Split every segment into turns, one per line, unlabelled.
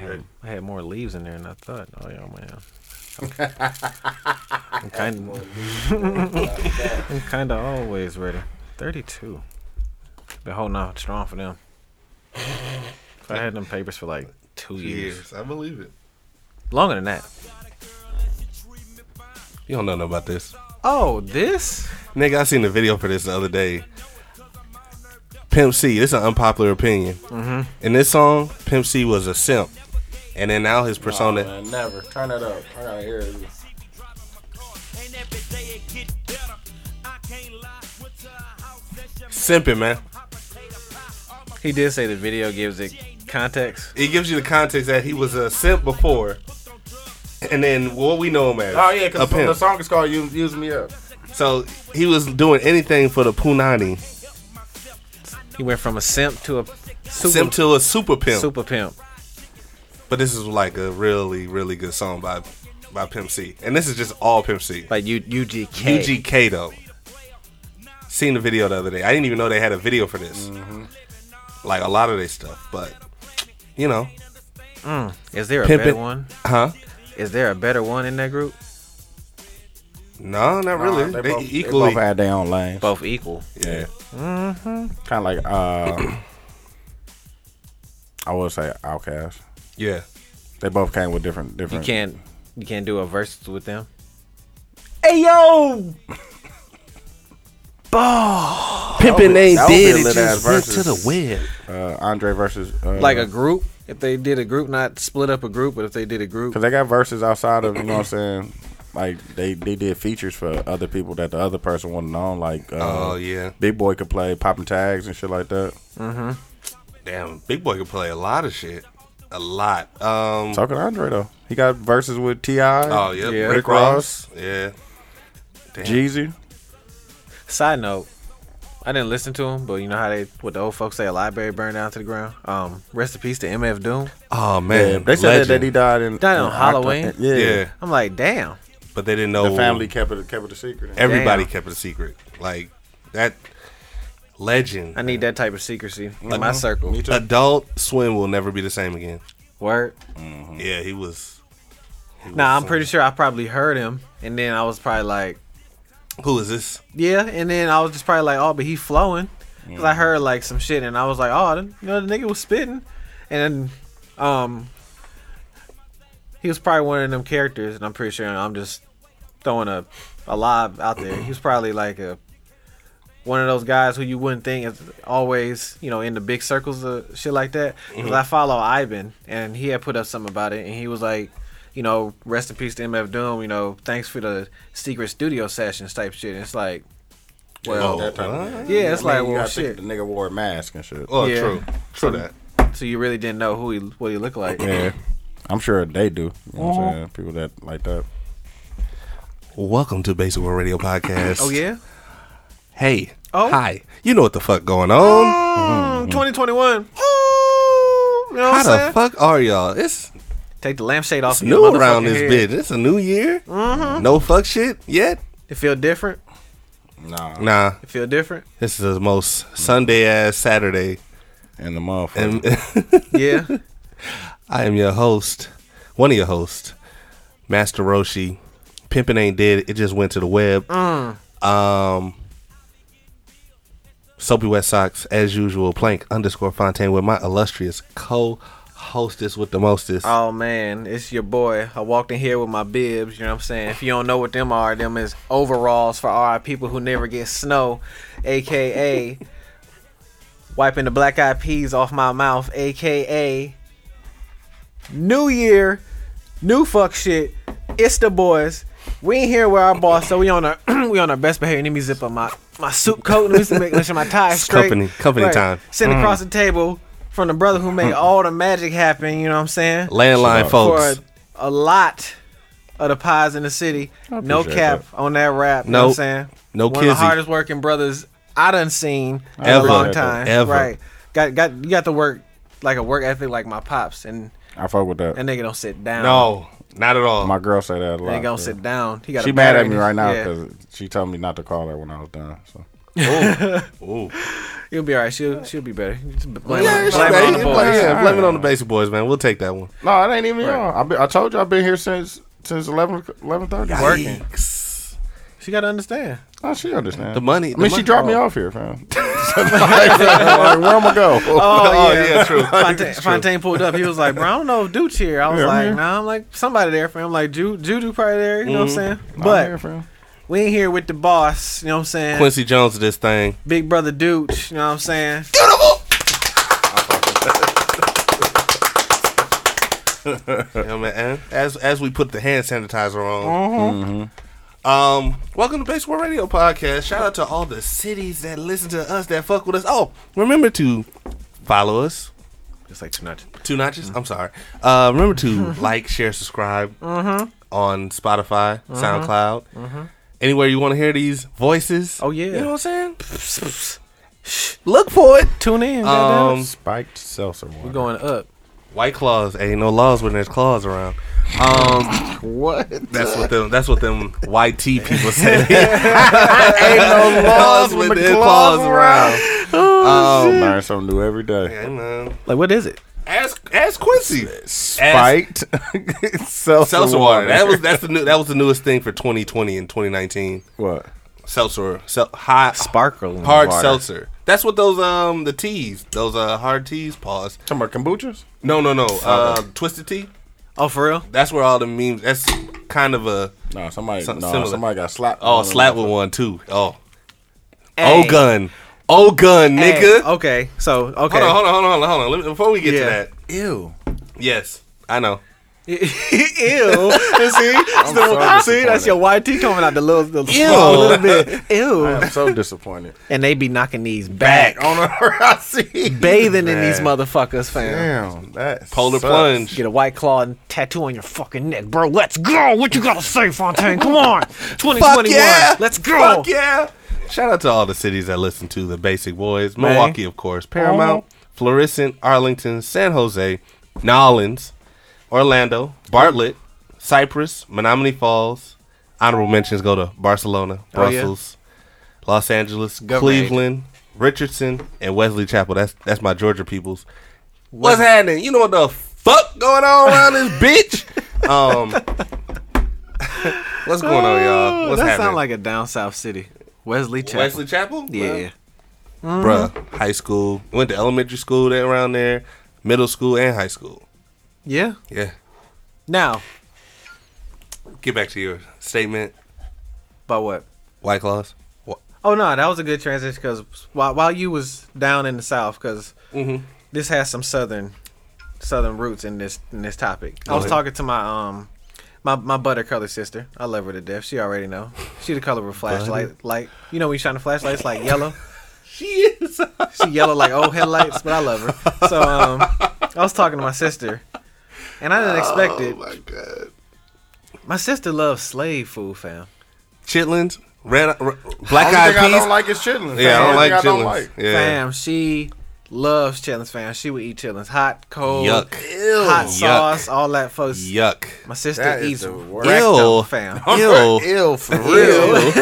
good.
I had more leaves in there than I thought. Oh yeah, man. I'm kind of, I'm kind of always ready. Thirty-two. Been holding out strong for them. I had them papers for like two years,
Yes, I believe it.
longer than that.
You don't know nothing about this.
Oh, this?
Nigga, I seen the video for this the other day. Pimp C, this is an unpopular opinion. In this song, Pimp C was a simp. And then now his persona.
Oh, man, never. Turn it up. I gotta hear it.
And every day it get better. I can't lie. Went to a house that's your
Simping, man.
hot potato pie. All my
He did say the video gives it context.
It gives you the context that he was a simp before. And then what we know him as.
Oh yeah, because
a pimp.
the song is called "Use, Use Me Up."
So he was doing anything for the Punani.
He went from a simp to a super
Simp to a super pimp.
super pimp.
But this is like a really, really good song by by Pimp C. And this is just all Pimp C.
Like U- UGK.
UGK though. Seen the video the other day. I didn't even know they had a video for this.
Mm-hmm.
Like a lot of their stuff, but you know,
Is there a
Pimpin'.
better one?
huh?
Is there a better one in that group?
No, not really.
Nah,
they
both,
equally.
They both had their own lane.
Both equal.
yeah.
Kind of like uh, I would say Outkast.
Yeah.
They both came with different
You
different.
can't you can't do a verse with them.
Hey yo,
Pimpin' ain't
that would be a
dead. It
lit ass
just went to
versus-
the web.
uh, Andre versus uh,
Like a group. If they did a group, not split up a group, but if they did a group,
Cause they got verses outside of you know what I'm saying. Like they, they did features for other people that the other person wasn't on. Like uh,
Oh yeah.
Big Boy could play popping tags and shit like that.
Damn, Big Boy can play a lot of shit. A lot. Um.
Talking to Andre though, he got verses with Ti.
Oh yeah.
Yeah.
Rick
Rick
Ross. Yeah. Damn.
Jeezy.
Side note, I didn't listen to him, but you know how they what the old folks say a library burned down to the ground. Um, rest in peace to MF Doom.
Oh man.
Yeah, they said that,
legend.
that he died in
Died on
in Octo-
Halloween?
Yeah.
Yeah.
I'm like, damn.
But they didn't know
the family kept it kept it a secret.
Everybody
Damn.
kept it a secret. Like that legend.
I need that type of secrecy in
Mm-hmm.
my circle.
Adult Swim will never be the same again.
Word.
Yeah, he was. he
Nah,
was
I'm pretty sure I probably heard him, and then I was probably like,
some- Who is this?
yeah, and then I was just probably like, oh, but he flowing, 'Cause I heard like some shit, and I was like, oh, the- you know, the nigga was spitting, and then, um, he was probably one of them characters, and I'm pretty sure I'm just throwing a a lob out there. He was probably like a one of those guys who you wouldn't think is always, you know, in the big circles of shit like that. 'Cause I follow Ivan, and he had put up something about it, and he was like, you know, rest in peace to MF Doom. You know, thanks for the secret studio sessions type shit. And it's like,
Well,
Whoa,
that type of-
what?
yeah, it's
I mean,
like,
you
well,
gotta think
shit.
The nigga wore a mask and shit.
Oh,
Yeah.
true, true that.
So you really didn't know who he, what he looked like.
Yeah, I'm sure they do. You know what
Uh-huh.
I'm saying? People that like that.
Welcome to Basic World Radio Podcast.
Oh yeah.
Hey.
Oh.
Hi. You know what the fuck going on?
Mm, 2021. Ooh, you know what
mm-hmm. How
I'm
the
saying?
fuck are y'all? It's,
Take the lampshade off.
it's
your
new around
motherfucking
this
head.
bitch. It's a new year. No fuck shit yet.
It feel different.
Nah,
Nah.
It feel different.
This is the most Sunday ass Saturday.
and the motherfucker.
And
Yeah.
I am your host, one of your hosts, Master Roshi. Pimpin' ain't dead. It just went to the web. Um, Soapy Wet Socks, as usual. Plank underscore Fontaine with my illustrious co-hostess with the mostest.
oh man, it's your boy. I walked in here with my bibs. You know what I'm saying? If you don't know what them are, them is overalls for our people who never get snow, aka wiping the black eyed peas off my mouth, aka New Year, new fuck shit. It's the boys. We ain't here with our boss, so we on our we on our best behavior. Let me zip up my my soup coat. Let me make sure my tie is straight.
company- company time. Mm.
Sitting across the table from the brother who made all the magic happen. You know what I'm saying?
Landline
For
folks.
a, a lot of the pies in the city. No
appreciate
cap on that rap. You know what I'm
Nope.
saying?
No
One of the
kizzy.
hardest working brothers I done seen in
Ever.
a long time.
Ever.
Right. Got got you got to work like a work ethic like my pops and
I fuck with that.
that nigga don't sit down.
no, not at all.
My girl say that a lot.
They ain't gonna
so.
sit down. He got
She
a
mad
battery
at
in
me
his-
right now
yeah.
because she told me not to call her when I was done. So
Ooh.
You'll be all right. She'll she'll be better. Just blame,
Yeah,
it,
it's
blame it
okay.
on the boys.
Blame- yeah,
boys.
blame it on the basic boys, man. We'll take that one.
No, it ain't even
Right.
y'all. I, be, I told you I've been here since since 11, 11.30.
Working.
Yikes.
She gotta understand.
Oh, she understand.
The money-
I
the
mean,
money-
she dropped me
oh.
off here, fam. like, where am I go?
Oh, yeah.
true.
Fontaine, Fontaine pulled up. He was like, "Bro, I don't know if Dude's here." I was
Yeah, I'm
like,
here.
"Nah, I'm like somebody there, fam." I'm like, "Ju- "Juju probably there." You know what I'm
Mm-hmm.
saying?
Oh,
I'm
But
here, fam.
we ain't here with the boss. You know what I'm saying?
Quincy Jones, this thing.
Big brother Dude. You know what I'm saying?
You know, man, as as we put the hand sanitizer on. Um, welcome to Baseball Radio Podcast. Shout out to all the cities that listen to us, that fuck with us. Oh, remember to follow us.
Just like too much.
Two notches. I'm sorry. Uh, remember to like, share, subscribe Mm-hmm. on Spotify, SoundCloud, anywhere you want to hear these voices.
Oh, yeah.
Mm-hmm. you know what I'm saying. Look for it.
Tune in.
Um,
Um,
Spiked seltzer water.
we're going up.
White claws. Ain't no laws when there's claws around. Um.
what?
That's what them. That's what them YT people say. Ain't no laws with their claws around.
Oh, learn something new every day.
Hey man,
Like, what is it?
ask ask Quincy.
Spiked seltzer,
Seltzer
water.
water. That was that's the new that was the newest thing for 2020 and 2019.
what?
Seltzer, sel- high
Sparkling
hard
water.
seltzer. That's what those um the teas those uh hard teas pause.
Talking about kombuchas?
No no no uh twisted tea.
Oh, for real?
That's where all the memes. That's kind of a
No, somebody.
Something
no,
similar.
somebody got slapped.
oh slap with one too. Oh
Hey.
oh gun oh gun
Hey,
nigga.
Okay, so okay.
Hold on, hold on, hold on, hold on. Hold on. Let me, before we get
Yeah.
to that,
Ew.
yes, I know.
Ew. You see,
so
see, that's your YT coming out the little, the
Ew.
small little bit. Ew.
I'm so disappointed.
And they be knocking these back,
On her, I see.
bathing in
Man.
these motherfuckers, fam.
Damn, that's
Polar plunge.
Get a white claw and tattoo on your fucking neck, bro. Let's go. What you gotta say, Fontaine? Come on, 2021. Let's go.
Fuck yeah! Shout out to all the cities that listen to the Basic Boys, Milwaukee, of course, Paramount, Florissant, Arlington, San Jose, Nolens, Orlando, Bartlett, Cypress, Menominee Falls. Honorable mentions go to Barcelona,
Oh, yeah.
Brussels, Los Angeles,
Good
Cleveland, Richardson, and Wesley Chapel. That's that's my Georgia peoples. What's happening? You know what the fuck going on around this bitch? Um, what's going on, y'all?
Oh,
What's
that
happening?
sound like a down south city. Wesley Chapel.
Wesley Chapel?
Yeah.
Bruh, high school. Went to elementary school there around there, middle school and high school.
Yeah.
Yeah.
Now,
Get back to your statement.
about what?
White claws. What?
Oh no, that was a good transition because while while you was down in the south, because
Mm-hmm.
this has some southern southern roots in this in this topic. I was
Okay.
talking to my um my my butter color sister. I love her to death. She already know. She the color of a flashlight. Like you know when you shine a flashlight, it's like yellow.
She is.
She yellow like old headlights, but I love her. So um, I was talking to my sister, and I didn't expect it.
Oh, my god.
My sister loves slave food, fam.
Chitlins. Red, r- black
Only
eyed
thing I
peas.
don't like is chitlins.
yeah, I don't like
Only
chitlins.
thing
Yeah.
Fam, she loves chitlins, fam. She would eat chitlins, hot, cold,
Yuck.
hot
Yuck.
sauce, all that fuss.
Yuck.
My sister
That is
eats
the worst.
wrecked
Ew.
them, fam.
Ew.
Ew, for real.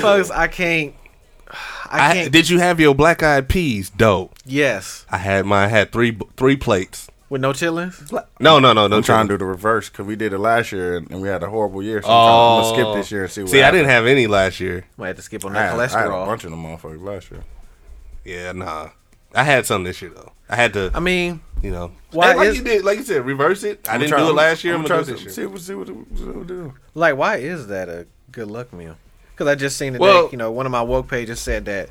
Folks, I can't. I
I,
can't.
did you have your black eyed peas? Dope.
yes,
I had mine. I had three three plates.
with no chitlins.
No, no, no, no.
I'm trying to
chitlins.
do the reverse because we did it last year and, and we had a horrible year. So I'm, trying, I'm gonna skip this year and see. What
See, I
happens.
didn't have any last year.
Might have to skip on
I
that
had, I had a
cholesterol. I,
bunch of them motherfuckers last year.
Yeah, nah. I had some this year though. I had to.
mean,
you know.
Why
And like
is-
you did, like you said, reverse it. I
I'm
didn't
trying-
do it last year. I'm,
I'm
gonna
trying
do it
to
this
see
year.
what see what see what we do.
like, why is that a good luck meal? Because I just seen today,
Well-
you know, one of my woke pages said that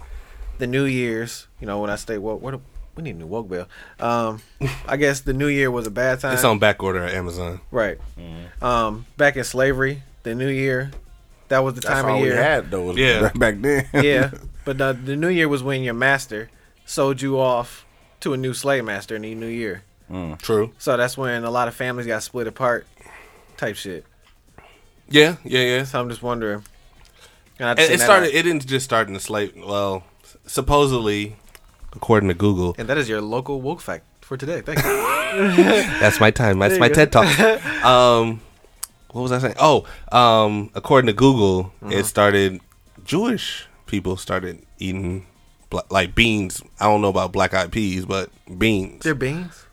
the New Year's, you know, when I stay woke, what do- we need a new woke bell. Um, I guess the New Year was a bad time.
It's on back order at Amazon.
Right.
Mm-hmm.
Um, back in slavery, the new year, that was the
That's
time
all
of
we
year.
had though. Was
Yeah.
back then.
Yeah, but the, the new year was when your master sold you off to a new slave master in the new year.
Mm.
True.
So that's when a lot of families got split apart, type shit.
Yeah, yeah, yeah.
So I'm just wondering. And I just
It,
seen
it
that
started.
out.
It didn't just start in the slave. Well, supposedly, according to Google,
and that is your local woke fact for today. Thank you.
that's my time. That's
There
my
you
TED talk. Um, what was I saying? Oh,
Uh-huh.
um, according to Google, it started. Jewish people started eating bla- like beans. I don't know about black eyed peas, but beans.
They're beans.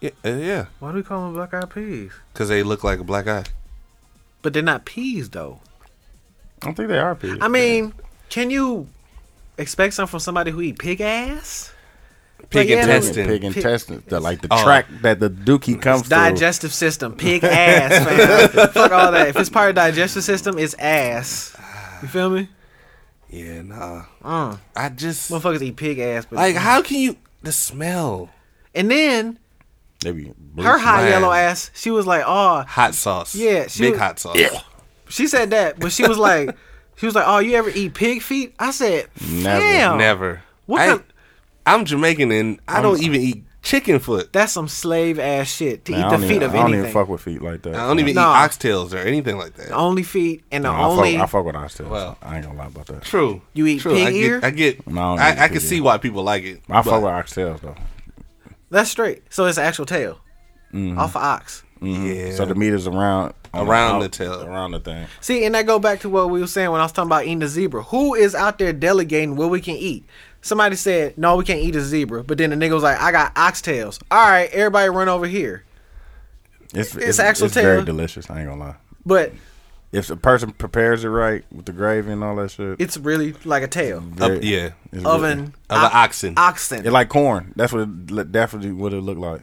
Yeah, uh, yeah,
Why do we call them black eyed peas?
because they look like a black eye.
But they're not peas though.
I don't think they are peas.
I mean, can you expect something from somebody who eat pig ass?
Pig
yeah, they-
intestine.
pig
Pig-
intestines, the, like the
Oh.
track that the dookie comes through.
Digestive system, pig ass, man. Fuck all that. If it's part of digestive system, it's ass. You feel me?
Yeah, nah.
Mm.
I just
Motherfuckers eat pig ass, but
like how can you the smell
and then
They be blue
her hot
man.
yellow ass, she was like, "Oh,
hot sauce?
Yeah, she
big
was-
hot sauce.
she said that," but she was like, "She was like, oh, you ever eat pig feet?" I said,
Never.
"Damn,
Never.
Oh. What
I,
kind-
I'm Jamaican and I don't even eat chicken foot.
That's some slave ass shit to
Man, I
eat
don't
the feet
even-
of
I don't
anything.
even fuck with feet like that.
I don't even
Nah.
eat oxtails or anything like that.
only feet and the
No,
only
I, fuck, I fuck with oxtails.
Well.
I ain't gonna lie about that.
True.
You eat
True.
pig
I get,
ear?
I get.
No, I don't
I,
eat
I,
pig
can
ear.
see why people like it.
I
but-
fuck with oxtails though.
that's straight. So it's actual tail
Mm-hmm.
off of ox.
Yeah.
So the meat is around on
Around the
out-
tail.
around the thing.
See, and that go back to what we were saying when I was talking about eating a zebra. Who is out there delegating what we can eat? Somebody said, "No, we can't eat a zebra," but then the nigga was like, "I got oxtails." All right, everybody run over here.
It's
It's actual
It's very
tail.
delicious. I ain't gonna lie.
But
If a person prepares it right with the gravy and all that shit,
it's really like a tail
Up-
very-
yeah.
it's
of
really-
an
Of an oxen.
oxen,
It like corn. That's what it, li- definitely what it looked like.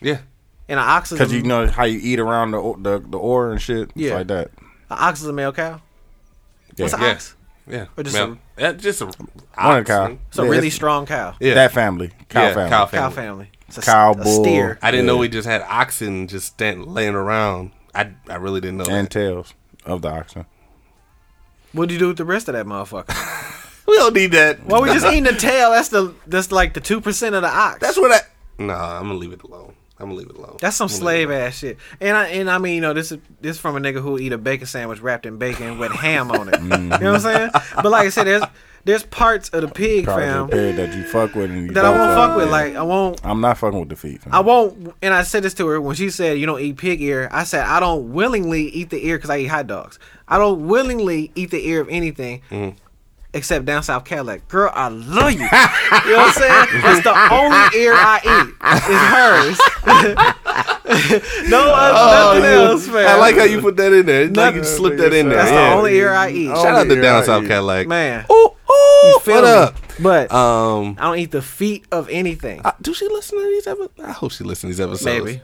Yeah.
and an oxen.
Cause you know how you eat around the o- the, the ore and shit. It's
Yeah.
like that.
an ox is a male cow. What's an
Yeah.
ox?
Yeah.
Or just
Man,
some-
that- just um, a
One
oxen.
of the cow.
It's a
Yeah,
really
it's-
strong cow.
Yeah.
That family, cow
Yeah,
family.
Cow
cow family.
family. It's a, s-
Cow,
a
bull.
steer.
I didn't
Yeah.
know we just had oxen just stand laying around. I I really didn't know.
and
that.
tails of the oxen.
What'd you do with the rest of that motherfucker?
We don't need that.
Well, we just eating the tail. That's the that's like the two percent of the ox.
That's what I. Nah, I'm gonna leave it alone. I'm gonna leave it alone.
That's some
I'm gonna
slave
leave it
ass shit. And I and I mean, you know, this is this from a nigga who eat a bacon sandwich wrapped in bacon with ham on it. You know what I'm saying? But like I said, there's there's parts of the pig
Probably
fam
Mm-hmm. the pig that you fuck with and you
that I
don't
won't fuck with.
Yeah.
Like I won't
I'm not fucking with the feet. fam.
I won't. And I said this to her when she said, "You don't eat pig ear." I said, "I don't willingly eat the ear because I eat hot dogs. I don't willingly eat the ear of anything."
Mm-hmm.
Except down south Cadillac, girl, I love you. you know what I'm saying? It's the only ear I eat. It's hers. no,
Oh,
uh, nothing
you-
else, man.
I like how you put that in there. It's like you
Nothing.
slipped that in there.
That's
Yeah.
the only ear I eat.
Oh,
Shout out
Only
to
ear
down
I
south
eat.
Cadillac.
man.
Ooh, ooh,
You feel
what
me?
up?
But
Um,
I don't eat the feet of anything.
I- do she listen to these episodes? I hope she listens to these episodes.
Maybe.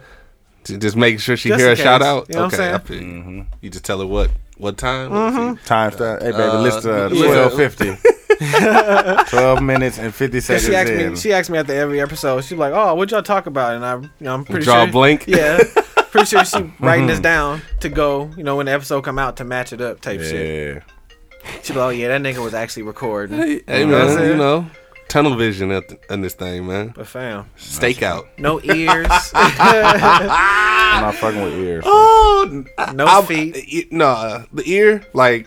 To just make sure she
Just
hear
in
a shout
case.
out.
You know what I'm saying? Mm-hmm.
I feel you. You just tell her what what time.
Times that. Hey, baby, listen to
Uh, yeah.
twelve fifty. Twelve minutes and fifty
Cause
seconds.
she asked
in.
me. She asked me after every episode. She's like, "Oh, what y'all talk about?" And I, you know, I'm pretty
Draw
sure.
a blank? Mm-hmm.
Yeah, pretty sure she writing this down to go. You know, when the episode come out to match it up type shit.
yeah.
She be like, "Oh yeah, that nigga was actually recording."
Hey, hey,
what I'm
man, you
saying?
know, tunnel vision at the- in this thing, man.
But fam,
Stakeout.
no ears,
I'm not fucking with ears.
Oh,
no
I'm-
feet.
e- No, uh, the ear, like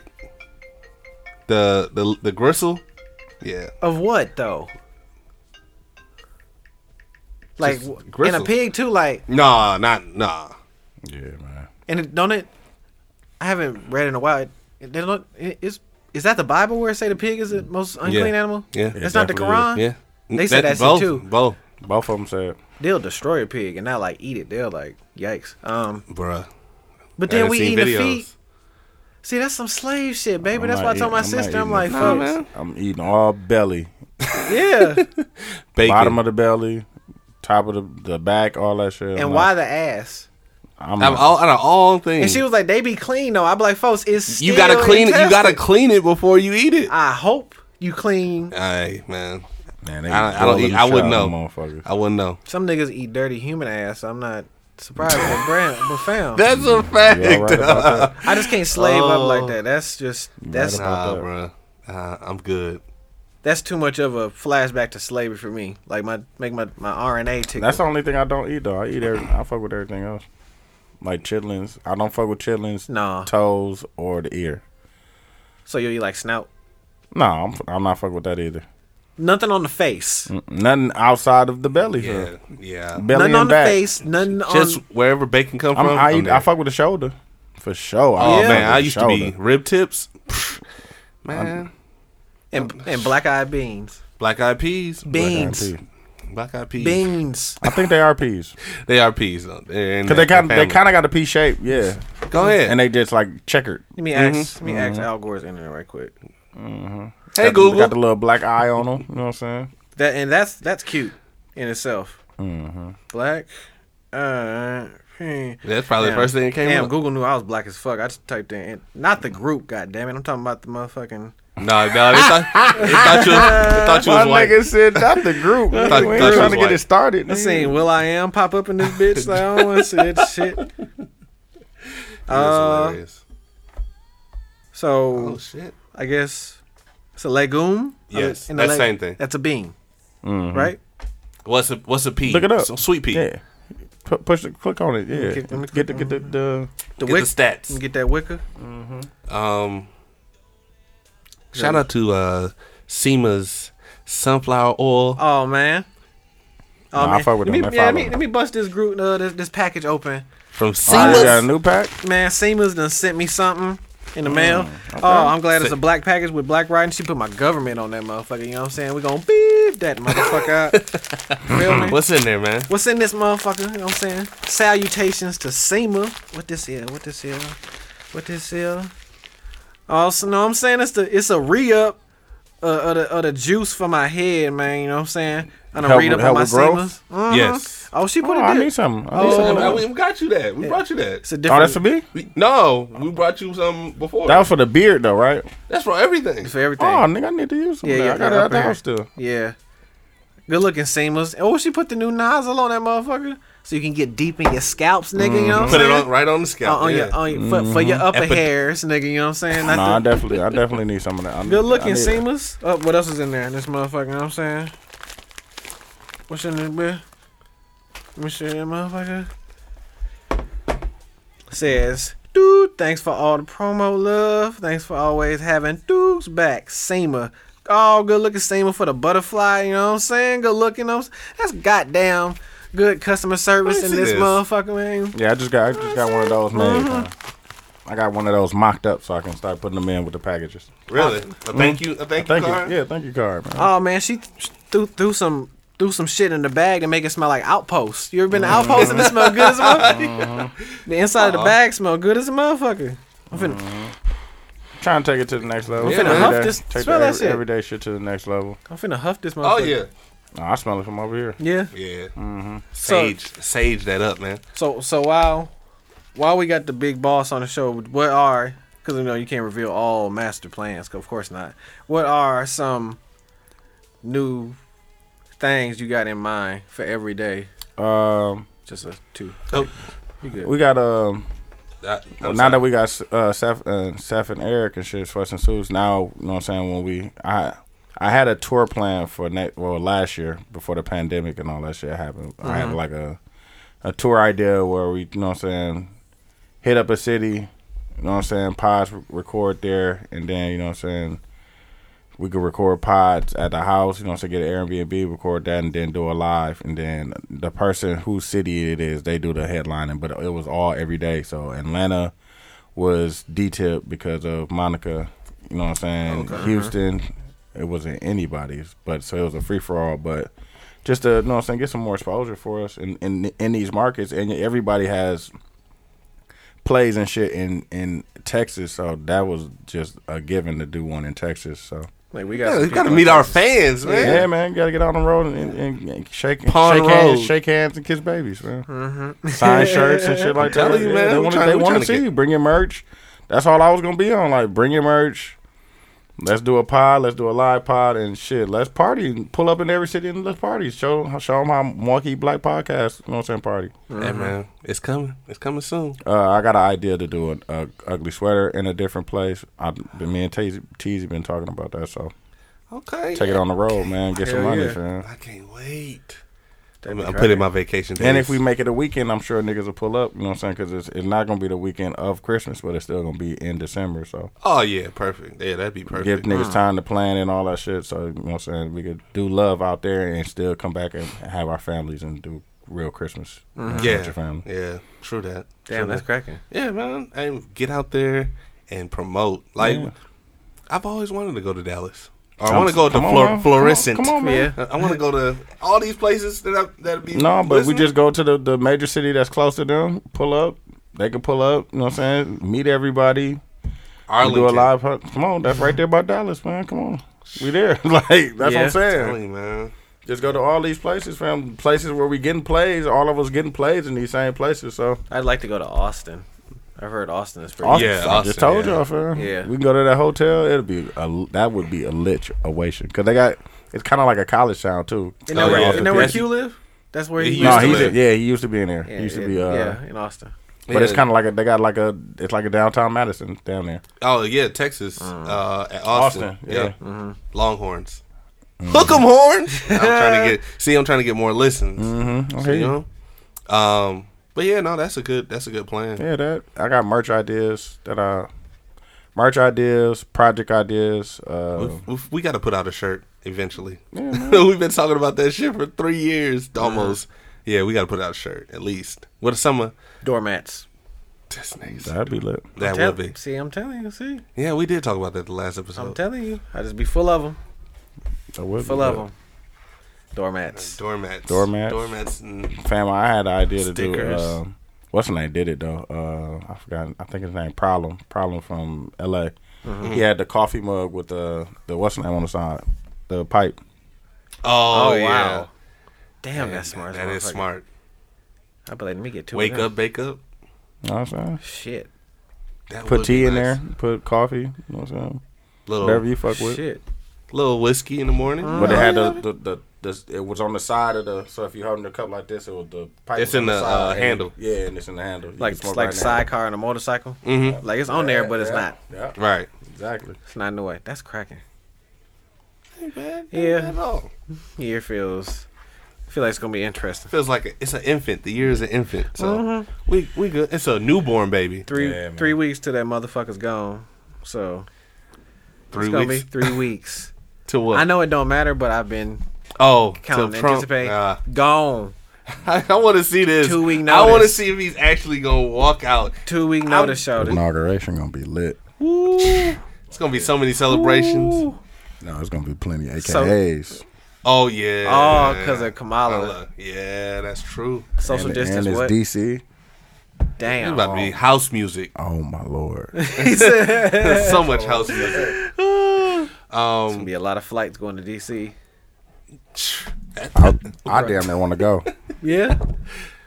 the the the gristle. Yeah,
Of what though? Like
Just
w- and
gristle.
a pig too. Like
nah, not nah.
Yeah, man.
and it, don't it? I haven't read in a while. It, it don't. It, it's is that the Bible where it say the pig is the most unclean animal?
Yeah. It
that's not the
definitely is.
Quran.
Yeah,
They said that shit
both,
too.
Both,
Both of them said
they'll destroy a pig and not like eat it. They'll like yikes. Um,
bruh.
but
I
then
done
we
seen
eat the
videos.
feet. See, that's some slave shit, baby.
I'm
that's
not
e-
why I told
eating-
my
I'm not
sister, I'm
eating
like,
the
fuck,
feet. Man.
I'm eating all belly,
yeah.
Bacon.
bottom of the belly, top of the, the back, all that shit.
and why the ass?
I'm
Out
not,
of all, out of all things,
And she was like, they be clean though. I'm like, folks, it's
you gotta
still
clean it. You gotta
intestine.
clean it before you eat it.
I hope you clean.
Hey man,
man, they
I, I don't.
boiling
Eat,
the
I
shit
wouldn't
out of
know.
them motherfuckers.
I wouldn't know.
Some niggas eat dirty human ass. I'm not surprised, but brand, but fam,
That's a fact.
You all right about that?
I just can't slave up like
Oh.
that. That's just that's
nah,
that.
bruh. Uh, I'm good.
that's too much of a flashback to slavery for me. Like my make my my RNA tick.
That's the only thing I don't eat though. I eat every. I fuck with everything else. Like chitlins, I don't fuck with chitlins,
Nah.
toes or the ear.
so you eat like snout.
No, I'm I'm not fucking with that either.
Nothing on the face.
Nothing outside of the belly.
Yeah,
huh?
yeah.
Belly
nothing
and
on
back.
the face. Nothing
Just
on.
wherever bacon come
I'm,
from.
I,
I'm
eat,
there.
I fuck with the shoulder for sure.
Oh
Yeah.
man, I
fuck with
used
the
to be
shoulder.
rib tips. Man,
And, and black eyed beans.
Black Eyed Peas.
Beans.
Black eyed peas.
Black Eyed Peas.
Beans.
I think they are peas
They are peas though. Because
because they kind of they kind of got a pea shape, yeah.
of go ahead.
And they just like checkered.
Let me ask. Let me ask Al Gore's internet right quick.
hey
Got the- got the
Google.
little black eye on them. You know what I'm saying?
That and that's that's cute in itself. Black. Uh, hmm.
That's probably
Damn.
the first thing that came
Damn,
up.
Google knew I was black as fuck. I just typed in not the group. God damn it! I'm talking about the motherfucking.
No, no, they thought, they thought you, they thought you
My
was white.
nigga said, "Not the group." we
Thought-
ain't
thought you
trying
was
to get
white.
it started.
I seen Will I Am pop up in this bitch. Like I don't want to see that shit.
That's
Uh,
hilarious.
So
Oh shit.
I guess it's a legume.
Yes,
And a
that's same thing.
That's a bean,
Mm-hmm.
right?
What's a what's a pea?
Look it up.
Some sweet pea.
Yeah. Pu- push the click on it. Yeah.
Get- let me
get the
click
get the, the
The
Get
wick.
the stats.
Get that wicker.
Mm.
Um, shout out to uh, SEMA's sunflower oil.
Oh man. Oh,
Nah, I
man.
fuck with
let me,
them. They
yeah, let
follow
me,
them.
let me bust this group uh, this, this package open.
from
Oh,
Seema's.
you got a new pack.
Man, Seema's done sent me something in the
Mm,
mail. Oh, I'm glad it's a black package with black writing. She put my government on that motherfucker. You know what I'm saying? We gonna beep that motherfucker out. Feel me?
What's in there, man?
What's in this motherfucker? You know what I'm saying? Salutations to Seema. What this here? What this here? What this here? Also, no, I'm saying it's the it's a re up uh, of, the, of the juice for my head, man. You know what I'm saying? I done
Help
read
with-
up on
help
my
with growth?
Seema's.
Uh-huh.
Mhm.
Yes.
Oh, she
Oh,
put
I
it.
need
There.
something. I need something.
we got you that. We brought you
It's
that.
a different.
Oh, that's for me.
We, no, we brought you some before.
That was for the beard though, right?
That's for everything.
for everything.
Oh, nigga, I need to use some.
Yeah,
Yeah,
yeah,
I got
yeah,
it
up
at the
here.
house still.
Yeah. Good looking seamless. Oh, she put the new nozzle on that motherfucker, so you can get deep in your scalps, nigga. You
Mm-hmm.
know what I'm
Put it Uh-uh.
saying?
on right on the scalp.
Uh, on
yeah.
your, on your for, for your upper
Epi-
hairs, nigga. You know what I'm saying? Not
Nah, I
the-
definitely, I definitely need some of that. I need-
Good
I
looking
need it.
seamless. Oh, what else is in there? This motherfucker. You know what I'm saying? What's in this bitch? Let me see that motherfucker. Says, dude, thanks for all the promo love. Thanks for always having dudes back. Seema. Oh, good looking Seema for the butterfly. You know what I'm saying? Good looking. I'm, that's goddamn good customer service
Let
in
me see
this,
this.
motherfucker, man.
Yeah, I just got, I just got one of those made. man.
Mm-hmm.
I got one of those mocked up so I can start putting them in with the packages.
Really? A thank you. A thank,
Mm. Thank
you.
you.
Card?
Yeah, thank you, card, man.
Oh man, she th- threw threw some threw some shit in the bag to make it smell like Outpost. You ever been to
Mm-hmm.
Outpost and it smell good as a motherfucker? The inside
Uh-huh.
of the bag smell good as a motherfucker. I'm finna,
Mm-hmm.
Trying to take it to the next level.
I'm finna
Every
huff
day-
this-
Take
smell
the
that
every-
shit.
everyday shit to the next level.
I'm finna huff this motherfucker.
Oh yeah.
Nah, I smell it from over here.
Yeah.
Yeah. Sage, sage that up, man.
So so while while we got the big boss on the show, what are because you know you can't reveal all master plans. 'cause of course not. What are some new things you got in mind for every day?
Um,
Just a two.
Oh,
You good?
we got um.
I,
now that we got uh, Seth, uh, Seth and Eric and shit, Sweats and Suits. Now, you know what I'm saying? When we, I, I had a tour plan for next, well, last year before the pandemic and all that shit happened. I had like a, a tour idea where we, you know what I'm saying, hit up a city, you know what I'm saying, pods re- record there, and then you know what I'm saying. We could record pods at the house, you know, so get an Airbnb, record that, and then do a live. And then the person whose city it is, they do the headlining. But it was all every day. So Atlanta, was D-Tip because of Monica. You know what I'm saying? Houston, it wasn't anybody's, but so it was a free for all. But just to, you know what I'm saying, get some more exposure for us in, in in these markets. And everybody has plays and shit in in Texas, so that was just a given to do one in Texas. So
Like we
yeah,
some
we gotta
people
meet
in
our
Texas.
fans, man.
yeah, man, you gotta get out on the road and, and, and shake
Pond
shake hands,
Road.
shake hands and kiss babies, man.
Mm-hmm.
Sign shirts and shit like that.
telling you,
Yeah,
man,
they
we
want to
tryna-
they
we
want
tryna
to see
get-
you. Bring your merch. That's all I was gonna be on. Like, bring your merch. Let's do a pod. Let's do a live pod and shit. Let's party. and Pull up in every city and let's party. Show show them how Milwaukee Black Podcast. You know what I'm saying? Party.
Hey man, it's coming. It's coming soon.
Uh, I got an idea to do an a ugly sweater in a different place. I, me and Teezy Teezy been talking about that. So
Okay.
take it on the road, man. Get some
Hell
money,
yeah.
man.
I can't wait.
That'd
I'm,
be
I'm
crazy.
putting my vacation.
And if
days.
we make it a weekend, I'm sure niggas will pull up. You know what I'm saying? Because it's, it's not gonna be the weekend of Christmas, but it's still gonna be in December. So
Oh yeah, perfect. Yeah, that'd be perfect.
give niggas time to plan and all that shit. So you know what I'm saying? We could do love out there and still come back and have our families and do real Christmas. you know, with
Mm-hmm. yeah,
your family.
yeah, true that.
Damn,
True
that's
that.
cracking.
Yeah, man. Hey, get out there and promote. Like,
Yeah.
I've always wanted to go to Dallas. Or I want to go to
Come on,
Flor-
man.
Florissant.
Come on, come on man.
Yeah.
I want to go to all these places that I, that'd be.
No, but we
listening.
just go to the, the major city that's close to them, pull up. They can pull up, you know what I'm saying? Meet everybody. We
Arlington.
do a live hunt. Come on, that's right there by Dallas, man. Come on. We there. like, that's what
Yeah.
I'm saying.
Telling you, man.
Just go to all these places, fam. Places where we getting plays. All of us getting plays in these same places. So
I'd like to go to Austin. I've heard Austin is pretty.
Austin,
Yeah,
I just
Austin,
told
yeah.
y'all, fam.
Yeah.
we can go to that hotel. It'll be a, that would be a lit ovation because they got it's kind of like a college town too.
You know,
Oh,
where,
yeah,
you know where
Austin.
Q live? That's where
He
he,
used
used
No,
to
he's
live.
yeah, he used to be in there.
Yeah,
he used to
yeah,
be uh,
yeah, in Austin.
but it's
Yeah.
kind of like a, they got like a it's like a downtown Madison down there.
Oh yeah, Texas. Uh, at Austin.
Austin,
Yeah.
yeah. Mm.
Longhorns. Hook 'em horns. I'm trying to get. See, I'm trying to get more listens.
Mm-hmm.
You know. Um. But yeah, no, that's a good. That's a good plan.
Yeah, that I got merch ideas that uh merch ideas, project ideas. Uh,
We've- we've- we got to put out a shirt eventually.
Yeah,
We've been talking about that shit for three years almost. Uh-huh. Yeah, we got to put out a shirt at least. What summer?
Doormats.
That's nice.
that'd be lit.
That
Tell-
will be.
See, I'm telling you. See,
Yeah, we did talk about that the last
I'm
episode.
telling you. I just be full of them.
That would be
Full of
lit.
them. Doormats.
Doormats.
Doormats.
Doormats. And
Fam, I had the idea to
Stickers.
do. Um, what's his name? Did it though? Uh, I forgot. I think his name Problem. Problem from L.A.
Mm-hmm.
He had the coffee mug with the the what's his name on the side, the pipe.
oh, yeah.
Damn, that's smart. as
That is
motherfucker.
smart.
I'd be like, let me get two. of
Wake
them.
up, bake up.
You know what I'm saying?
Shit.
That
Put
would be
tea in
nice.
there. Put coffee. You know what I'm saying? Whatever
Little
you fuck with.
Shit.
little whiskey in the morning.
But they had the the, the the it was on the side of the. So if you're holding the cup like this, it was the pipe.
It's
was on
in the,
side,
uh,
and-
handle.
Yeah, and it's in the handle. You
Like
can smoke
like
right
a
now.
sidecar and a motorcycle.
Mhm.
Like it's on there, but it's
Yeah,
not.
Yeah,
Right.
exactly.
It's not in the way. That's cracking.
Ain't bad.
Yeah.
Not bad at all.
Year feels. I feel like it's gonna be interesting.
Feels like a, it's an infant. The year is an infant. So we we good. It's a newborn baby.
Three
Yeah, man.
three weeks till that motherfucker's gone. So
Three
it's gonna
weeks
be three weeks.
to what?
I know it don't matter, but I've been
Oh,
counting,
to Trump.
anticipating.
Uh,
Gone.
I, want to see this.
Two-week
I want to
notice.
see if he's actually gonna walk out.
Two week notice showed it.
Inauguration gonna be lit.
It's gonna be so many celebrations.
No, it's gonna be plenty of
So-
AKAs.
Oh yeah.
Oh, 'cause of Kamala.
Uh, Yeah, that's true.
Social
and,
distance.
and it's
what?
DC.
It's
Damn.
about to be house music.
Oh my lord!
He said-
There's so much house music. Um,
Gonna be a lot of flights going to DC.
I, I damn near want to go.
Yeah.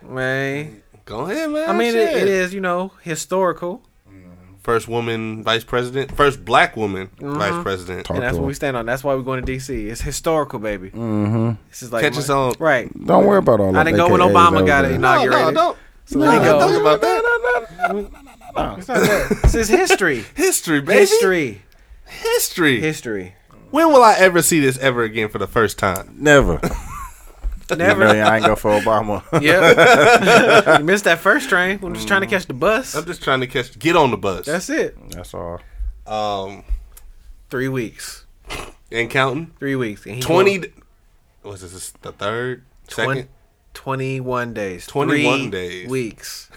Man.
Go ahead, man.
I mean, it,
Oh, Shit.
it is, you know, historical.
First woman vice president. First black woman
Mm-hmm.
vice president.
Talk
And that's
to
what
him.
we stand on. That's why we're going to DC. It's historical, baby. Mm-hmm. This is like
Catch
my-
us on-
Right.
Don't worry about all.
I
that
didn't go when
AKAs
Obama
over
got
there.
it
No,
inaugurated.
no, don't.
So let me
no,
go.
Don't about that.
This is history.
History, baby.
history.
History.
History.
When will I ever see this ever again for the first time?
Never.
Never.
Never. I ain't go for Obama.
Yep. you missed that first train. I'm just trying to catch the bus.
I'm just trying to catch. Get on the bus.
That's it.
That's all.
um
Three weeks.
and counting.
Three weeks. And he
Twenty.
going
d- Was this is the third?
twen-
Second.
21 days.
21
Three
days.
Weeks.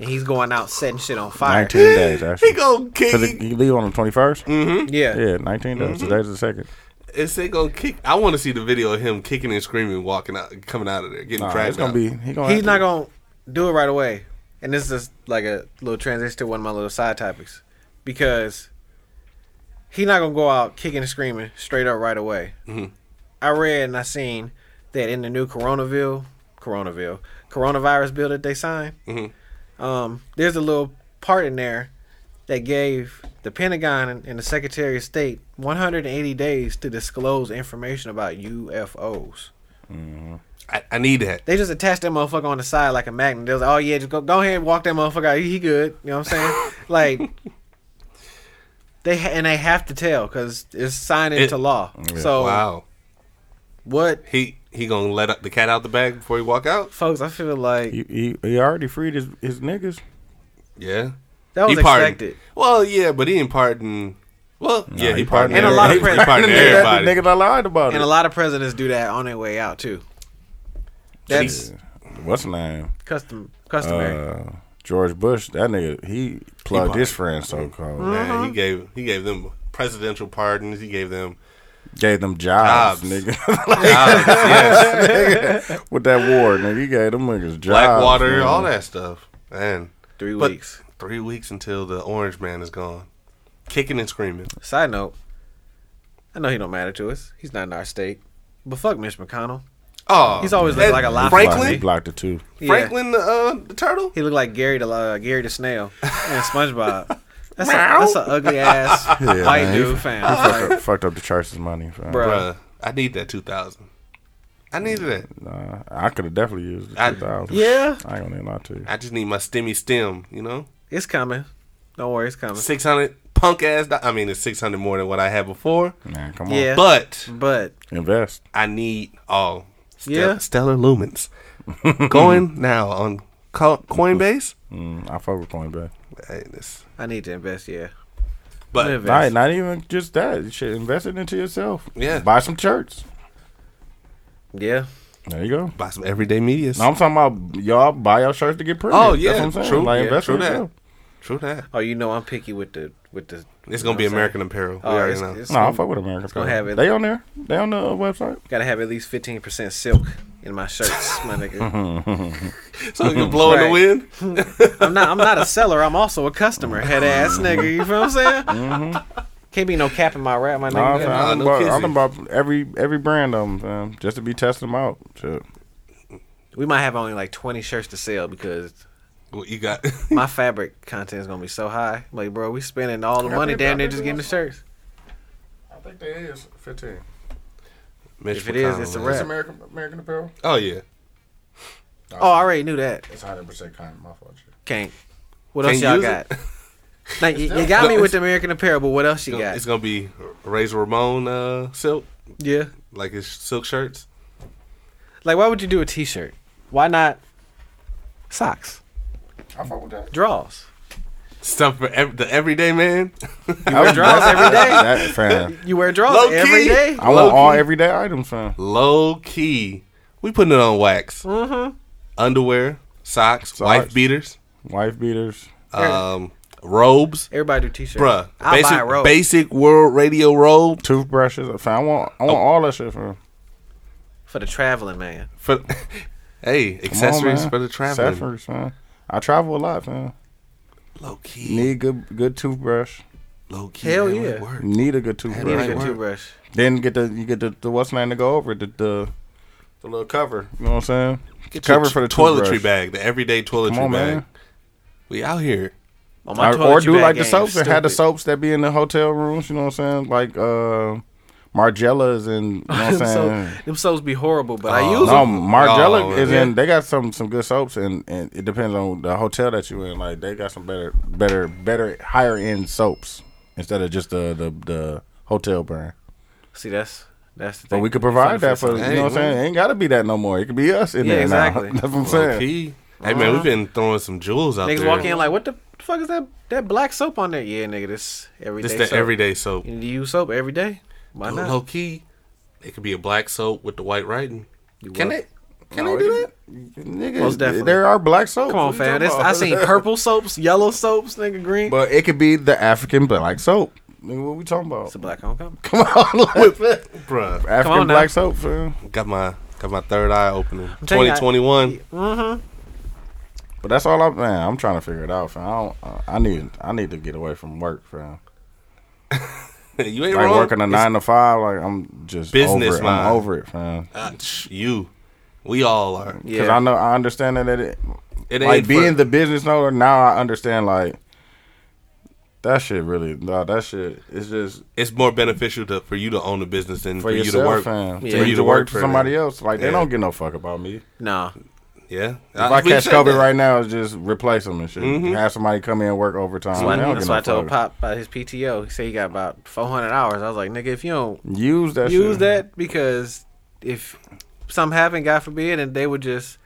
And he's going out setting shit on fire.
Nineteen days
He
actually.
gonna kick.
Cause it- you leave on the twenty first.
Mm-hmm. Yeah.
Yeah, nineteen days.
Mm-hmm.
Today's the second.
Is it gonna kick? I want to see the video of him kicking and screaming, walking out, coming out of there, getting
Nah,
dragged.
it's gonna
out.
be. He gonna.
He's not going to do it right away. And this is like a little transition to one of my little side topics because he's not going to go out kicking and screaming straight up right away.
Mm-hmm.
I read and I seen that in the new Coronaville, Coronaville, coronavirus bill that they signed,
Mm-hmm.
um, there's a little part in there that gave the Pentagon and, and the Secretary of State 180 days to disclose information about UFOs.
I, I need that.
They just attached that motherfucker on the side like a magnet. They was like, oh yeah, just go go ahead and walk that motherfucker out. He, he good. You know what I'm saying? like they ha- and they have to tell because it's signed into
It-
law. So
Wow.
what,
He he gonna let up the cat out the bag before he walk out?
folks? I feel like
He, he, he already freed his, his niggas.
Yeah.
that was
he pardoned.
expected.
Well, yeah, but he didn't pardon. Well, yeah, he, pardoned.
And a lot of
everybody.
presidents-
he pardoned
That's the
everybody.
nigga that lied about
And a
it.
lot of presidents do that on their way out too. That's
What's his name?
custom customary.
Uh, George Bush. That nigga. He plugged
He
his friend so called.
Man, he gave he gave them presidential pardons. He gave them
Gave them jobs,
Jobs.
nigga.
Jobs, yes.
With that war, nigga, he gave them niggas jobs.
Blackwater,
man.
all that stuff. And
Three
But-
weeks.
three weeks until the Orange Man is gone, kicking and screaming.
Side note. I know he don't matter to us. He's not in our state. But fuck Mitch McConnell.
Oh,
He's always
and
looked like a lot
Blocked-
Franklin?
He blocked it too.
Yeah.
Franklin, the, uh, the turtle.
He looked like Gary the uh, Gary the snail and SpongeBob. That's a, that's an ugly ass
Yeah,
white
man, he
dude
f-
fan.
Fucked
Like,
up, fucked up the church's money, fam.
Bruh.
Bruh, I need that two thousand. I needed it.
Nah, I could have definitely used the
I-
two thousand.
yeah,
I ain't gonna even lie to you.
I just need my stimmy stem. You know,
it's coming. Don't worry, it's coming.
six hundred punk ass. do- I mean, it's six hundred more than what I had before.
Man, come on,
Yeah.
But
But
invest.
I need all stel-
Yeah.
stellar lumens going now on Co- Coinbase.
Mm, I fuck with Coinbase.
Hey, this-
I need to invest. Yeah,
But
Live.
Not,
Invest.
not even just that. You should invest it into yourself.
Yeah.
buy some shirts.
yeah.
There you go.
buy some everyday media.
No, I'm talking about y'all buy your shirts to get printed.
Oh, yeah,
That's what I'm saying.
true,
Like
yeah,
invest
true
in
that.
yourself.
True that.
Oh, you know I'm picky with the with the.
It's gonna be American Apparel. We
Oh,
already
it's,
know.
it's
No, I
gonna-
fuck with American.
gonna
Apparel.
have it.
They on there. They on the uh, website.
gotta have at least fifteen percent silk in my shirts, my nigga.
so you can blow in the
Right.
wind.
I'm not I'm not a seller. I'm also a customer. Head ass nigga. You feel what I'm saying? Can't be no cap in my rap, my
Nah,
nigga.
fam, I done
no
bought, I
kissing.
done bought every every brand of them, fam, just to be testing them out. Shit.
we might have only like twenty shirts to sell because
What you got?
my fabric content is gonna be so high. Like, bro, we spending all the money damn near just getting the shirts.
I think they is fifteen.
Mitch
If it is, it's a
McConnell.
wrap. It's
American American Apparel.
Oh yeah.
Oh, I already knew that.
It's 100 percent kind. My fault.
Can't. What
Can't
else y'all
use
got?
it?
Now, you, you got me with the American Apparel, but what else you
Gonna-
got?
It's gonna be Razor Ramon uh, silk,
yeah.
like his silk shirts.
Like, why would you do a T-shirt? Why not socks,
I fuck with that.
draws?
Stuff for ev- the everyday man.
You wear
drawers every day?
That, fam.
You wear draws
Low key.
every day.
I want
Low-key.
all everyday items, fam.
Low key, we putting it on wax. Mm-hmm. Underwear, socks, wife beaters,
Wife beaters.
um, robes,
Everybody do T-shirts.
bruh.
I
basic,
buy a robe.
basic world radio robe
Toothbrushes, fam. I want, I want all that shit, fam.
for the traveling man.
for. hey,
Come on,
accessories
man.
for the traveling.
Accessories, man. I travel a lot, man.
Low key,
Need good, good toothbrush.
low key.
Hell
that would
yeah.
work.
Need a good
Need
toothbrush.
a good
Right.
toothbrush.
Then get the you get the, the what's name to go over it, the, the the little cover. You know what I'm saying?
Get
cover
your
for the
toiletry
toothbrush.
bag, the everyday toiletry
Come on,
bag.
man.
We out here.
On
Or, or
toiletry
do
bag
like the
game,
soaps and have the
stupid.
soaps that be in the hotel rooms. You know what I'm saying? Like uh, Margellas and you know what I'm
Them
saying. Oh,
soap- them soaps be horrible, but I use
No,
them.
Margiela
Oh,
is
yeah.
in. They got some some good soaps, and, and it depends on the hotel that you in. Like they got some better, better, better higher end soaps instead of just the the, the hotel brand.
See, that's that's the
But
thing.
we could provide that for
Hey,
you know what I'm saying. It ain't got to be that no more. It could be us in
Yeah,
there
exactly.
now. That's what I'm
Low
saying.
key. Hey man, we've been throwing some jewels out
Uh-huh. Niggas
there.
walk in like, what the fuck is that? That black soap on there? Yeah, nigga, this everyday.
This the
soap.
everyday soap.
You need to use soap every day. Why not?
Low key, it could be a black soap with the white writing.
what?
Can they? Can they do that?
Most
Nigga,
definitely.
there are black soaps.
Come on,
What you
fam.
talking
This, I
about?
seen purple soaps, yellow soaps, nigga, green.
but it could be the African black soap. Nigga, what we talking about?
it's a black homecoming.
Come on, like,
Bruh,
African
on now.
black soap, fam.
got my got my third eye opening.
telling you, I-
2021.
But that's all I'm. Man, I'm trying to figure it out, fam. I, don't, uh, I need, I need to get away from work, fam.
you ain't
Like
wrong.
working a
It's-
nine to five, like I'm just
Business
over it.
mind.
I'm over it, fam.
Ah, tch, you, we all are.
Because
Yeah.
I know, I understand that it,
It
like being
for-
the business owner. Now I understand, like that shit really, no, that shit. It's just
It's more beneficial to for you to own a business than
for,
for, you to
yourself,
work.
fam.
Yeah.
For you to work for
it.
somebody else, like
Yeah.
they don't give no fuck about me.
Nah.
Yeah. Uh,
If I catch COVID right now, it's just replace them and shit.
Mhm.
Have somebody come in and work overtime.
That's why,
They don't
that's
give
why
no
I told
fuck.
Pop about his PTO. He said he got about 400 hours. I was like, nigga, if you don't
Use that.
use
shit.
that, because if something happened, God forbid, and they would just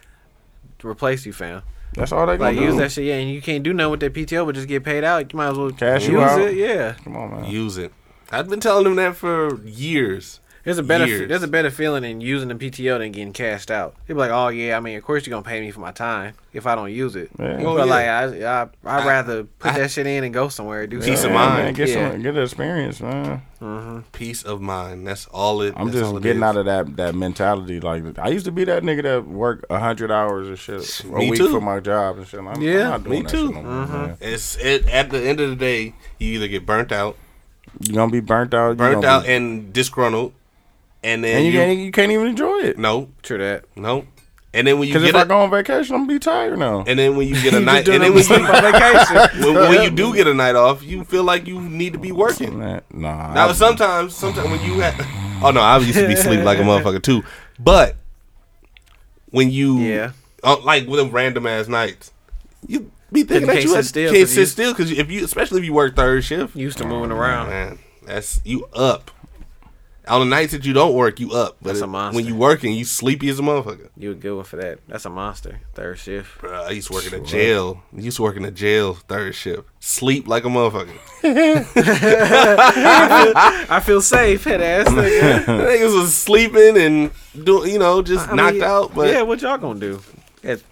replace you, fam.
That's all they gonna
Like,
do.
use that shit, yeah, and you can't do nothing with that PTO, but just get paid out. You might as well
Cash
use
you out.
it, yeah.
Come on, man.
Use it. I've been telling them that for years.
There's a better
years.
there's a better feeling in using the PTO than getting cashed out. You'd be like, oh yeah, I mean, of course you're gonna pay me for my time if I don't use it.
Yeah.
But
Oh,
like,
yeah.
I, I I'd rather put that shit in and go somewhere and do
Peace
something.
of mind.
Man, get
Yeah.
some, get the experience, man.
Peace of mind. That's all it.
I'm
that's all
just
it
getting
is.
out of that that mentality. Like I used to be that nigga that worked hundred hours and shit a
Me
week
too.
for my job and shit. I'm,
Yeah,
I'm not doing
me
that
too.
Shit no more, man.
It's it, at the end of the day, you either get burnt out,
You gonna be burnt out. you
burnt
gonna
out
be-
and disgruntled, and then
and you,
you,
can't you can't even enjoy it.
no
True that.
no, and then when you
Because if
get
I
a,
go on vacation, I'm gonna be tired now.
and then when you get a
You
night,
just doing
and then
it
when
for
you,
vacation.
when, when you do get a night off, you feel like you need to be working.
Man, nah,
Now
I-
sometimes, sometimes when you had, oh no, I used to be sleep like a motherfucker too. But when you,
Yeah.
oh, like with them random ass nights, you be thinking
you
that
can't
you
sit
had-
still
can't
'cause you-
sit still because if you, especially if you work third shift,
Used to moving around.
man, that's you up. On the nights that you don't work, you up. But
That's a
it-
monster.
when you working, you sleepy as a motherfucker.
You a good one for that. That's a monster. Third shift.
Bruh, I used to work in a jail. I used to work in a jail third shift. Sleep like a motherfucker.
I feel safe, head ass nigga.
Niggas was sleeping and doing, you know, just
I
knocked
mean,
out. But
yeah, what y'all gonna do? It,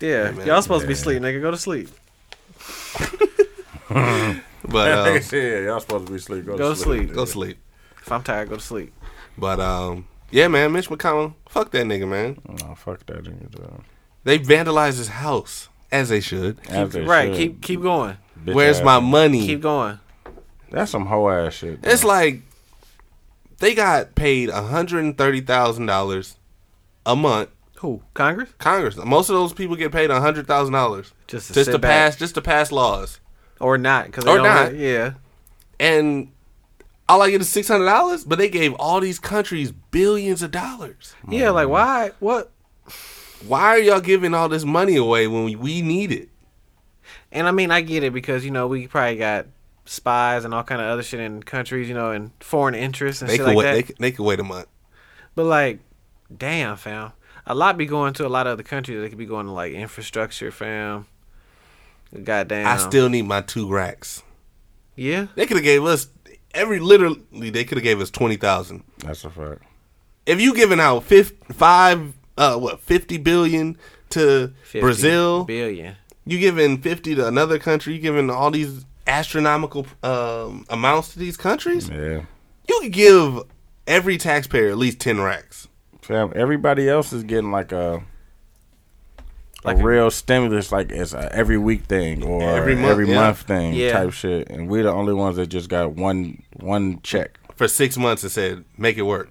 yeah,
man,
y'all supposed to be asleep, nigga. Go to sleep.
but
That
um,
nigga said, y'all supposed to be asleep. Go,
Go
to sleep.
sleep.
go sleep.
If I'm tired, go to sleep.
But um, yeah, man, Mitch McConnell, fuck that nigga, man.
Nah, fuck that nigga. Though.
They vandalized his house as they should.
As they
Right.
should.
Keep keep going.
Bitch
Where's
ass.
my money?
Keep going.
That's some hoe ass shit.
It's like they got paid hundred and thirty thousand dollars a month.
Who? Congress?
Congress. Most of those people get paid hundred thousand dollars
Just to
just
sit
to
back.
pass just to pass laws.
Or not? Because
Or
or
not.
not? yeah.
And all I get is six hundred dollars, but they gave all these countries billions of dollars.
Yeah. Like why? What?
Why are y'all giving all this money away when we need it?
And I mean, I get it because you know we probably got spies and all kind of other shit in countries, you know, and foreign interests and
They
shit
could
like
wait.
that.
They could, they could wait a month.
But like, damn, fam. A lot be going to a lot of other countries. They could be going to like infrastructure, fam. Goddamn.
I still need my two racks.
Yeah.
They could have gave us every literally. They could have gave us twenty thousand.
That's a fact.
If you giving out fif- five, uh, what fifty billion to
50
Brazil,
billion.
you giving fifty to another country. You giving all these astronomical um, amounts to these countries.
Yeah.
You could give every taxpayer at least ten racks.
Fam, everybody else is getting like a
Like
a
a-
real stimulus, like it's a every week thing or
Every
every
month,
month,
yeah.
thing
Yeah.
type shit, and we're the only ones that just got one one check.
for six months and said, "Make it work."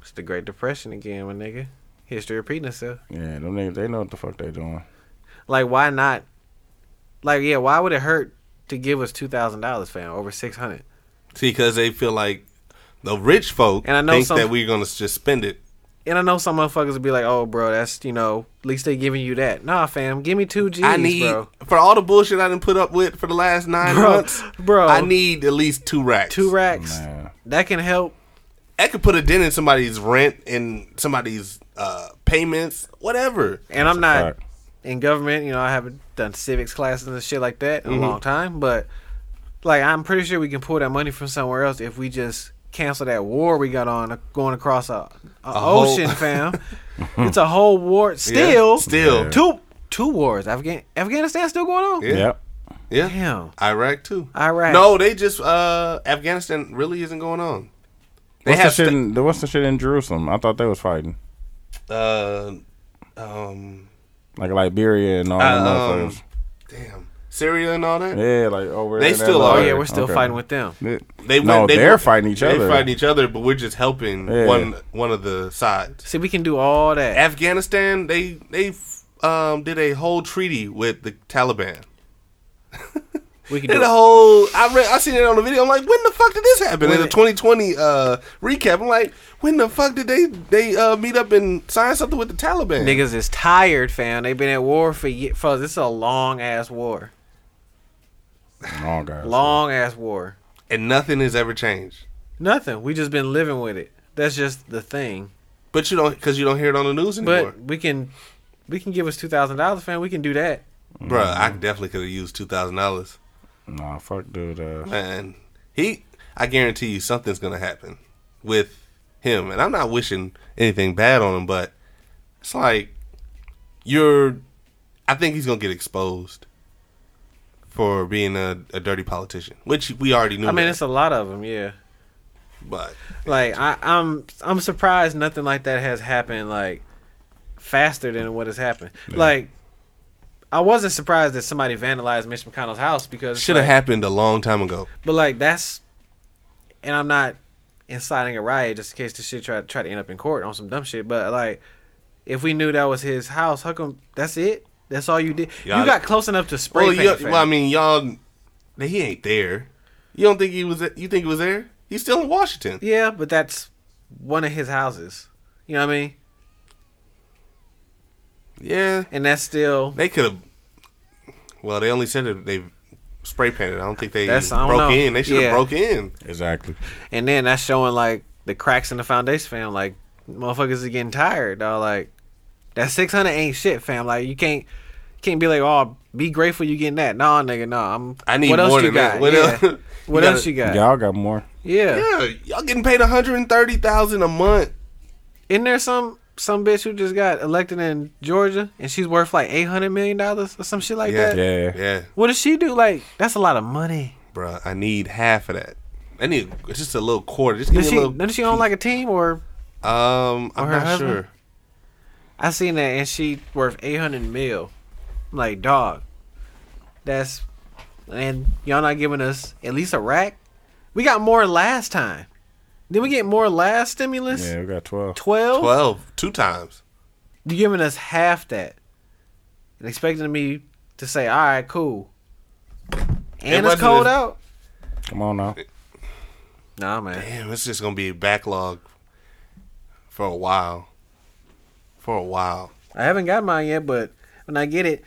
It's the Great Depression again, my nigga. History repeating itself.
Yeah, them niggas, they know what the fuck they doing.
Like, why not? Like, yeah, why would it hurt to give us two thousand dollars, fam, over six hundred?
See, because they feel like the rich folk
And I know
think
some-
that we're gonna just spend it.
And I know some motherfuckers would be like, "Oh, bro, that's you know, at least they giving you that." Nah, fam, give me two G's,
I need
bro.
for all the bullshit I didn't put up with for the last nine
Bro,
months,
bro.
I need at least two racks.
Two racks
Man.
that can help.
That could put a dent in somebody's rent and somebody's uh, payments, whatever.
And I'm not
fact.
in government. You know, I haven't done civics classes and shit like that in a long time. But like, I'm pretty sure we can pull that money from somewhere else if we just cancel that war we got on uh, going across a, a,
whole-
ocean, fam. it's a whole war still,
still.
two two wars. Afghan Afghanistan still going on.
Yeah.
Yep.
Yeah,
Damn.
Iraq too.
Iraq.
No, they just uh, Afghanistan really isn't going on. They
What's the
have
shit?
sta-
in, the- what's the shit in Jerusalem? I thought they was fighting
uh, um,
like Liberia and all them
Uh, um,
motherfuckers.
damn Syria and all that.
Yeah, like over
They
in that
still
Oh
are.
motherfucker.
yeah, we're still
Okay.
fighting with them.
They
no,
went- they
they're
went-
fighting each other.
They fighting each other, but we're just helping
Yeah.
one one of the sides.
See, we can do all that.
Afghanistan, they they um, did a whole treaty with the Taliban.
We can
Did
do
a
it.
whole. I read. I seen it on the video. I'm like, when the fuck did this happen? In
When
the
it-
2020 uh, recap, I'm like, when the fuck did they they uh, meet up and sign something with the Taliban?
Niggas is tired, fam. They've been at war for ye- for this is a long ass war,
Oh god.
long ass war.
And nothing has ever changed.
Nothing. We just been living with it. That's just the thing.
But you don't because you don't hear it on the news
But
anymore,
we can, we can give us two thousand dollars, fam. We can do that.
Bruh,
Mm-hmm.
I definitely could have used two thousand dollars.
Nah, fuck dude. Uh,
Man, he, I guarantee you something's gonna happen with
him. And I'm not wishing anything bad on him, but it's like you're. I think he's gonna get exposed for being a, a dirty politician, which we already knew.
I mean,
that,
it's a lot of them. Yeah.
but
Like I, I'm, I'm surprised nothing like that has happened like faster than what has happened. Like I wasn't surprised that somebody vandalized Mitch McConnell's house because
should have happened a long time ago.
But like that's, and I'm not inciting a riot just in case this shit try try to end up in court on some dumb shit. But like, if we knew that was his house, how come that's it? That's all you did.
Yeah,
you got close enough to spray
well,
paint.
you,
fast.
well, I mean, y'all, he ain't there. You don't think he was? You think he was there? He's still in Washington.
yeah, but that's one of his houses. You know what I mean?
Yeah,
And that's still
they could have. Well, they only said that they spray painted. I don't think they
That's- I don't
broke
know.
in. They should have
Yeah.
broke in.
Exactly.
And then that's showing like the cracks in the foundation, fam. Like motherfuckers are getting tired, dog. Like that six hundred ain't shit, fam. Like you can't can't be like, oh, be grateful you getting that. Nah, nigga, nah. I'm.
I need
else
more
you
than that.
got?
What
Yeah.
else- You
What
gotta-
else you got?
Y'all got more.
Yeah.
Yeah, y'all getting paid one hundred and thirty thousand a month.
Isn't there some some bitch who just got elected in Georgia and she's worth like eight hundred million dollars or some shit like
Yeah,
that?
Yeah.
yeah,
What does she do? Like that's a lot of money.
bruh. I need half of that. I need just a little quarter. Just give
Does
me
she?
a little.
Does she own like a team or?
um,
or
I'm
her
not
husband?
sure.
I seen that and she worth eight hundred mil. I'm like, dog, that's and y'all not giving us at least a rack. We got more last time. Did we get more last stimulus?
Yeah, we got 12.
Twelve?
Twelve, two times.
You giving us half that. And expecting me to say, All right, cool. And
It
it's cold
wasn't as-
out.
Come on now.
Nah man.
Damn, it's just gonna be a backlog for a while. For a while.
I haven't got mine yet, but when I get it,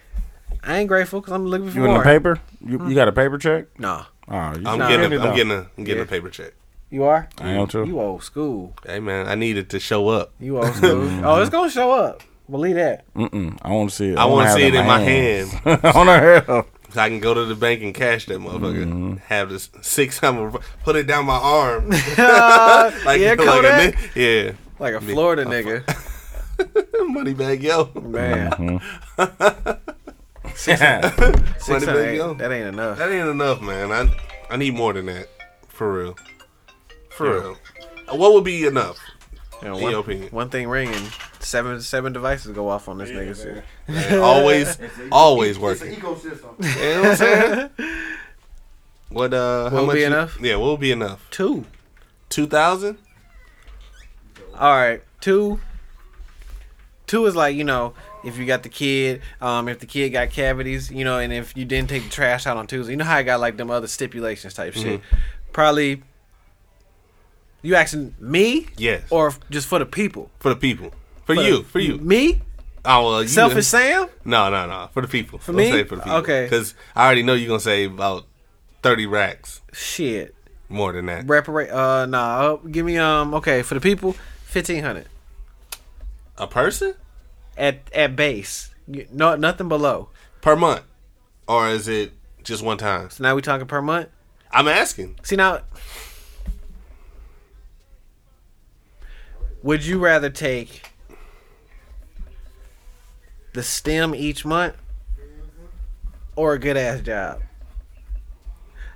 I ain't grateful because I'm looking for
You in
more.
the paper? You, you got a paper check?
Nah.
Oh, you
I'm
should get
getting. A,
it,
I'm
though.
getting a. I'm getting a
Yeah.
paper check.
You are?
I am too.
You old school.
Hey man, I needed to show up.
You old school. oh, it's gonna show up. Believe that.
Mm-mm. I want to see it.
I want to
have
see it in my hand.
on her hell.
So I can go to the bank and cash that motherfucker.
Mm-hmm.
Have this six. I'm gonna put it down my arm. like,
yeah,
a,
Kodak.
ni- yeah.
Like a Florida nigga.
Money bag, yo.
Man.
Yeah.
Six hundred
Money bag, yo.
ain't- that ain't enough.
That ain't enough, man. I I need more than that. For real. For real. What would be enough?
You know,
in your
one,
opinion.
one thing ringing, seven seven devices go off on this nigga shit.
Always, always working.
ecosystem.
You know what I'm saying? What uh?
Will be
you-
enough?
Yeah, will be enough.
Two.
Two thousand?
All right, two. Two is like you know if you got the kid, um, if the kid got cavities, you know, and if you didn't take the trash out on Tuesday, you know how I got like them other stipulations type shit. Probably. You asking me?
Yes.
Or f- just for the people?
for the people. For you. For you.
Me?
Oh well, you
Selfish Sam?
No, no, no. For the people. For
me?
Say it for the people.
Okay.
Because I already know you're gonna say about thirty racks
Shit.
more than that.
Reparate? Uh, nah. uh, Give me um. Okay, for the people, fifteen hundred
A person
at at base. You- No, nothing below.
per month, or is it just one time?
So now we talking per month.
I'm asking.
See now, would you rather take the stem each month or a good ass job?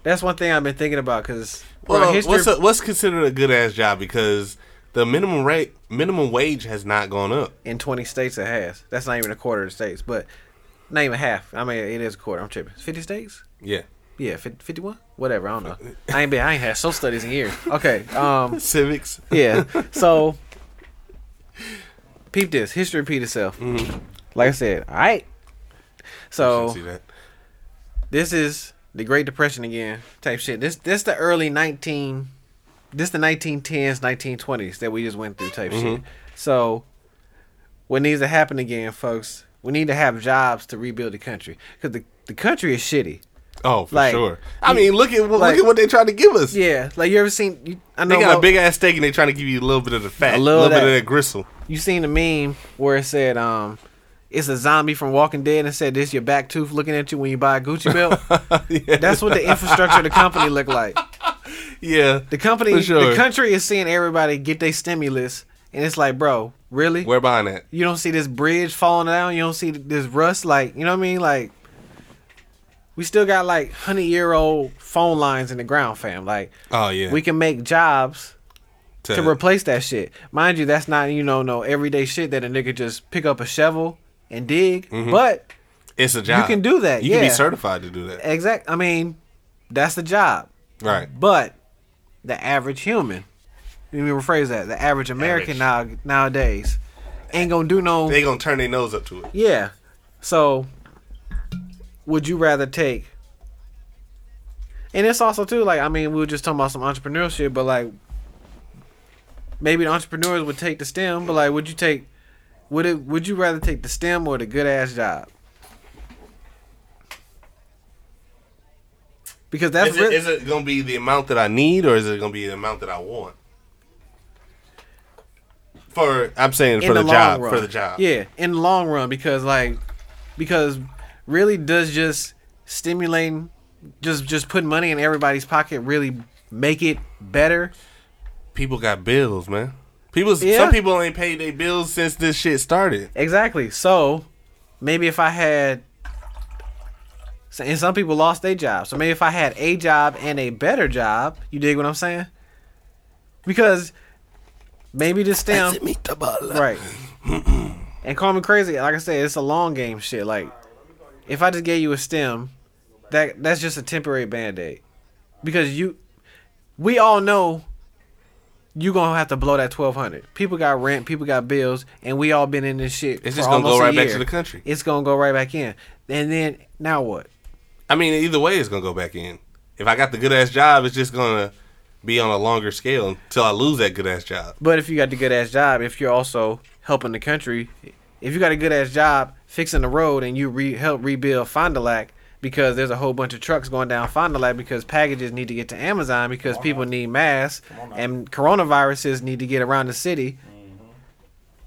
That's one thing I've been thinking about because
Well, what's a, what's considered a good ass job because the minimum rate, minimum wage has not gone up.
in 20 states it has. That's not even a quarter of the states, but not even half. I mean, it is a quarter. I'm tripping. 50 states?
Yeah.
Yeah, 50, 51? Whatever. I don't know. I ain't been. I ain't had social studies in years. Okay. Um.
Civics.
Yeah. So, peep this. History repeat itself. Like I said. All right.
Oh.
So
See that.
this is the Great Depression again type shit. This this the early nineteen, this the nineteen tens, nineteen twenties that we just went through type
Mm-hmm.
shit. So what needs to happen again, folks? We need to have jobs to rebuild the country because the the country is shitty.
Oh, for
Like,
sure. I mean, look at what
like-
look at what they trying to give us.
Yeah, like you ever seen? You, I know
They got
mo-
a big ass steak and they trying to give you a little bit of the fat,
A
a
little
little, bit
that.
of that gristle.
you seen the meme where it said um it's a zombie from Walking Dead and said this your back tooth looking at you when you buy a Gucci belt.
Yeah.
That's what the infrastructure of the company look like.
yeah.
The company,
For sure.
the country is seeing everybody get their stimulus, and it's like, bro, really?
Where behind that?
You don't see this bridge falling down. You don't see this rust. Like, you know what I mean? Like, we still got like hundred year old phone lines in the ground, fam. Like,
Oh yeah.
we can make jobs to replace that shit. Mind you, that's not you know no everyday shit that a nigga just pick up a shovel and dig. But
it's a job.
can do that,
Mm-hmm. You can be
yeah.
certified to do that.
exact, I mean, that's the job.
Right.
But the average human, let me rephrase that: the average American now nowadays ain't gonna do no.
They gonna turn their nose up to it.
Yeah. So, would you rather take? And it's also too like I mean we were just talking about some entrepreneurship, but like maybe the entrepreneurs would take the STEM, but like would you take? Would it? Would you rather take the STEM or the good ass job? Because that's
Is
really,
it, is it gonna be the amount that I need, or is it gonna be the amount that I want? For I'm saying for the,
long
job.
run.
For the job.
Yeah, in the long run, because like, because really does just stimulating, just just putting money in everybody's pocket really make it better.
People got bills, man. People.
Yeah.
Some people ain't paid their bills since this shit started.
Exactly. So maybe if I had, so- and some people lost their job. So maybe if I had a job and a better job, you dig what I'm saying? Because maybe this stem right. and call me crazy. Like I said, it's a long game shit. Like if I just gave you a stem, that that's just a temporary band aid. Because you we all know you gonna have to blow that twelve hundred. People got rent, people got bills, and we all been in this shit.
It's
for
just gonna go
almost a
right back
year.
to the country.
It's gonna go right back in. And then now what?
I mean, either way, it's gonna go back in. If I got the good ass job, it's just gonna be on a longer scale until I lose that good ass job.
But if you got the good ass job, if you're also helping the country, if you got a good ass job fixing the road and you re- help rebuild Fond du Lac because there's a whole bunch of trucks going down Fond du Lac because packages need to get to Amazon because people need masks and coronaviruses need to get around the city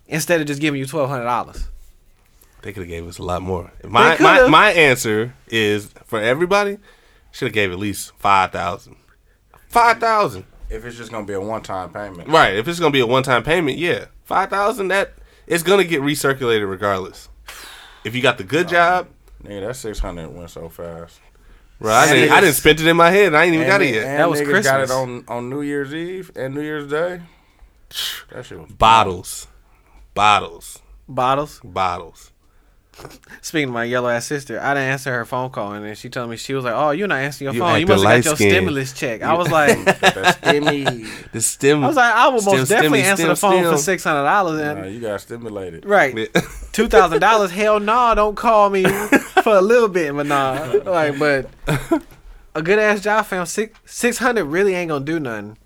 instead of just giving you $1,200.
They could have gave us a lot more. My my,
coulda.
my answer is for everybody. Should have gave at least five thousand. Five thousand.
If it's just gonna be a one time payment,
Right. If it's gonna be a one time payment, yeah, five thousand. That it's gonna get recirculated regardless. If you got the good job,
nigga, that six hundred went so fast.
bro, I
That
didn't, I
is-
didn't spend it in my head. and I ain't even got it
And-
yet.
and
That was
niggas Got
Christmas.
it on on New Year's Eve and New Year's Day. That shit was
bottles, bottles,
Bottles.
bottles.
Speaking of my yellow ass sister, I didn't answer her phone call, and then she told me she was like, "Oh, you're not answering your
You
phone. You
acting
must have got your
light-skinned.
stimulus check." I was like,
That stimmy.
The stem.
I was like, I would most
stem,
definitely
stemmy,
answer
stem,
the phone
stem.
for six hundred dollars.
Nah,
And
you got stimulated.
right, two thousand dollars. Hell no, don't call me for a little bit, but nah. Like, but a good ass job, fam. Six six hundred really ain't gonna do nothing.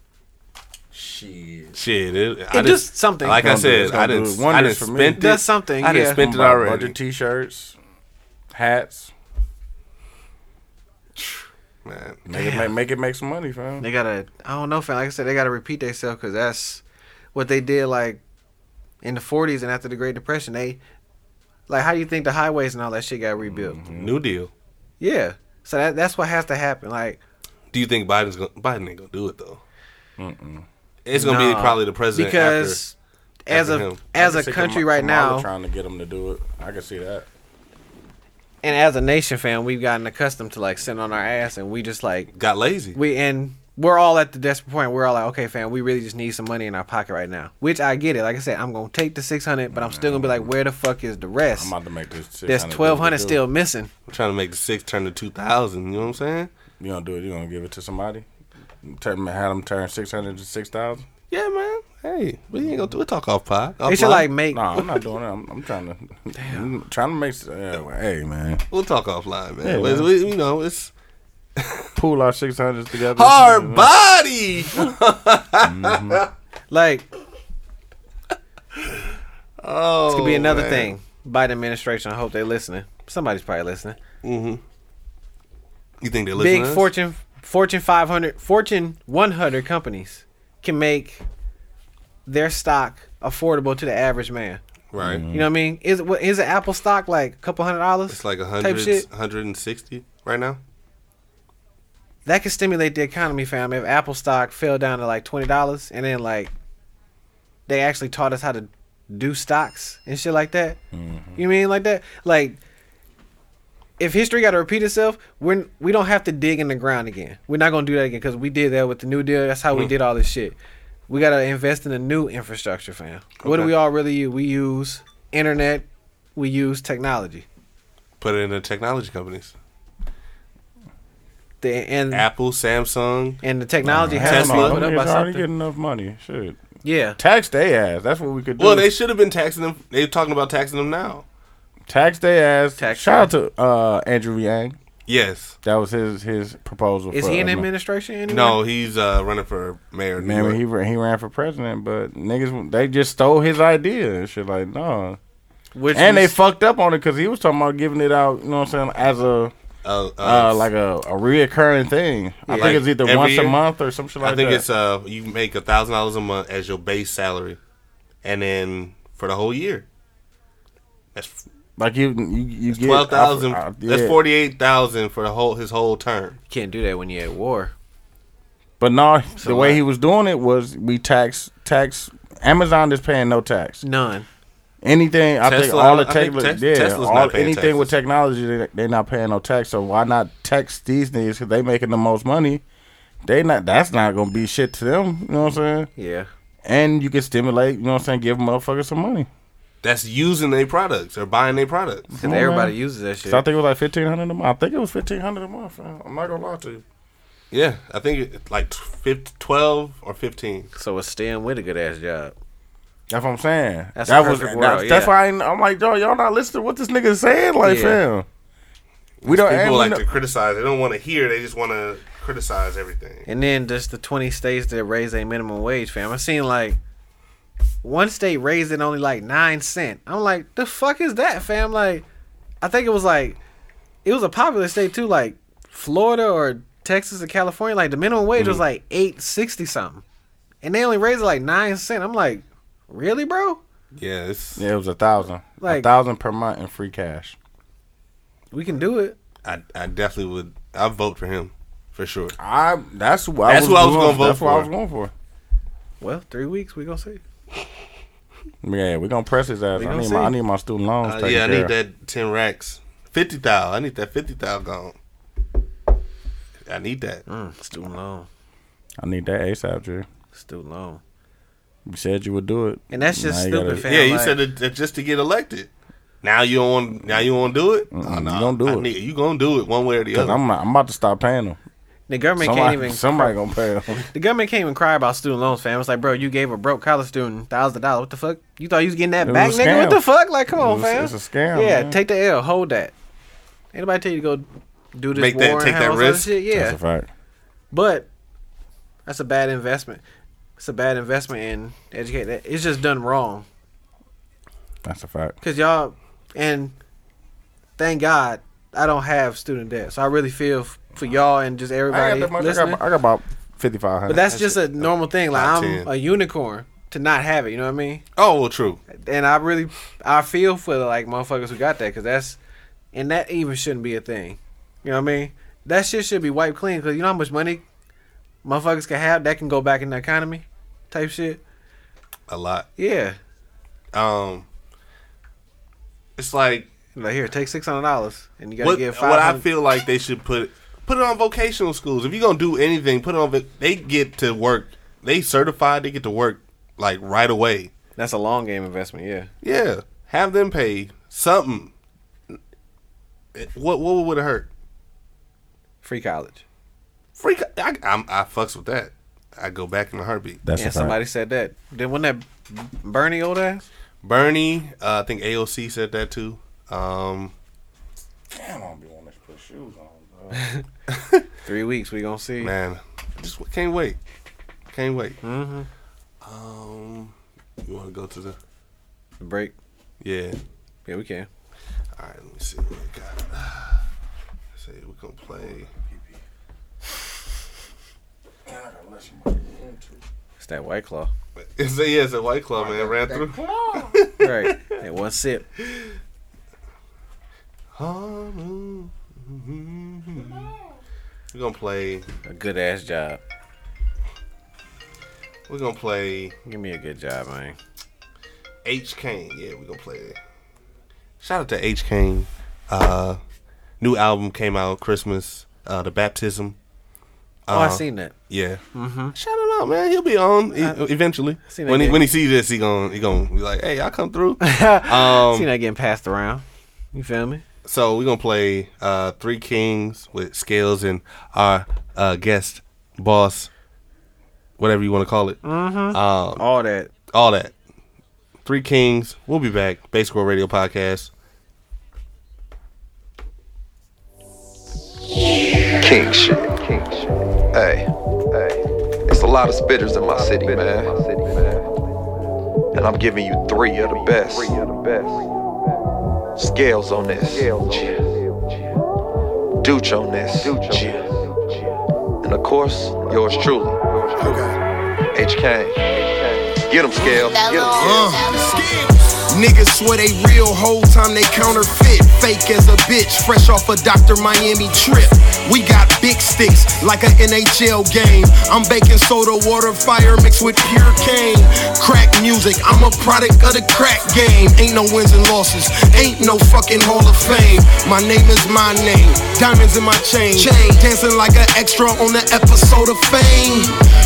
Shit.
Shit, it, I
It
didn't-
just something.
Like I
It's gonna do-
said,
it's gonna
I
do
didn't, I didn't
wonders for me.
spend it.
Does something,
I didn't
yeah.
spend it
Buy
already.
Budget T-shirts, hats.
Man,
Make it make, make it make some money, fam.
They gotta. I don't know, fam. Like I said, they gotta repeat themselves because that's what they did. Like in the forties and after the Great Depression, they like how do you think the highways and all that shit got rebuilt?
New Deal.
Yeah. So that that's what has to happen. Like
Do you think Biden's gonna, Biden ain't gonna do it though? It's gonna be
Nah,
probably the president
because as
after
a
him.
as
I
a
can see
country
Kam-
right
Kamala
now
trying to get them to do it. I can see that.
and as a nation fan, we've gotten accustomed to like sitting on our ass and we just like
after got lazy.
we and we're all at the desperate point. We're all like, okay, fam, we really just need some money in our pocket right now. Which I get it. Like I said, I'm gonna take the six hundred, but I'm still gonna be like, where the fuck is the
I'm
rest?
about to make this.
There's
600 do
twelve hundred
what you do.
still missing.
I'm trying to make the six turn to two thousand. You know what I'm saying?
You gonna do it? You gonna give it to somebody? Turn, had them turn six hundred to six thousand?
Yeah, man. Hey, we ain't gonna do it. Talk off pod.
They should
offline.
like make
No, I'm not doing that. I'm, I'm trying to. I'm trying to make. Uh, well, hey man,
we'll talk offline, man.
Yeah,
But
man.
We, you know, it's
pool our six hundreds together.
hard body.
like
Oh,
could be another
man.
thing. Biden administration. I hope they're listening. Somebody's probably listening.
You think they're
big
listening? to us?
fortune fortune 500 fortune 100 companies can make their stock affordable to the average man
right?
you know what i mean is what is an apple stock like a couple hundred dollars
It's like a
type shit
hundred, hundred and sixty right now.
that could stimulate the economy, fam. If Apple stock fell down to like twenty dollars, and then like they actually taught us how to do stocks and shit like that.
Mm-hmm.
You mean like that? Like if history got to repeat itself, we're we don't have to dig in the ground again. We're not gonna do that again because we did that with the New Deal. That's how we did all this shit. We gotta invest in a new infrastructure, fam. What do
Okay.
we all really use? We use internet. We use technology.
Put it in the technology companies.
The and
Apple, Samsung.
and the technology has to
Tesla.
be put up by
It's already
something.
getting enough money. Shit.
Yeah,
Tax day ass. That's what we could do.
Well, they should have been taxing them. They're talking about taxing them now.
tax day ass.
Tax
Shout out to uh, Andrew Yang.
Yes.
That was his his proposal.
is
for,
he in
uh,
administration anymore?
No, he's uh, running for mayor. of New
Man,
York.
when he ran- he ran for president, but niggas they just stole his idea and shit. Like no,
Which
and they
was-
fucked up on it because he was talking about giving it out. You know what I'm saying? As a
Uh, uh,
uh, like a, a reoccurring thing. I
Yeah.
think it's either
Every
once
year?
a month or some shit like
I think
that.
it's uh, you make a thousand dollars a month as your base salary, and then for the whole year, that's
like you you, you get
twelve thousand.
I- I-
That's
yeah.
forty eight thousand for the whole his whole term.
can't do that when you're at war.
But no, the way
lot.
he was doing it was we tax tax. Amazon is paying no tax.
None.
Anything I think
Tesla,
all the
I think
tech,
Tes-
yeah,
Tesla's
all,
not paying
anything with
taxes.
technology, they, they're not paying no tax. So why not tax these niggas? Because they making the most money. They not that's not gonna be shit to them. You know what I'm saying?
Yeah.
And you can stimulate. You know what I'm saying? Give motherfuckers some money.
That's using their products or buying their products.
Because
on,
everybody
man.
uses that shit.
So I think it was like fifteen hundred a month. I think it was fifteen hundred a month. Man. I'm not gonna lie to you.
Yeah, I think it's like tw- fif- twelve or fifteen.
so it's Stan with a good ass job.
That's what I'm saying.
That's
that
the
was
perfect
that's-
world,
that's
yeah.
why I ain't- I'm like, yo, y'all not listening to what this nigga saying, like,
Yeah.
fam. We don't. and
People
we
like
know-
to criticize. They don't want to hear. They just want to criticize everything.
And then just the 20 states that raise a minimum wage, fam. I seen like one state raised it only like nine cent. I'm like, the fuck is that, fam? Like, I think it was like, it was a popular state too, like Florida or Texas or California. Like the minimum wage
Mm-hmm.
was like eight sixty something, and they only raised it like nine cent. I'm like, really, bro?
Yeah, it's,
yeah, it was a thousand, a
Like-
thousand per month in free cash.
We can do it.
I I definitely would. I vote for him for sure.
I that's what
That's
I was
what I was
going,
gonna vote
That's what I was
for.
going for.
Well, three weeks we gonna see.
Yeah, we gonna press his ass.
We
I
gonna
need, my, I
see.
need my student loans.
Uh,
taken
yeah, I
care
need
of.
that ten racks, fifty thou. I need that fifty thou gone. I need that.
Mm, student loan,
I need that ASAP, Drew.
student loan,
You said you would do it,
and that's just
Now you
stupid,
gotta-
fam.
yeah, you
like-
said that, that just to get elected. Now you don't want. Now you don't want to do it.
Mm-mm, Mm, you gonna do
Uh, I
it.
Need, you gonna do it one way or the
'Cause
other.
I'm not, I'm about to stop paying them.
The government
Somebody,
can't even
somebody gonna pay them.
The government can't even cry about student loans, fam. It's like, bro, you gave a broke college student thousand dollars. What the fuck? You thought you was getting that
It
back,
was a
nigga? What
scam.
the fuck? Like, come on,
was-
fam.
it's a scam,
Yeah,
man.
take the L, hold that. Anybody tell you to go do this
Make
Make
that-
war
take
and
that
have all this other
risk?
shit? Yeah,
That's a fact.
but that's a bad investment. It's a bad investment in educate. that- It's just done wrong
That's a fact.
because y'all and thank God I don't have student debt, so I really feel f- for y'all and just
I
everybody
got, that much, I,
listening.
got, I got about fifty five hundred.
But that's just a normal thing. Like
Top
I'm
ten.
a unicorn to not have it. You know what I mean?
oh, well, true.
And I really, I feel for the, like motherfuckers who got that because that's, and that even shouldn't be a thing. You know what I mean? That shit should be wiped clean because you know how much money motherfuckers can have that can go back in the economy, type shit.
A lot.
Yeah.
Um, it's like
Like here, take six hundred dollars and you gotta
what,
get
what
five
I
hundred.
feel like they should put put it on vocational schools. If you're gonna do anything, put it on. voc- They get to work. They certified. They get to work like right away.
That's a long game investment. Yeah.
Yeah, have them pay something. It- What what would it hurt?
Free college.
Free. co- I, I'm, I fucks with that. I go back in a heartbeat.
that's
and
a fact.
somebody said that. Then wasn't that Bernie old ass?
Bernie, uh, I think AOC said that too. Um,
Damn, I don't be wanting to put shoes on. Bro.
Three weeks. We gonna see.
man, just w- can't wait. Can't wait. Mm-hmm. Um, you want to go to the?
Break.
Yeah.
Yeah, we can.
All right. Let me see what we got. Say we're gonna play.
It's that White Claw.
It's a, yeah, it's a white club, man. Ran through.
right. Hey, one sip.
Oh, mm, mm, mm, mm.
We're gonna play.
A good ass job.
We're gonna play
Give me a good job, man.
H Kane. Yeah, we're gonna play it. Shout out to H Kane. Uh, new album came out Christmas. Uh, the Baptism.
Oh,
Uh-huh.
I seen that.
Yeah. Shout him out, man. He'll be on e- eventually.
Mm-hmm. seen that
When he
game.
when he sees this, he gon' he gon' be like, "Hey, I come through." um,
seen that getting passed around. You feel me?
So we're gonna play uh, Three Kings with Scales and our uh, guest boss, whatever you want to call it. Um,
All that.
all that. Three Kings. We'll be back. Base Score Radio Podcast.
King shit. King shit. Hey, hey. It's a lot of spitters in my city, man. And I'm giving you three of the best. Three of the best. Scales on this. Dooch on this. And of course, yours truly. H HK. Get 'em, Scales. Get 'em, Scales.
Uh-huh. Niggas swear they real whole time they counterfeit. Fake as a bitch, fresh off a Dr. Miami trip. We got big sticks like an NHL game. I'm baking soda water fire mixed with pure cane. Crack music, I'm a product of the crack game. Ain't no wins and losses, ain't no fucking Hall of Fame. My name is my name, diamonds in my chain. chain. Dancing like an extra on the episode of Fame.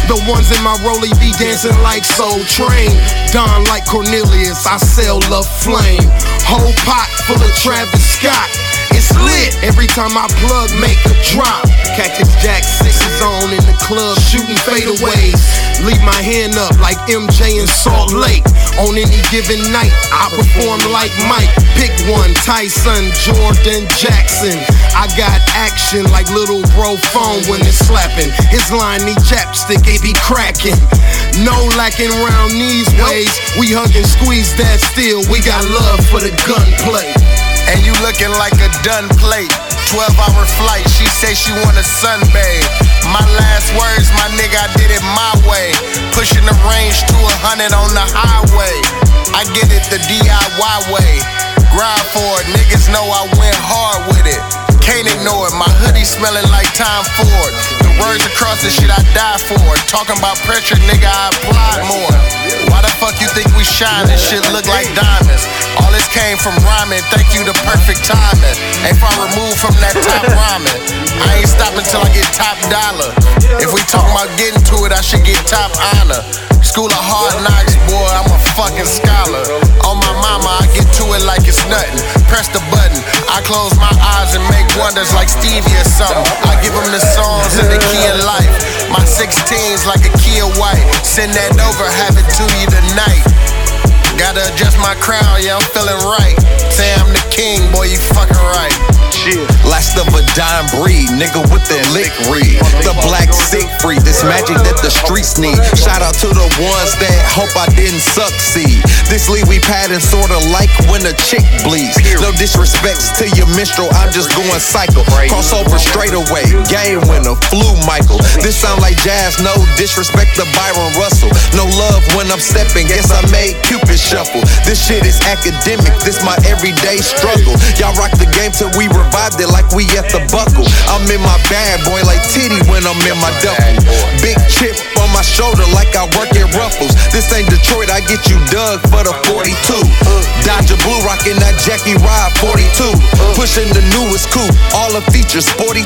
The ones in my rollie be dancing like Soul Train. Don like Cornelius, I sell love flame. Whole pot full of Travis Scott. It's lit every time I plug, make a drop. Cactus Jack sixes on in the club, shooting fadeaways. Leave my hand up like MJ in Salt Lake. On any given night, I perform like Mike. Pick one, Tyson, Jordan, Jackson. I got action like little bro phone when it's slapping. His line need chapstick, it be cracking. No lacking round these ways. We hug and squeeze that still. We got love for the gunplay.
And you looking like a done plate. 12 hour flight, she say she wanna sunbathe. My last words, my nigga, I did it my way. Pushing the range to a hundred on the highway. I get it the DIY way. Grind for it, niggas know I went hard with it. Can't ignore it, my hoodie smelling like Tom Ford. The words across the shit I die for. Talking about pressure, nigga, I applied more. Why the fuck you think we shine? This shit look like diamonds. All this came from rhyming. Thank you to perfect timing. If I remove from that top rhyming, I ain't stopping till I get top dollar. If we talking about getting to it, I should get top honor. School of hard knocks, boy, I'm a fucking scholar. On my mama, I get to it like it's nothing. Press the button, I close my eyes and make wonders like Stevie or something. I give them the songs and the key of life. My 16's like a key of white. Send that over, have it to you tonight. Gotta adjust my crown, yeah, I'm feeling right. Say I'm the king, boy, you fucking right.
Last of a dime breed, nigga with the lick read. The black Siegfried, this magic that the streets need. Shout out to the ones that hope I didn't succeed. This lead we pattern sorta like when a chick bleeds. No disrespects to your minstrel, I'm just going cycle. Crossover straight away, game winner, flew Michael. This sound like jazz, no disrespect to Byron Russell. No love when I'm stepping, guess I made Cupid shuffle. This shit is academic, this my everyday struggle. Y'all rock the game till we revived it like we at the buckle. I'm in my bad boy like titty when I'm in my duffel. Big chip on my shoulder like I work at Ruffles. This ain't Detroit, I get you dug for the 42. Dodger Blue rockin' that Jackie Ride 42. Pushing the newest coupe, all the features 42.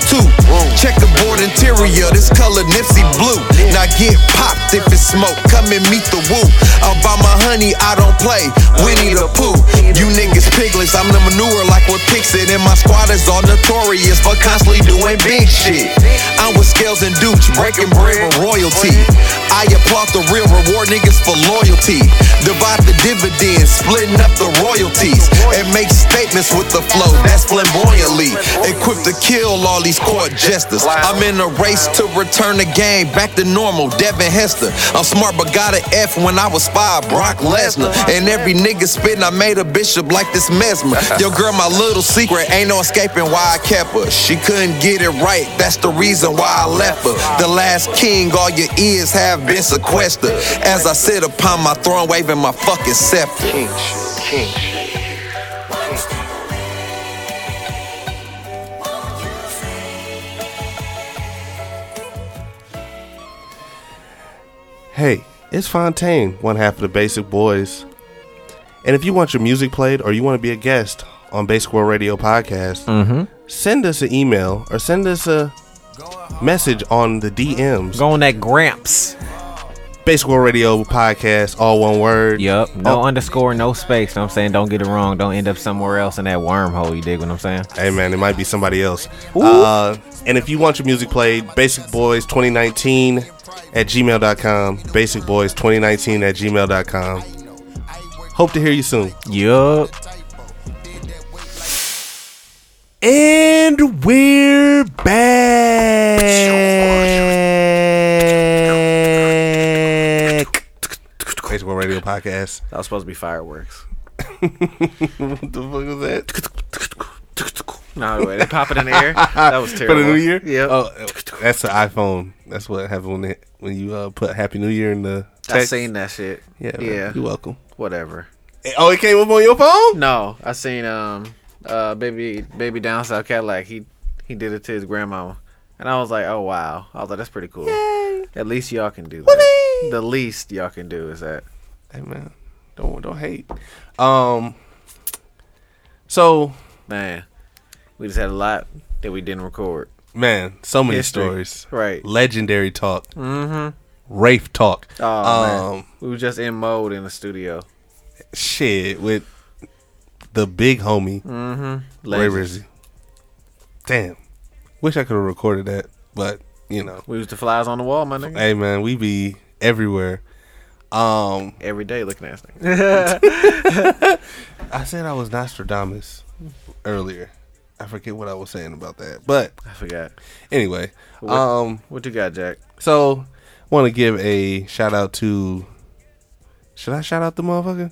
Checkerboard interior, this color Nipsey blue. Now get popped if it's smoke, come and meet the woo. I'll buy my honey, I don't play. Winnie the Pooh. You niggas piglets, I'm the manure like with Pixit. And my squad is all notorious for constantly doing big shit. I'm with Scales and Dooch, breaking bread with royalty. I applaud the real reward niggas for loyalty. Divide the dividends, splitting up the royalties. And make statements with the flow, that's flamboyantly. Equipped to kill all these court jesters. I'm in a race to return the game back to normal. Devin Hester. I'm smart but got an F when I was five. Brock Lesnar. And every nigga spitting, I made a bishop like this mesmer. Yo, girl, my little secret ain't no escaping why I kept her. She couldn't get it right. That's the reason why I left her. The last king, all your ears have been sequestered. As I sit upon my throne, waving my fucking scepter.
King shit. King shit.
King
Hey, it's Fontaine, one half of the Basic Boys. And if you want your music played or you want to be a guest on Basic World Radio podcast,
Mm-hmm.
send us an email or send us a message on the DMs.
Go on that Gramps.
Basic World Radio podcast, all one word.
Yup. No
Oh.
underscore, no space. Know what I'm saying, don't get it wrong. Don't end up somewhere else in that wormhole. You dig what I'm saying?
Hey man, it might be somebody else. Uh, and if you want your music played, Basic Boys 2019 at gmail.com. Basic Boys 2019 at gmail.com. Hope to hear you soon.
Yup.
And we're back. Basic Boy Radio Podcast.
That was supposed to be fireworks.
What the fuck was that?
No, wait, they pop it in the air. That was
For
terrible.
the new year?
Yeah.
Oh, that's the iPhone. That's what happened when, it, when you uh, put Happy New Year in the
I
text.
seen that shit.
Yeah, man,
Yeah.
You're welcome.
Whatever.
Oh, it came up on your phone?
No, I seen um uh baby baby down south Cadillac. He he did it to his grandmama, and I was like, oh wow. I was like, that's pretty cool. At least y'all can do that. The least y'all can do is that.
Hey man, don't don't hate. Um, so
Man, we just had a lot that we didn't record.
man, so many
History.
stories.
Right.
Legendary talk. Mm-hmm. Rafe talk.
Oh
um,
man, we were just in mode in the studio.
shit with the big homie Ray
Legend.
Rizzy. Damn, wish I could have recorded that, but you know,
We was the flies on the wall, my nigga.
hey man, we be everywhere. Um,
Every day looking at us. nigga.
I said I was Nostradamus earlier. I forget what I was saying about that, but
I forgot.
anyway, um,
What you got, Jack?
So, want to give a shout out to. Should I shout out the motherfucker?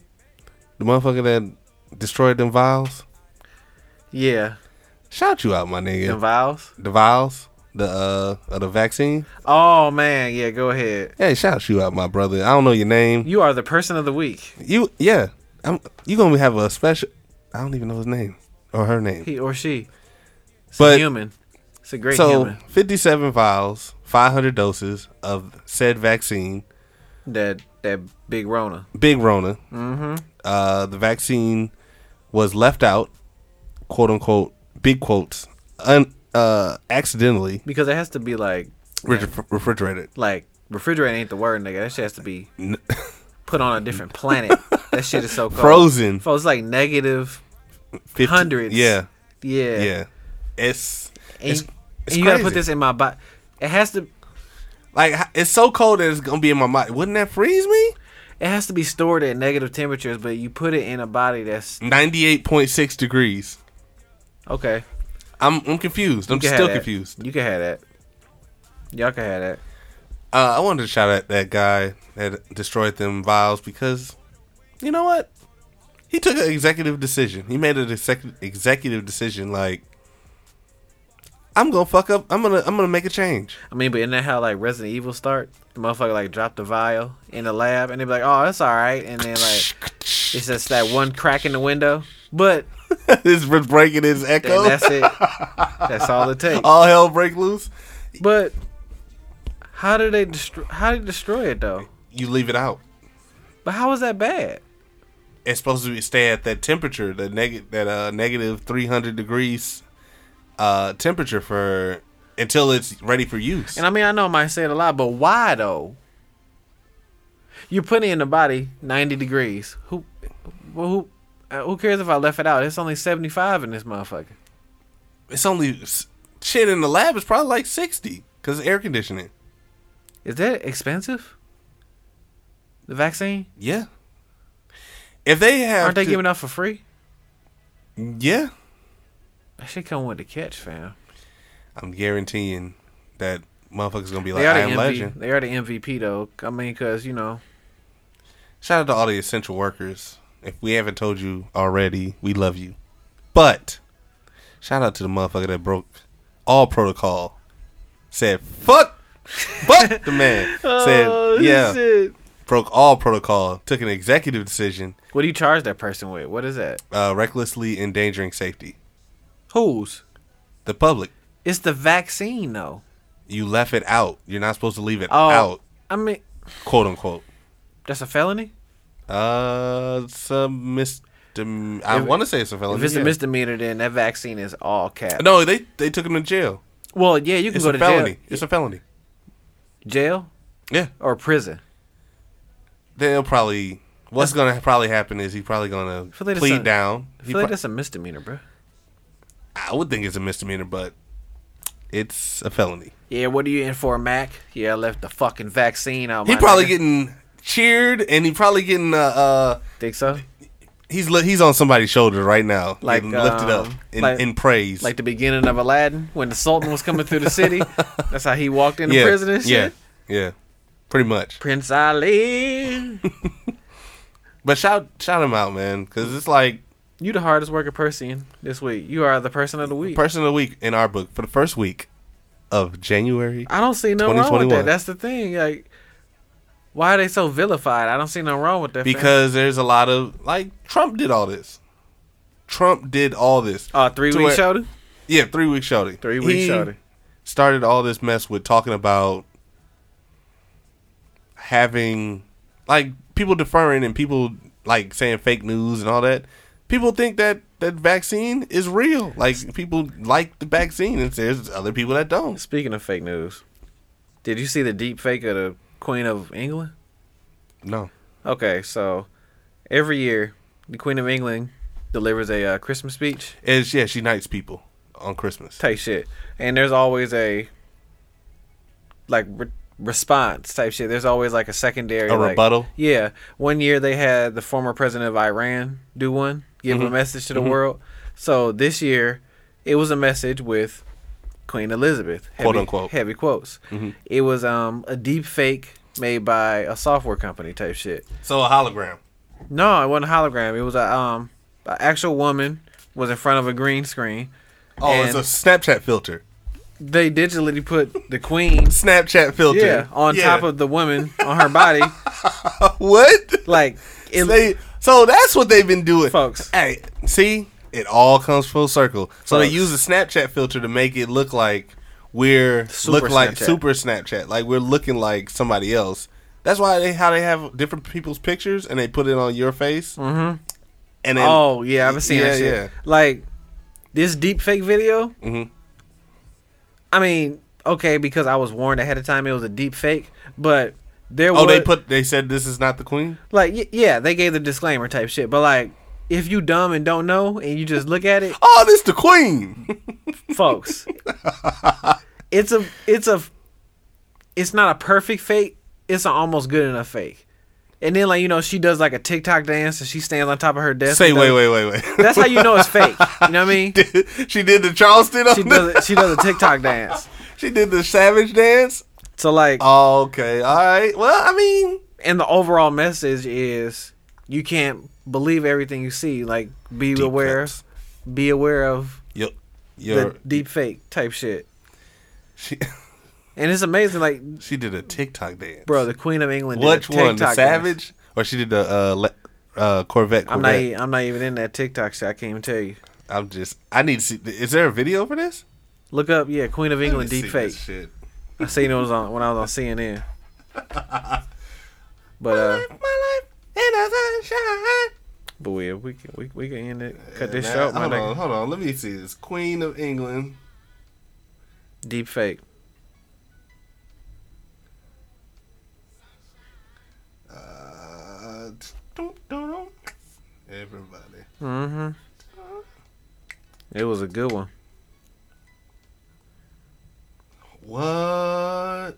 The motherfucker that destroyed them vials.
Yeah,
Shout you out, my nigga.
them vials.
the vials, the uh, of the vaccine.
Oh man, yeah. Go ahead.
Hey, shout you out, my brother. I don't know your name.
You are the person of the week.
You, yeah. I'm. You gonna have a special. I don't even know his name or her name.
He or she. It's
But-
a human. It's a great
so,
human.
fifty-seven vials, five hundred doses of said vaccine.
That that big Rona.
Big Rona. Mm-hmm. Uh, the vaccine was left out, quote unquote, big quotes, un, uh, accidentally
Because it has to be like
refri- refrigerated.
like refrigerator ain't the word, nigga. That shit has to be put on a different planet. that shit is so cold.
Frozen.
Fo- it's like negative
50
hundreds.
Yeah,
Yeah.
yeah. It's
And,
it's, it's
and you gotta put
crazy.
this in my body. It has to
like h- it's so cold that it's gonna be in my mind. Wouldn't that freeze me?
it has to be stored at negative temperatures, but you put it in a body that's
Ninety-eight point six degrees.
okay.
I'm I'm confused. I'm
You can
still
have that.
confused.
You can have that. Y'all can have that.
Uh, I wanted to shout at that guy that destroyed them vials because, you know what? He took an executive decision. He made an exec- executive decision like, I'm gonna fuck up. I'm gonna I'm gonna make a change.
I mean, but isn't that how like Resident Evil start? The motherfucker like dropped the vial in the lab, and they be like, "Oh, that's all right," and then like it's just that one crack in the window, but
This was breaking his
and
echo.
that's it. That's all it takes.
All hell break loose.
But how did they destroy? How did they destroy it though?
You leave it out.
But how was that bad?
It's supposed to be, stay at that temperature, the negative that uh negative 300 degrees uh temperature for until it's ready for use.
And I mean, I know I might say it a lot, but why though? You're putting it in the body 90 degrees. Who, well, who, uh, who cares if I left it out? It's only 75 in this motherfucker.
it's only s- shit in the lab is probably like 60 because air conditioning
Is that expensive? The vaccine?
yeah if they have
Aren't they
to-
giving out for free?
yeah
That shit come with the catch, fam.
i'm guaranteeing that motherfuckers gonna be like
They
i
are,
am
the MV,
legend
they are the MVP, though. I mean, because, you know,
shout out to all the essential workers if we haven't told you already we love you but shout out to the motherfucker that broke all protocol said fuck fuck the man
Oh,
said yeah broke all protocol took an executive decision
What do you charge that person with? What is that?
uh, recklessly endangering safety
Whose?
the public
It's the vaccine, though.
you left it out. You're not supposed to leave it
Oh,
out.
I mean,
quote unquote.
That's a felony.
Uh, it's a misdemeanor. I
If-
want to say it's a felony.
If it's
Oh, yeah.
a misdemeanor, then that vaccine is all cap.
No, they they took him to jail.
Well, yeah, you can
It's
go
a
to
felony.
jail,
It's a felony.
jail
Yeah,
or prison.
they'll probably. What's gonna probably happen is he probably gonna
feel like it's
plead
a-
down.
I
He
feel like
pro-
that's a misdemeanor, bro.
I would think it's a misdemeanor, but it's a felony.
Yeah, what are you in for, Mac? Yeah, I left the fucking vaccine out.
He
my
probably
nigga.
getting cheered, and he probably getting uh, uh
think so.
he's li- he's on somebody's shoulder right now,
Like,
like lifted up
um,
in,
like-
in praise.
Like the beginning of Aladdin when the Sultan was coming through the city. That's how he walked into
yeah,
prison and shit.
yeah, yeah, pretty much.
Prince Ali.
But shout shout him out, man, because it's like
You the hardest working person this week. You are the person of the week.
person of the week in our book for the first week of January.
I don't see no wrong with
2021.
that. That's the thing. Like, why are they so vilified? I don't see no wrong with that. fam.
because there's a lot of like Trump did all this. Trump did all this.
uh, three
To
week
where-
shoulder.
Yeah, three week shorty.
Three week
He
shorty.
Started all this mess with talking about having like people deferring and people like saying fake news and all that. People think that that vaccine is real. Like people like the vaccine, and there's other people that don't.
Speaking of fake news, did you see the deep fake of the Queen of England?
No.
Okay, so every year the Queen of England delivers a uh, Christmas speech.
It's yeah, she knights people on Christmas.
type shit. And there's always a like re- response type shit. There's always like a secondary
A
like-
rebuttal?
Yeah. One year they had the former president of Iran do one, give
Mm-hmm.
a message to the world. So this year it was a message with Queen Elizabeth, heavy,
Quote, unquote. Mm-hmm.
heavy quotes. It was um a deep fake made by a software company type shit.
So a hologram.
No, it wasn't a hologram. It was a um an actual woman was in front of a green screen.
Oh, it's
And-
a Snapchat filter.
They digitally put the queen
Snapchat filter.
Yeah, on top of the woman on her body,
what?
like it,
They- so that's what they've been doing,
Folks.
Hey, see, it all comes full circle. So they
Folks.
use the Snapchat filter to make it look like we're
Super
look like
Snapchat.
super Snapchat, like we're looking like somebody else. That's why they how they have different people's pictures and they put it on your face. Mm-hmm. And then,
oh yeah, I've seen
Yeah,
that shit.
yeah. Mm-hmm.
Like this deep fake video. I mean, okay, because I was warned ahead of time it was a deep fake, but there
oh,
was
they put they said this is not the queen.
like y- yeah, they gave the disclaimer type shit, but like. If you dumb and don't know and you just look at it,
Oh, this the queen.
folks, it's a it's a it's not a perfect fake. It's an almost good enough fake. And then like you know she does like a TikTok dance and she stands on top of her desk.
Say
and
wait,
does-
wait, wait, wait.
That's how you know it's fake. You know what I mean?
she did the Charleston. On
She
she,
does it, she does a TikTok dance.
she did the savage dance.
So like,
Uh, Okay, all right. Well, I mean,
and the overall message is you can't believe everything you see. Like, be
Deep
aware,
cuts.
be aware of
Yo,
the
your
deep fake type shit.
she
And it's amazing, like,
she did a TikTok dance.
bro, the Queen of England. did a
which one? The
TikTok dance.
Savage, or she did the uh, le- uh, Corvette? Corvette.
I'm not. e- I'm not even in that TikTok shit. I can't even tell you.
I'm just. I need to see. Is there a video for this?
Look up, yeah, Queen of England
Let me
deep
see this
fake.
Shit.
I seen it was on when I was on CNN. But uh,
My life in a sunshine.
but we we can we, we can end it. Cut
Now,
this short, my
hold on,
nigga.
hold on. Let me see this. Queen of England.
Deep fake.
Uh, dun, dun, dun. Everybody.
It was a good one.
What? Are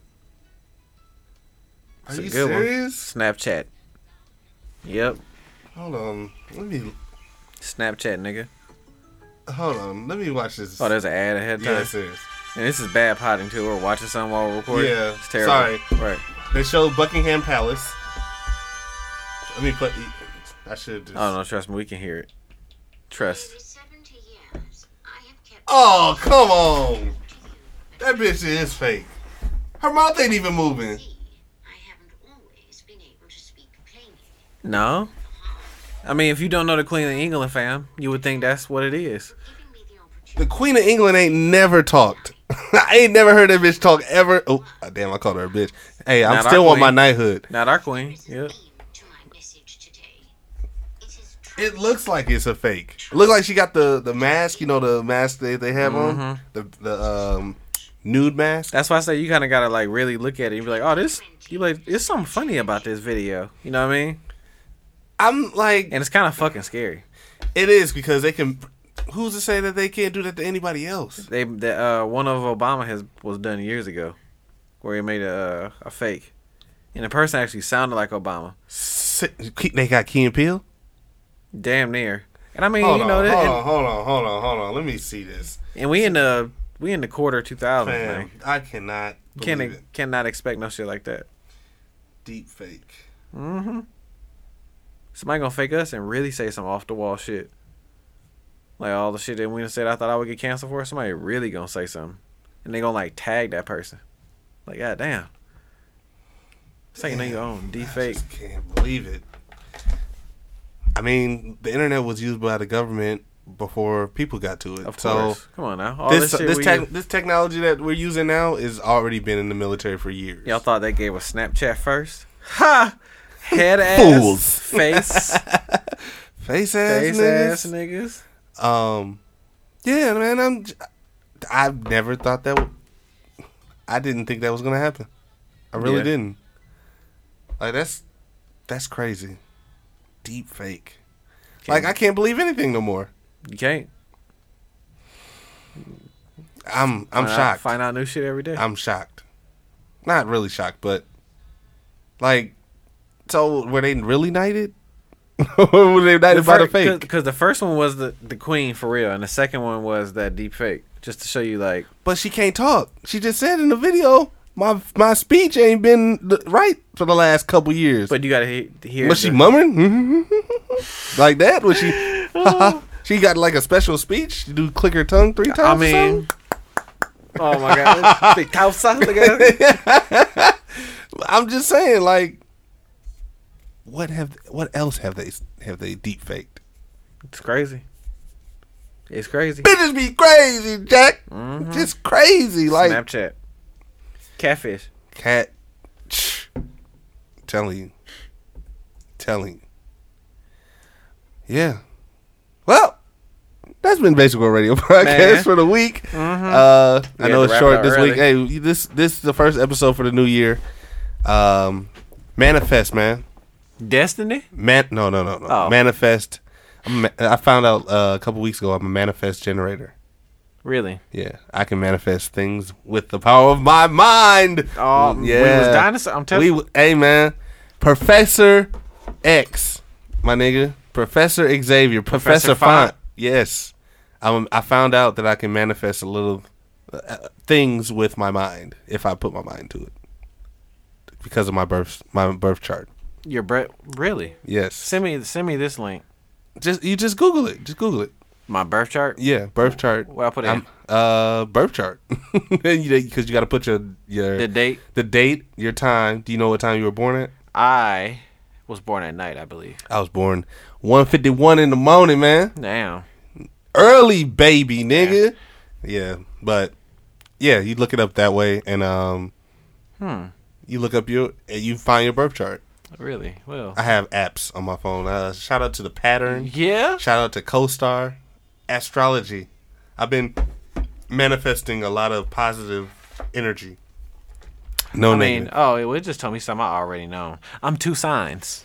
It's
you
a good
serious?
one. Snapchat. Yep.
Hold on. Let me.
Snapchat, nigga.
Hold on. Let me watch this.
Oh, there's an ad ahead of time.
yeah, it's serious.
and this is bad potting too. We're watching something while we're recording.
Yeah,
It's terrible.
sorry.
Right.
They showed Buckingham Palace. Let me put. I should. Just,
Oh no, trust me, we can hear it. Trust.
For 70 years, I have kept
Oh come on! That bitch is fake. Her mouth ain't even moving.
key. I haven't always been able to speak plainly.
No. I mean, if you don't know the Queen of England, fam, you would think that's what it is.
Giving me the opportunity
The Queen of England ain't never talked. I ain't never heard that bitch talk ever. Oh, damn, I called her a bitch. Hey, I'm
Not our
still on my
queen.
knighthood.
Not our queen. Yep.
to my message today. It is truly
It looks like it's a fake. Look like she got the the mask, you know, the mask that they have on,
Mm-hmm.
the the um nude mask.
That's why I say you kind of gotta like really look at it and be like, oh, this. You like, there's something funny about this video. You know what I mean?
I'm like,
And it's kind of fucking scary.
it is because they can. Who's to say that they can't do that to anybody else?
They, the, uh, one of Obama has was done years ago, where he made a uh, a fake, and the person actually sounded like Obama,
S- They got Key and Peele.
damn near. And I mean,
Hold
you
on,
know,
hold
that,
on,
and,
hold on, hold on, hold on. Let me see this.
and we in the we in the quarter two thousand.
Man, I cannot believe
Can
it.
cannot expect no shit like that.
Deep fake.
Somebody gonna fake us and really say some off the wall shit. Like all the shit that we done said I thought I would get canceled for, somebody really gonna say something. And they gonna like tag that person. Like, god damn. It's like you know your own D fake.
Just can't believe it. I mean, the internet was used by the government before people got to it.
Of
so
course. Come on now. All
this
this, shit
this,
we
tech this technology that we're using now is already been in the military for years.
y'all thought they gave us Snapchat first? Ha! Head ass
Fools.
face
Face ass,
face ass
niggas.
niggas.
Um, yeah, man. I'm. j- I never thought that. W- I didn't think that was gonna happen. I really
Yeah.
didn't. Like that's that's crazy. Deep fake. Like I can't believe anything no more.
You can't.
I'm I'm
Find out-
shocked.
Find out new shit every day.
I'm shocked. Not really shocked, but like, so were they really knighted? or were they knighted by the fake?
Because the first one was the, the queen for real, and the second one was that deep fake, just to show you like
But she can't talk. She just said in the video, my my speech ain't been th- right for the last couple years. But
But you gotta he- hear.
was she
the-
mumming like that? Was she? she got like a special speech. She do click her tongue three times.
I
or something?
mean, oh my god, the causa, look at it.
I'm just saying, like, what have what else have they have they deep faked?
it's crazy. It's crazy.
bitches be crazy, Jack.
Mm-hmm.
Just crazy, like
Snapchat, catfish.
cat. Telling you, telling you. Yeah. Well, that's been Basic World Radio podcast
Man. Mm-hmm.
for the week. Uh, I
had
know
to
it's
wrap it
short
up
this week. Hey,
early.
you- this this is the first episode for the new year. Um, manifest, man.
Destiny.
Man, no, no, no, no.
Oh.
Manifest. I'm a ma- I found out uh, a couple weeks ago. I'm a manifest generator.
Really?
Yeah, I can manifest things with the power of my mind.
Oh, we was dinosaur- I'm telling-
We w- hey man, Professor X, my nigga, Professor Xavier, Professor,
Professor
Font.
Font.
Yes, i I found out that I can manifest a little uh, things with my mind if I put my mind to it because of my birth my birth chart.
Your breath. Really?
Yes,
Send me send me this link.
just you just Google it. Just Google it.
My birth chart.
Yeah, birth chart.
What I put
I'm- Uh, birth chart. Because you got to put your your
The date.
the date, your time. Do you know what time you were born at?
I was born at night, I believe.
I was born 151 in the morning, man.
Damn.
Early baby, nigga. Yeah, but yeah, you look it up that way, and um,
Hmm.
you look up your and you find your birth chart.
Really? Well.
I have apps on my phone. Uh, shout out to the pattern.
yeah.
Shout out to CoStar Astrology. I've been manifesting a lot of positive energy. No
I
name.
mean, oh, it would just tell me something I already know. I'm two signs.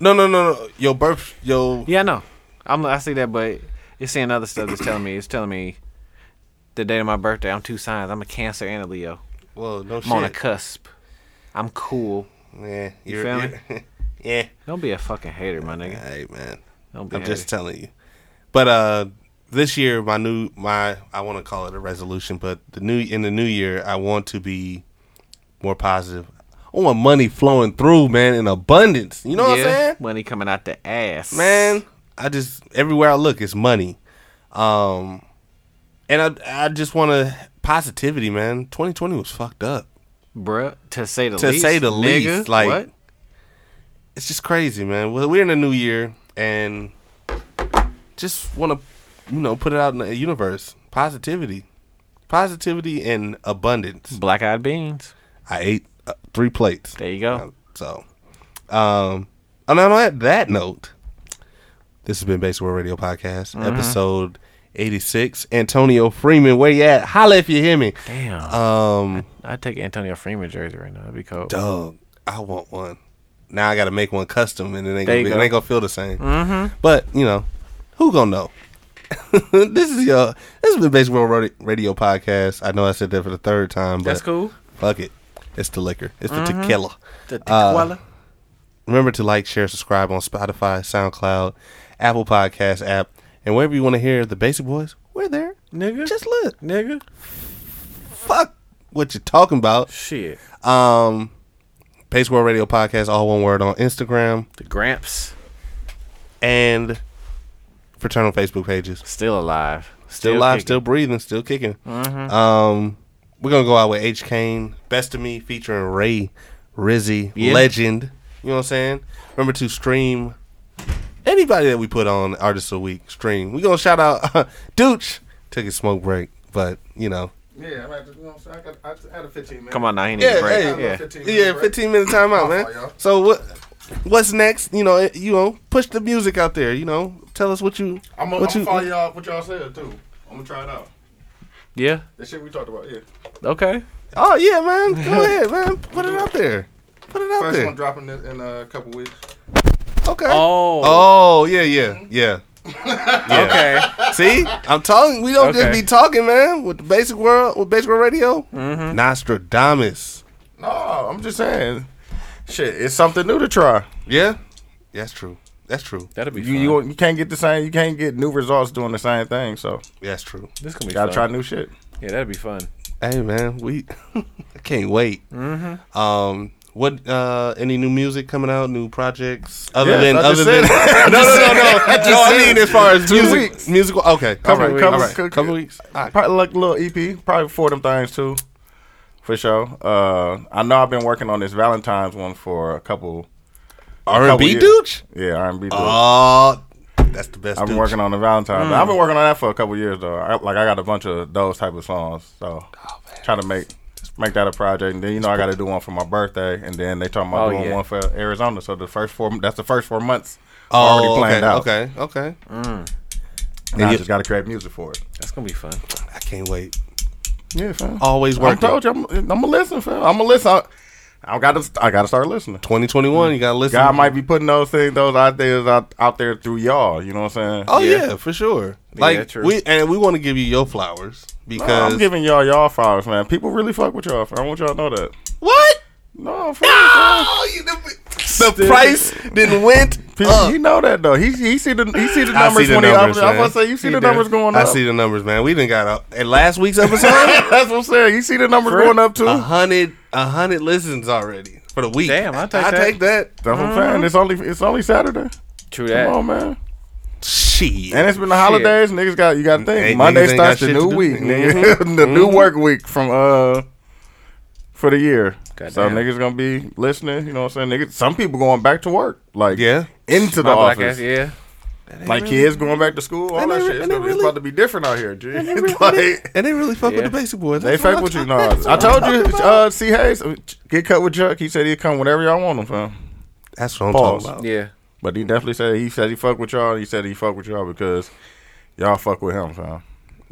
no, no, no, no. Your birth, your
Yeah, I know. I'm, I see that, but it's seeing other stuff that's telling me. It's telling me the date of my birthday. I'm two signs. I'm a Cancer and a Leo.
well, no
I'm on a
shit.
cusp. I'm cool.
Yeah,
You
you're,
feel me?
you're- yeah.
Don't be a fucking hater, my nigga.
Hey, man.
Don't be.
I'm
a
just
hater.
telling you. But uh this year my new my I want to call it a resolution, but the new in the new year I want to be more positive. I want money flowing through, man, in abundance. You know what I'm saying?
Money coming out the ass,
man i just everywhere i look it's money um and i i just want to positivity man 2020 was fucked up
bruh. To say the
To
least,
say the
nigga,
least, like-
what?
it's just crazy man Well, we're in a new year and just want to you know put it out in the universe positivity positivity and abundance.
Black eyed beans.
I ate uh, three plates.
There you go.
Uh, So, um, and on that, that note, this has been Basic World Radio Podcast,
Mm-hmm.
episode 86. Antonio Freeman, where you at? Holla if you hear me.
Damn.
Um,
I'd take Antonio Freeman jersey right now. That'd be cool.
dog, I want one. Now I got to make one custom, and it ain't
There
gonna,
you
be,
go.
it ain't gonna feel the same. Mm-hmm. But you know, who gonna know? this is your. This has been Basic World Radi- Radio Podcast. I know I said that for the third time, but
That's cool.
Fuck it, it's the liquor. It's the tequila.
The
uh,
tequila.
Remember to like, share, subscribe on Spotify, SoundCloud, Apple Podcast app, and wherever you want to hear the Basic Boys. We're there.
nigga.
Just look.
nigga.
Fuck what you're talking about.
Shit.
Um, Basic World Radio Podcast, all one word on Instagram
The Gramps.
and fraternal Facebook pages.
Still alive.
Still,
kicking.
alive,
Mm-hmm.
still breathing, still kicking. Um, we're gonna go out with H. Kane, Best of Me, featuring Ray Rizzy,
Yeah.
legend. You know what I'm saying? Remember to stream anybody that we put on Artist of the Week. Stream. We gonna shout out Dooch. Took a smoke break, but you know,
Yeah, I had to, you know, what I'm saying? I got- I just had a 15 minute.
Come on, now he needs
yeah,
a break.
hey,
yeah.
yeah,
15
15
minute
minute
break.
timeout,
My
man.
fault, y'all.
So what? What's next? You know, you know, push the music out there. You know, tell us what you.
I'm
what
gonna
you-
follow y'all. What y'all said too. I'm gonna try it out.
Yeah.
That shit we talked about. Yeah.
Okay.
Oh yeah, man. Go ahead, man. Put it out there. Put it out
First
there.
one dropping in, in a couple weeks.
Okay.
Oh.
Oh yeah, yeah, yeah.
Okay.
See, I'm talking. We don't just
Okay.
be talking, man. With the basic world, with basic world radio, Nostradamus.
No, I'm just saying. Shit, it's something new to try.
Yeah, that's true. That's true.
That'll be
You
fun.
you, you can't get the same. You can't get new results doing the same thing. So
That's true.
this can be
you gotta
fun.
try new shit.
Yeah, that'd be fun.
Hey, man, we I can't wait. Um, what? Uh, any new music coming out? New projects other
Yeah,
than
I
other
just
than?
said-
no, no, no, no. no, I mean as far as
Two
music,
weeks.
musical. Okay,
Couple
all right,
weeks.
all right.
Couple-
couple weeks. All right.
Probably like a little EP. Probably four of them things too, for sure. Uh, I know I've been working on this Valentine's one for a couple.
R&B
years.
dude.
Yeah, R&B. dude.
Oh, that's the best.
I've been
douche.
working on the Valentine. I've been working on that for a couple years though. I, like I got a bunch of those type of songs, so trying to make make that a project. And then you know I got to do one for my birthday, and then they talking about
Oh,
doing
yeah.
one for Arizona. So the first four that's the first four months
Oh,
are already planned
okay,
out.
Okay, okay.
Now I
you-
just got to create music for it.
That's gonna be fun.
I can't wait.
Yeah, fam.
Always
I
working.
told you, I'm, I'm gonna listen, fam. I'm gonna listen. I, I got to I got to start listening.
2021, you gotta listen.
God might be putting those things, those ideas out, out there through y'all. You know what I'm saying?
Oh yeah, for sure. Like
true.
we and we want to give you your flowers because
I'm giving y'all y'all flowers, man. People really fuck with y'all. Fam. I want y'all to know that.
what?
No, for real, fam.
Oh, you, the, the price then went
People,
up.
he know that though. He he see the he see the
I
numbers
see the
when
numbers,
he. I, I
man.
was about to say you see
He
the
do.
numbers going up.
I see the numbers, man. We didn't got up at last week's episode.
That's what I'm saying. You see the numbers going up too.
a hundred, a hundred listens already for the week.
Damn, I'll take
I
that.
take that.
That's what I'm saying. It's only it's only Saturday.
True
Come
that.
on, man.
Shit.
And it's been the holidays. Niggas got you got to think.
Hey, niggas
Monday
ain't
starts
got
the
shit
new
to do. Mm-hmm.
week, nigga. the new work week from uh for the year. so
Goddamn.
niggas gonna be listening. You know what I'm saying? Niggas, some people going back to work, like
Yeah.
into the
My black
office.
ass, yeah.
Like kids going back to school, all
And
that
they-
shit. It's,
and they
gonna, it's
really-
about to be different out here, G. It's like-
and they really fuck
Yeah.
with the basic boys.
They
That's what
fake
I'm
with you.
talking-
No,
that's
I
what
told
I'm
you.
talking about.
Uh, C Hayes, uh, get cut with Chuck. He said he'd come whenever y'all want him from.
That's what I'm
Pause.
talking about.
Yeah.
But he definitely said he said he fuck with y'all. He said he fuck with y'all because y'all fuck with him, fam.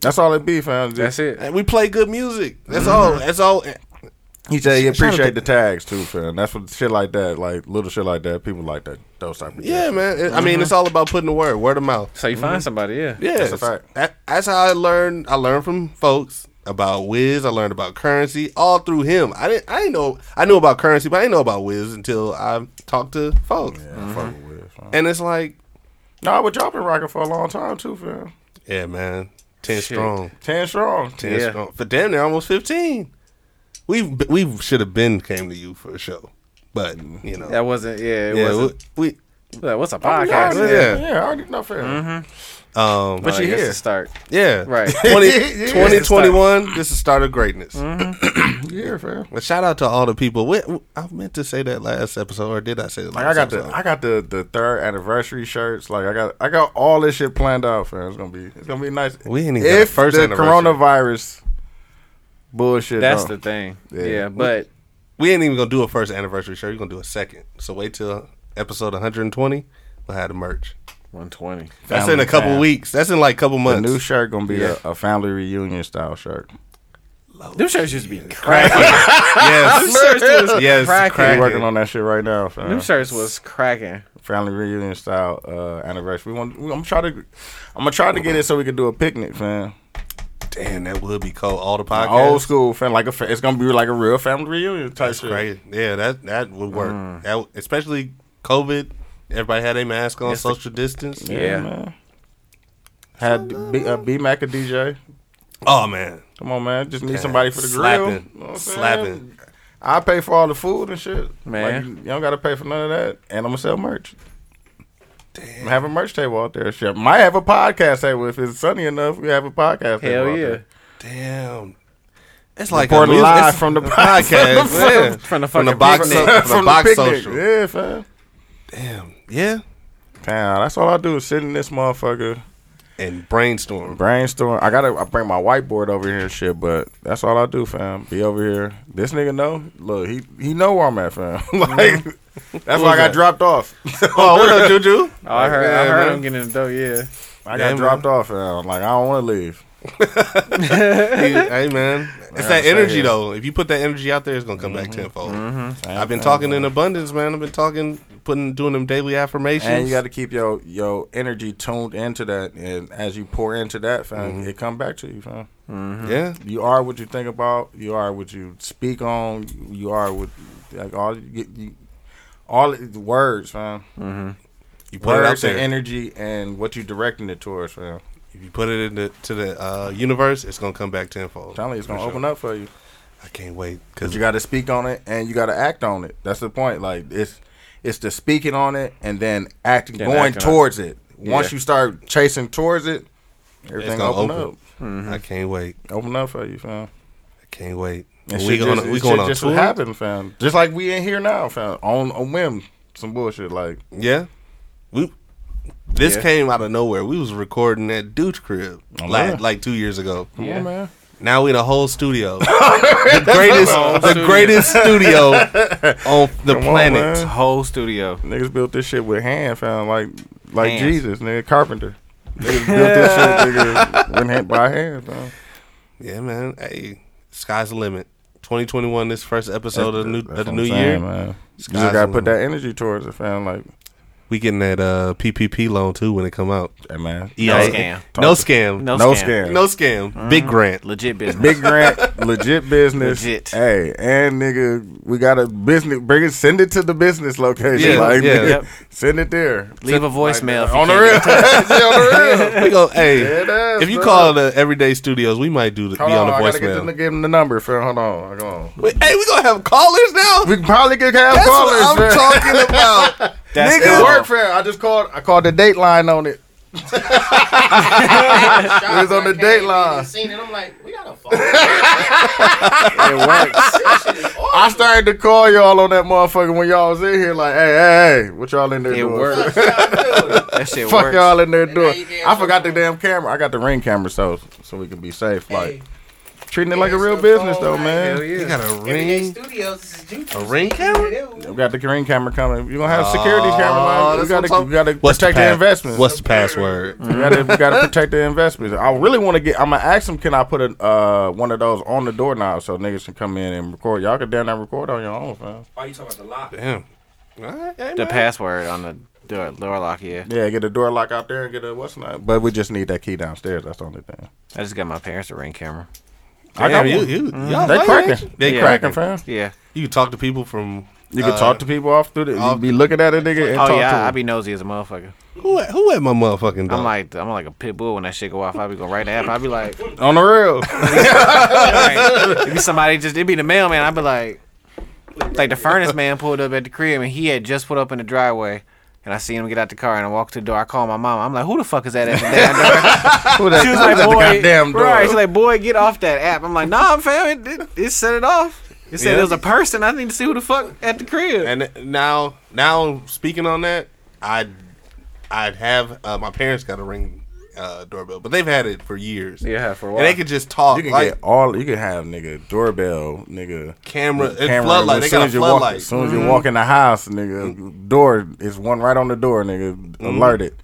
That's all it be, fam. Just-
That's it.
And we play good music. That's
Mm-hmm.
all. That's all.
He said he
Shout out
appreciate
to-
the tags too, fam. That's what shit like that, like little shit like that. People like that. Those type of
Yeah, man. It- I mean,
Mm-hmm.
it's all about putting the word, word of mouth.
So you find somebody, yeah.
Yeah,
That's a fact.
That, that's how I learned. I learned from folks about Wiz. I learned about currency all through him. I didn't. I didn't know. I knew about currency, but I didn't know about Wiz until I talked to folks.
Yeah, I fuck with Wiz, fam.
And it's like,
Nah, but y'all been rocking for a long time too, fam.
yeah, man, ten strong,
Ten strong.
ten
Yeah.
strong. For damn near almost fifteen. We have we should have been came to you for a show, but you know,
That wasn't yeah, it
yeah,
wasn't
we,
like, what's a
I
podcast? Oh,
already-
Yeah.
yeah. yeah, I already know, fam.
we um,
But you
you
here
here.
to start.
yeah,
Right.
20,
Yeah.
2021, This is start of greatness.
Mm-hmm.
Mm-hmm.
Yeah, fam.
Well, shout out to all the people. Wait, I meant to say that last episode, or did I say it? Last
Like I got
episode?
the I got the the third anniversary shirts. Like I got I got all this shit planned out, fam. It's gonna be it's gonna be nice.
We ain't even got
if
a first
the
anniversary.
coronavirus bullshit.
That's
though.
the thing.
Yeah.
Yeah, but
We ain't even gonna do a first anniversary show. You're gonna do a second. So wait till episode 120. We'll have the merch.
120.
That's
Family
in a couple
fam.
weeks. That's in like a couple
The
months.
new shirt gonna be
Yeah.
a, a family reunion style shirt.
Them shirts used to be cracking. Them
yes,
shirts was
yes,
cracking.
We're
cracking.
working on that shit right now. fam.
Them shirts was cracking.
family reunion style uh, anniversary. We want. We, I'm trying to. I'm gonna try to get it so we can do a picnic, fam.
Damn, that would be cold. All the
An
podcasts.
Old school, fam. Like a. fa- It's gonna be like a real family reunion type
That's
shit. Mm.
crazy. Yeah, that that would work. That w- especially COVID. Everybody had a mask on, social distance.
Yeah.
man. Had B, uh, B Mac a DJ.
Oh man,
Come on, man. Just need somebody for the grill.
slapping,
You know what I'm saying?
slapping.
I pay for all the food and shit.
Man.
Like, you, you don't gotta pay for none of that. And I'm gonna sell merch. Damn. I'm having a merch table out there. Shit. Might have a podcast table if it's sunny enough. We have a podcast table.
Hell
out
yeah.
there.
Damn. It's like
Reported
music-
live
it's-
from the-
podcast
from the-
yeah.
from the
from the
fucking
box
From
so-
the,
from, the box
picnic.
social.
Yeah, fam.
Damn. Yeah.
Damn, that's all I do is sit in this motherfucker,
And brainstorm.
brainstorm. I gotta I bring my whiteboard over here and shit, but that's all I do, fam. Be over here. This nigga know. Look, he he know where I'm at, fam. like that's why I got dropped off.
oh, what up, Juju?
Oh, I heard, I
Yeah,
heard
man.
him getting in the door. Yeah.
I
Yeah,
got
man.
dropped off, fam. Like I don't want to leave.
He- hey man, it's that energy though. If you put that energy out there, it's gonna come back
Mm-hmm.
tenfold. I've been talking in abundance, man. I've been talking, putting, doing them daily affirmations.
And you got to keep your your energy tuned into that, and as you pour into that, fam,
Mm-hmm.
it come back to you, fam.
yeah,
You are what you think about. You are what you speak on. You are what like all you, get- you all the words, fam.
you put it out
Words and
there.
energy and what you directing it towards, fam.
if you put it in the, to the uh, universe, it's gonna come back tenfold.
I'm telling you, it's
For
gonna
sure.
open up for you.
I can't wait
Cause
because
you got to speak on it and you got to act on it. That's the point. Like it's it's the speaking on it and then acting,
Then
going
acting on it.
towards it. Once
Yeah.
you start chasing towards it, everything
gonna
open,
open. I can't wait.
up, open up for you, fam.
I can't wait.
And
we
shit
going
just-
we
it
going
shit
on
just
tour.
happen, fam. Just like we in here now, fam. On a whim, some bullshit like.
Yeah, we. This
Yeah.
came out of nowhere. We was recording at Dude Crib
Oh,
like,
man.
like two years ago.
Come
Yeah.
on, man.
Now we in a whole studio. the greatest the greatest studio on the
Come on,
planet.
man.
Whole studio.
Niggas built this shit with hand, fam. Like like
Hands.
Jesus, nigga, carpenter. Niggas built this shit, nigga, with hand, by hand, fam.
yeah, man. Hey, sky's the limit. 2021 this first episode of the new
That's
of the
what
new
I'm saying,
year.
man. You just
Sky's
gotta
the
put
limit.
that energy towards it, fam. Like,
We getting that uh, PPP loan too when it come out.
hey, man,
No
scam.
No scam. E No,
No,
no
scam.
scam. Mm-hmm.
scam. Big grant.
Legit business.
Big grant, legit business.
Legit.
Hey, and nigga, we got a business. Bring it, send it to the business location.
Yeah,
like,
yeah.
nigga,
Yep.
send it there.
Leave a voicemail.
on the real, Yeah, on the real.
we go, hey,
Dead ass,
if you
bro.
call the Everyday Studios, we might do the, be
Hold
on
on,
the
I gotta get them to
voicemail.
give him the number. Fam. Hold on, hold on.
Wait, hey, we gonna have callers now.
We can probably get half
That's
callers.
what I'm
fam.
talking about.
That's
It
all.
worked, fam. I just called. I called the dateline on it. it was on the dateline.
Seen it, I'm like, we got a phone. it works.
I started to call y'all on that motherfucker when y'all was in here. Like, hey, hey, hey, what y'all in there
It
doing?
works. That shit
Fuck
works.
y'all in there
now
doing.
you can
I forgot the
also-
damn camera. I got the ring camera, so so we can be safe. Like
Hey.
treating it like a
Here's
real
the
business,
phone,
though,
like,
man.
Hell
You
yeah.
got a
Everyday
ring.
Studios, this is Juju.
A ring camera?
We got the ring camera coming. You gonna have security camera? Like,
that's
we
what
gotta,
I'm
we gotta
What's
protect
the,
the,
pa-
investments.
What's the password?
we gotta, we gotta protect the investments. I really want to get. I'm gonna ask them. Can I put a uh, one of those on the door now so niggas can come in and record? Y'all can damn that record on your own, fam.
Why you talking about the lock?
Damn. All right, hey,
The
man.
password on the door, door lock, yeah.
Yeah, get a door lock out there and get a what's not. But we just need that key downstairs. That's the only thing.
I just got my parents a ring camera.
I got
Damn, you,
one.
you, y'all
They
like
cracking.
that? Mm-hmm. They
Yeah.
cracking.
Cracking, fam.
Yeah.
You can talk to people from.
You can
uh,
talk to people off through the. You
off-
be looking at a nigga and
Oh
talk to
yeah, I
him.
be nosy as a motherfucker.
Who at, who at my motherfucking door?
I'm like I'm like a pit bull when that shit go off. I be going right after. I be like,
on the real.
like it'd be somebody just it'd be the mailman. I'd be like, like the furnace man pulled up at the crib and he had just put up in the driveway. And I see him get out the car and I walk to the door. I call my mom. I'm like, "Who the fuck is that at the damn door?"
Who that-
She was
who
like,
at the
"Boy,
goddamn door.
right?" She's like, "Boy, get off that app." I'm like, "Nah, fam, it, it, it set it off. It said
Yeah.
it was a person. I need to see who the fuck at the crib."
and now, now speaking on that, I, I'd have uh, my parents got a ring uh, doorbell, but they've had it for years.
Yeah, for a
And they
while.
could just talk.
You can
like,
get all. You can have nigga doorbell, nigga
Camera and
camera,
floodlight.
As
They
soon
got
as
a
you walk,
floodlight.
As soon as
Mm-hmm.
Mhm.
you walk in the house, nigga, door is one right on the door, nigga.
Mm-hmm.
Alerted.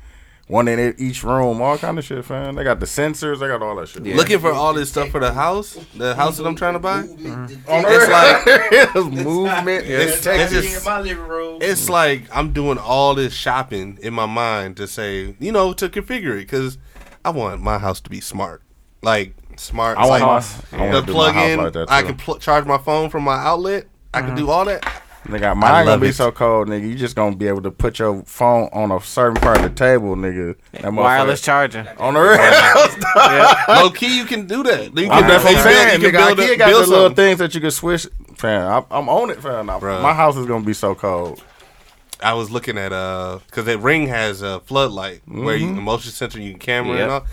One in e- each room, all kind of shit, fam. They got the sensors, they got all that shit.
Looking for all this stuff for the house, the house that I'm trying to buy.
On
It's like
Earth. movement.
It's, it's,
detected.
just- it's like I'm doing all this shopping in my mind to say, you know, to configure it because I want my house to be smart, like smart.
I want
like,
my- I wanna
the
do my
plug
house
in.
like that,
I
too.
can pl- charge my phone from my outlet. I
Uh-huh.
can do all that.
Nigga,
I
mine
love
gonna be
it.
so cold, nigga. You just gonna be able to put your phone on a certain part of the table, nigga. That
Wireless
motherfucker-
charging.
on the real.
Low key, you can do that. You
I'm
can,
that's what
you
I'm
can-
saying.
you can
nigga,
build,
IKEA
a,
got the
build
little
something.
things that you can switch. Fam, I'm, I'm on it, fam. Now,
Bruh.
My house is gonna be so cold.
I was looking at uh, because that ring has a floodlight where you
Mhm.
the motion sensor, you can camera
Yep.
and all.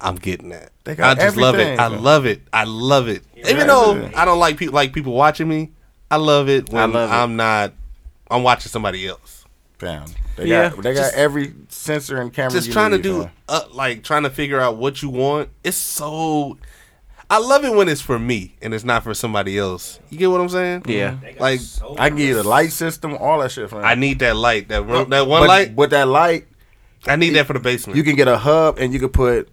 I'm getting that.
They got
I just love it.
everything,
I
man.
love it. I love it. Even
right.
though I don't like people like people watching me, I love it when
love it.
I'm not. I'm watching somebody else.
Fam, they
Yeah.
got they got
Just-
every sensor and camera.
Just
you
trying
need,
to do
fam.
uh, like trying to figure out what you want. It's so. I love it when it's for me and it's not for somebody else. You get what I'm saying? Mm-hmm.
Yeah.
Like
I can give you the light system, all that shit, fam.
I need that light. That room, that one
Uh, But
light.
with that light,
I need that for the basement.
you can get a hub and you can put,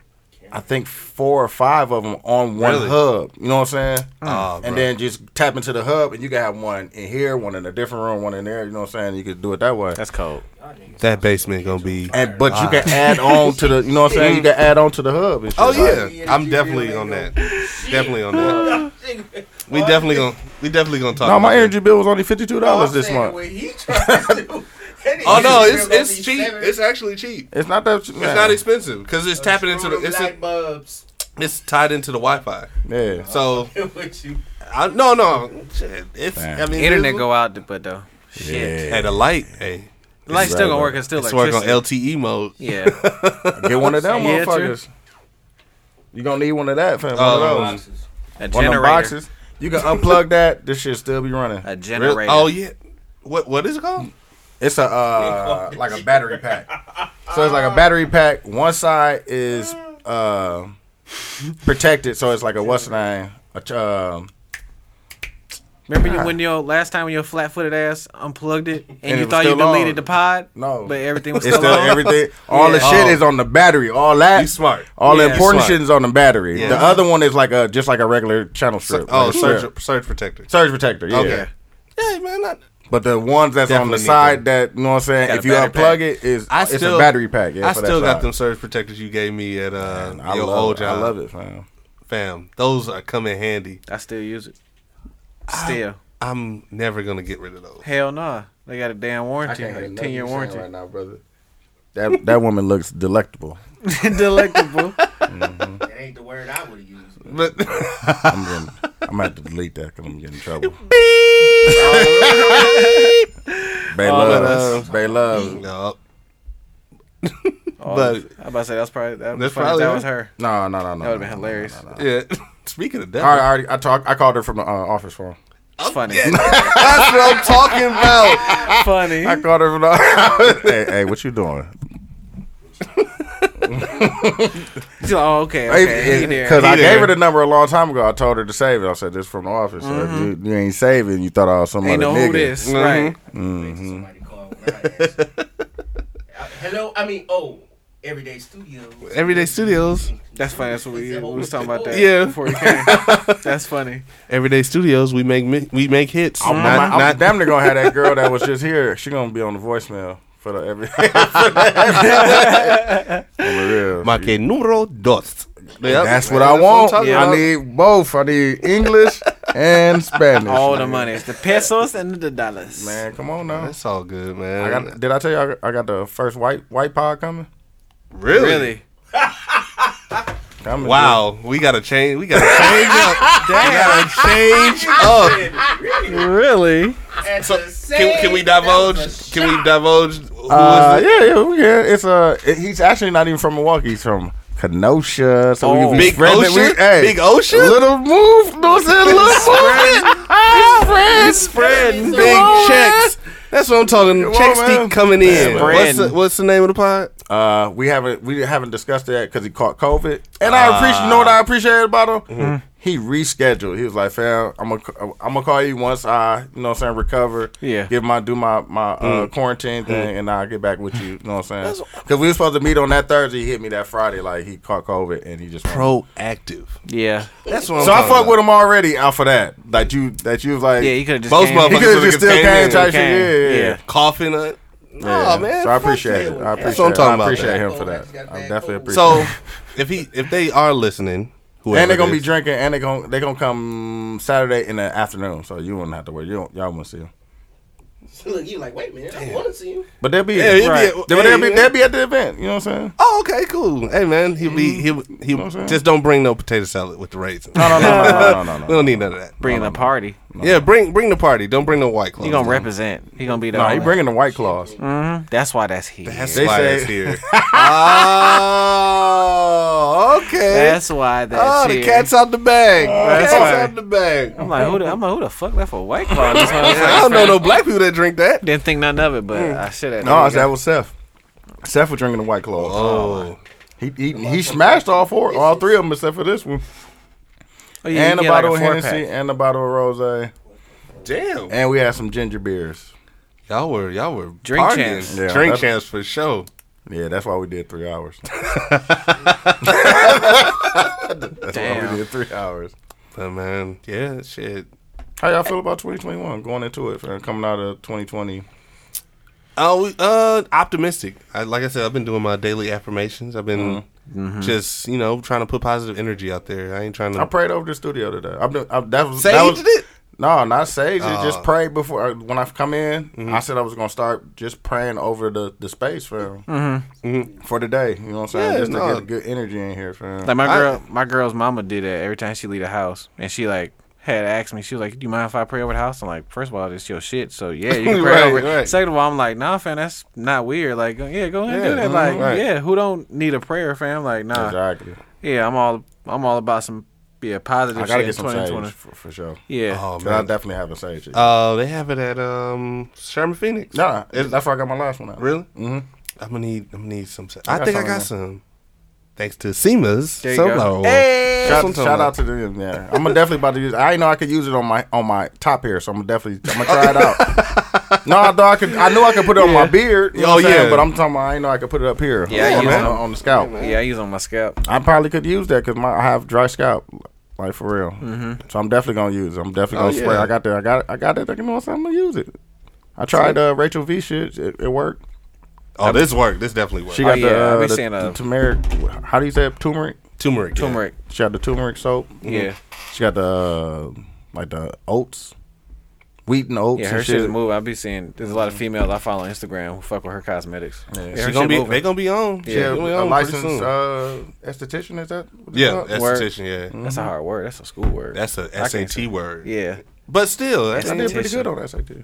I think four or five of them on one
Really? Mm. Ah,
hub. You know what I'm saying?
Aw,
and
bro.
then just tap into the hub and you can have one in here, one in a different room, one in there. You know what I'm saying? You could do it that way.
That's cold.
that basement gonna be.
And but you can add on to the you know what I'm saying? You can add on to the hub. And shit.
Oh
Like,
yeah, I'm definitely on that. Definitely on that. We definitely gonna we definitely gonna talk.
No, my
about
energy bill was only fifty two dollars
I'm
this
saying
month.
what he trying to do.
that. Oh no, it's it's cheap. It's actually cheap.
It's not that.
It's not expensive because it's tapping into the it's
light bulbs.
it's tied into the Wi-Fi.
yeah.
So
What you?
I, no no, shit, it's I mean
Internet
it's-
go out, th- but though. Shit.
Hey, the light. Hey,
The light's still gonna work. It's still
it's working on
electricity.
LTE mode.
Yeah.
Get one of them
Yeah, true.
motherfuckers. You gonna need one of that, fam. One
Oh.
of those.
A
One of them
generator.
boxes. You can unplug that. This shit still be running.
A
Real-
generator.
oh yeah. What what is it called?
It's a uh, like a battery pack. So it's like a battery pack. One side is uh, protected, so it's like a what's the name? A ch- um,
Remember you, when your last time when your flat footed ass unplugged it and,
it
you
was
thought you
still on.
deleted the pod?
No.
but everything was
it's
still,
still
on.
everything. All the
Yeah.
shit
Oh.
is on the battery. All that.
You smart.
All the
Yeah.
important
Smart.
shit is on the battery.
Yeah.
The other one is like a just like a regular channel strip.
Oh,
like a strip.
surge surge protector.
surge protector. Yeah.
Okay. Yeah, man. I,
But the ones that's on
Definitely
the
need
side that you know what I'm saying,
Got a
if you
battery
unplug
pack.
it, is
I
it's
still-
a battery pack. Yeah,
I
for
still
that
got
side.
them surge protectors you gave me at uh,
I
your
love,
old
it. I
job.
love it, fam.
fam. Those are come in handy.
I still use it.
Ah.
Still,
I'm never gonna get rid of those.
hell no. They got a damn warranty, like ten year warranty.
now, brother. That that woman looks delectable.
Delectable.
Mm-hmm.
That ain't the word I would use.
But
I'm getting, I'm gonna have to delete that because I'm getting in trouble. Bay loves, Bay loves.
no,
Oh,
But-
I about to say that's probably that,
That's
that's probably
probably
that was her.
No, no, no, no.
That would've been hilarious.
No, no, no.
yeah. Speaking of that,
I already, I already, I talked, I called her from the uh, office phone.
It's funny.
that's what I'm talking about.
funny.
I called her from the office. hey, hey, what you doing?
She's like, oh, okay, okay. he there.
Because I
He
gave
there.
her the number a long time ago. I told her to save it. I said this from the office. So if you, you ain't saving. You thought I was some
Ain't
other
Mm-hmm. know
nigga. Mm-hmm.
who this,
Mhm.
right?
Somebody call when I ask. Uh, Hello, I mean, oh, Everyday Studios.
Everyday Studios.
That's funny. That's what we, we was talking about that.
Yeah.
before we came. that's funny.
Everyday Studios. We make mi- we make hits.
I'm,
Not-
I'm- I'm
not-
damn near gonna have that girl that was just here. She gonna be on the voicemail for the every. for the real.
Marque número dos. Yep.
That's what I want.
talking
I
about.
need both. I need English and Spanish.
All the
nigga.
money, it's the pesos and the dollars.
Man, come on now.
That's all good,
I
man.
got, did I tell you I got- I got the first white white pod coming?
really?
really?
coming
Wow. We gotta change. We gotta change up. We gotta change up.
Really?
At
So,
the
can, can we divulge? Can we divulge? Who is
Uh,
it?
yeah, yeah, we can. It's uh, it- he's actually not even from Milwaukee. He's from Kenosha. So we
Oh.
can be
Big
spreading it.
Ocean?
We, hey,
Big Ocean?
Little move. No, it's a little movement.
Spread.
Big checks. That's That's what I'm talking.
Come on, man.
Checksteak coming in.
Yeah,
What's the,
Brandon.
what's the name of the pod?
Uh, we haven't we haven't discussed that because he caught COVID, and
Ah.
I appreciate. You know what I appreciate about him?
Mhm.
He rescheduled. He was like, "Fam, I'm gonna I'm gonna call you once I, you know, what I'm saying recover.
Yeah.
give my do my my uh,
Mm.
quarantine thing,
Mm.
and I'll get back with you. You know what I'm saying? Because we were supposed to meet on that Thursday. He hit me that Friday. Like he caught COVID, and he just
proactive.
Yeah,
that's what. I'm
so I
talking
fuck
about.
with him already off of that. That you that you was like,
Yeah, you could've just
most
came.
motherfuckers
He could've
could've
just
came
still came,
in, type shit.
came.
Yeah, yeah,
Yeah. Coughing up. Nah, man,
So I
fuck
appreciate
that.
it. I
That's
appreciate.
what I'm
it.
talking
I
about,
appreciate
man.
him for that. I definitely appreciate.
So
it.
if he if they are listening, whoever
and they're gonna
it
be
is,
drinking, and they're gonna they gonna come Saturday in the afternoon, so you won't have to worry. You don't, y'all won't see them,
Look, you like, wait, man, I want to see you.
but they'll be,
Yeah, he'll be
right.
at-
They- but they'll
hey,
be
yeah.
they'll be at the event. You know what I'm saying?
Oh, okay, cool. Hey, man, he'll be he'll he
Mm-hmm. what I'm saying?
just don't bring no potato salad with the raisins.
No, no, no, no, no, no, no, no.
we don't need none of that.
Bringing the party.
Yeah, bring bring the party. Don't bring no white claws.
He gonna
though.
represent. He gonna be the.
No, he
only-
bringing the white claws.
Mhm. That's why that's here.
That's why that's here.
oh,
okay.
That's why that's
oh, the
here.
cat's out the bag.
That's
cat's
why.
out the bag.
I'm like, who the, I'm like, who the fuck left a white claw? in this
Yeah, I
motherfucker?
don't know no black people that drink that.
Didn't think nothing of it, but
Mm.
I should have.
No, that was Seth. Seth was drinking the white claws. Oh, he he, he smashed all four, all three of them except for this one.
Oh, yeah, you
and a
get like
bottle
a
of
four-pack.
Hennessy and a bottle of rose.
Damn.
And we had some ginger beers.
Y'all were y'all were
Drink
partying.
champs. Yeah,
Drink
that's-
champs for sure.
Yeah, that's why we did three hours. That's why
Damn.
we did three hours.
But man, yeah, shit.
How y'all feel about 2021 going into it, fam, coming out of 2020?
Oh, we- uh, optimistic. I, like I said, I've been doing my daily affirmations. I've been
Mhm. Mhm.
just you know trying to put positive energy out there. Mm-hmm. I ain't trying to.
I prayed over the studio today. I'm, doing- I'm that was that
Saged
was, it. No, not saved it.
Oh.
Just prayed before I- when I come in. I said I was gonna start just praying over the the space, fam,
Mhm.
for the day. You know what I'm saying?
Yeah,
just
no.
to get good energy in here, fam.
Like my
I-
girl, my girl's mama did that every time she leave the house, and she like had asked me. She was like, "Do you mind if I pray over the house?" I'm like, first of all, it's your shit, so yeah, you can pray
Right,
over." it."
right.
Second of all, I'm like, "Nah, fam, that's not weird. Like, yeah, go ahead
Yeah,
and do that.
mhm,
Like,
right.
yeah, who don't need a prayer, fam? Like, nah,
Exactly.
Yeah, I'm all, I'm all about some, yeah, positive.
I gotta
shit
get some
in 2020.
sage for, for sure.
Yeah.
Oh,
But I
man.
definitely haven't saved it.
Uh, they have it at um Sherman Phoenix.
Nah, it- that's where I got my last one at.
Really?
Mm-hmm.
I'm gonna need. I'm gonna need some. sa-
I
I,
got
think I
some
got
in there.
some. Thanks to Seema's
There you
sunflower
go.
oil.
Hey!
That's what
Shout,
I'm talking
shout
about.
out to them. Yeah, I'm definitely about to use. I know I could use it on my on my top here, so I'm definitely I'm gonna try it out. no, I thought I could. I knew I could put it on my
Yeah.
beard. You know
Oh,
what I'm saying?
yeah.
but I'm talking. About, I ain't know I could put it up here.
Yeah, I
on,
use
on,
them.
on the scalp.
Yeah, I use it on my scalp.
I probably could use that because I have dry scalp, like for real.
Mhm.
So I'm definitely gonna use it. I'm definitely
Oh,
gonna spray.
yeah.
I got that. I got. I got it. You know what I'm saying? I'm gonna use it. I tried uh, Rachel V shit. It, it worked.
Oh, this worked. This definitely worked.
She got
Oh,
the,
yeah,
uh,
I be
the,
seeing,
the
uh,
turmeric. How do you say it? turmeric?
Turmeric.
yeah. Turmeric.
She got the turmeric soap.
Yeah.
She got the uh, like the oats, wheat and oats.
Yeah,
and
her
shit.
shit's moving. I be seeing there's a lot of females I follow on Instagram who fuck with her cosmetics. Yeah, her
Mm-hmm. She
shit
gonna be-
moving.
they gonna be on.
She
Yeah,
a-
we
a
on pretty
licensed
soon.
uh, esthetician. Is that? what it's
Yeah,
called?
esthetician. Yeah,
That's a hard word. That's a school word.
Mm-hmm. That's a
Mm-hmm. I can't
SAT
say-
word.
Yeah.
But still, that's
I did pretty good on that SAT.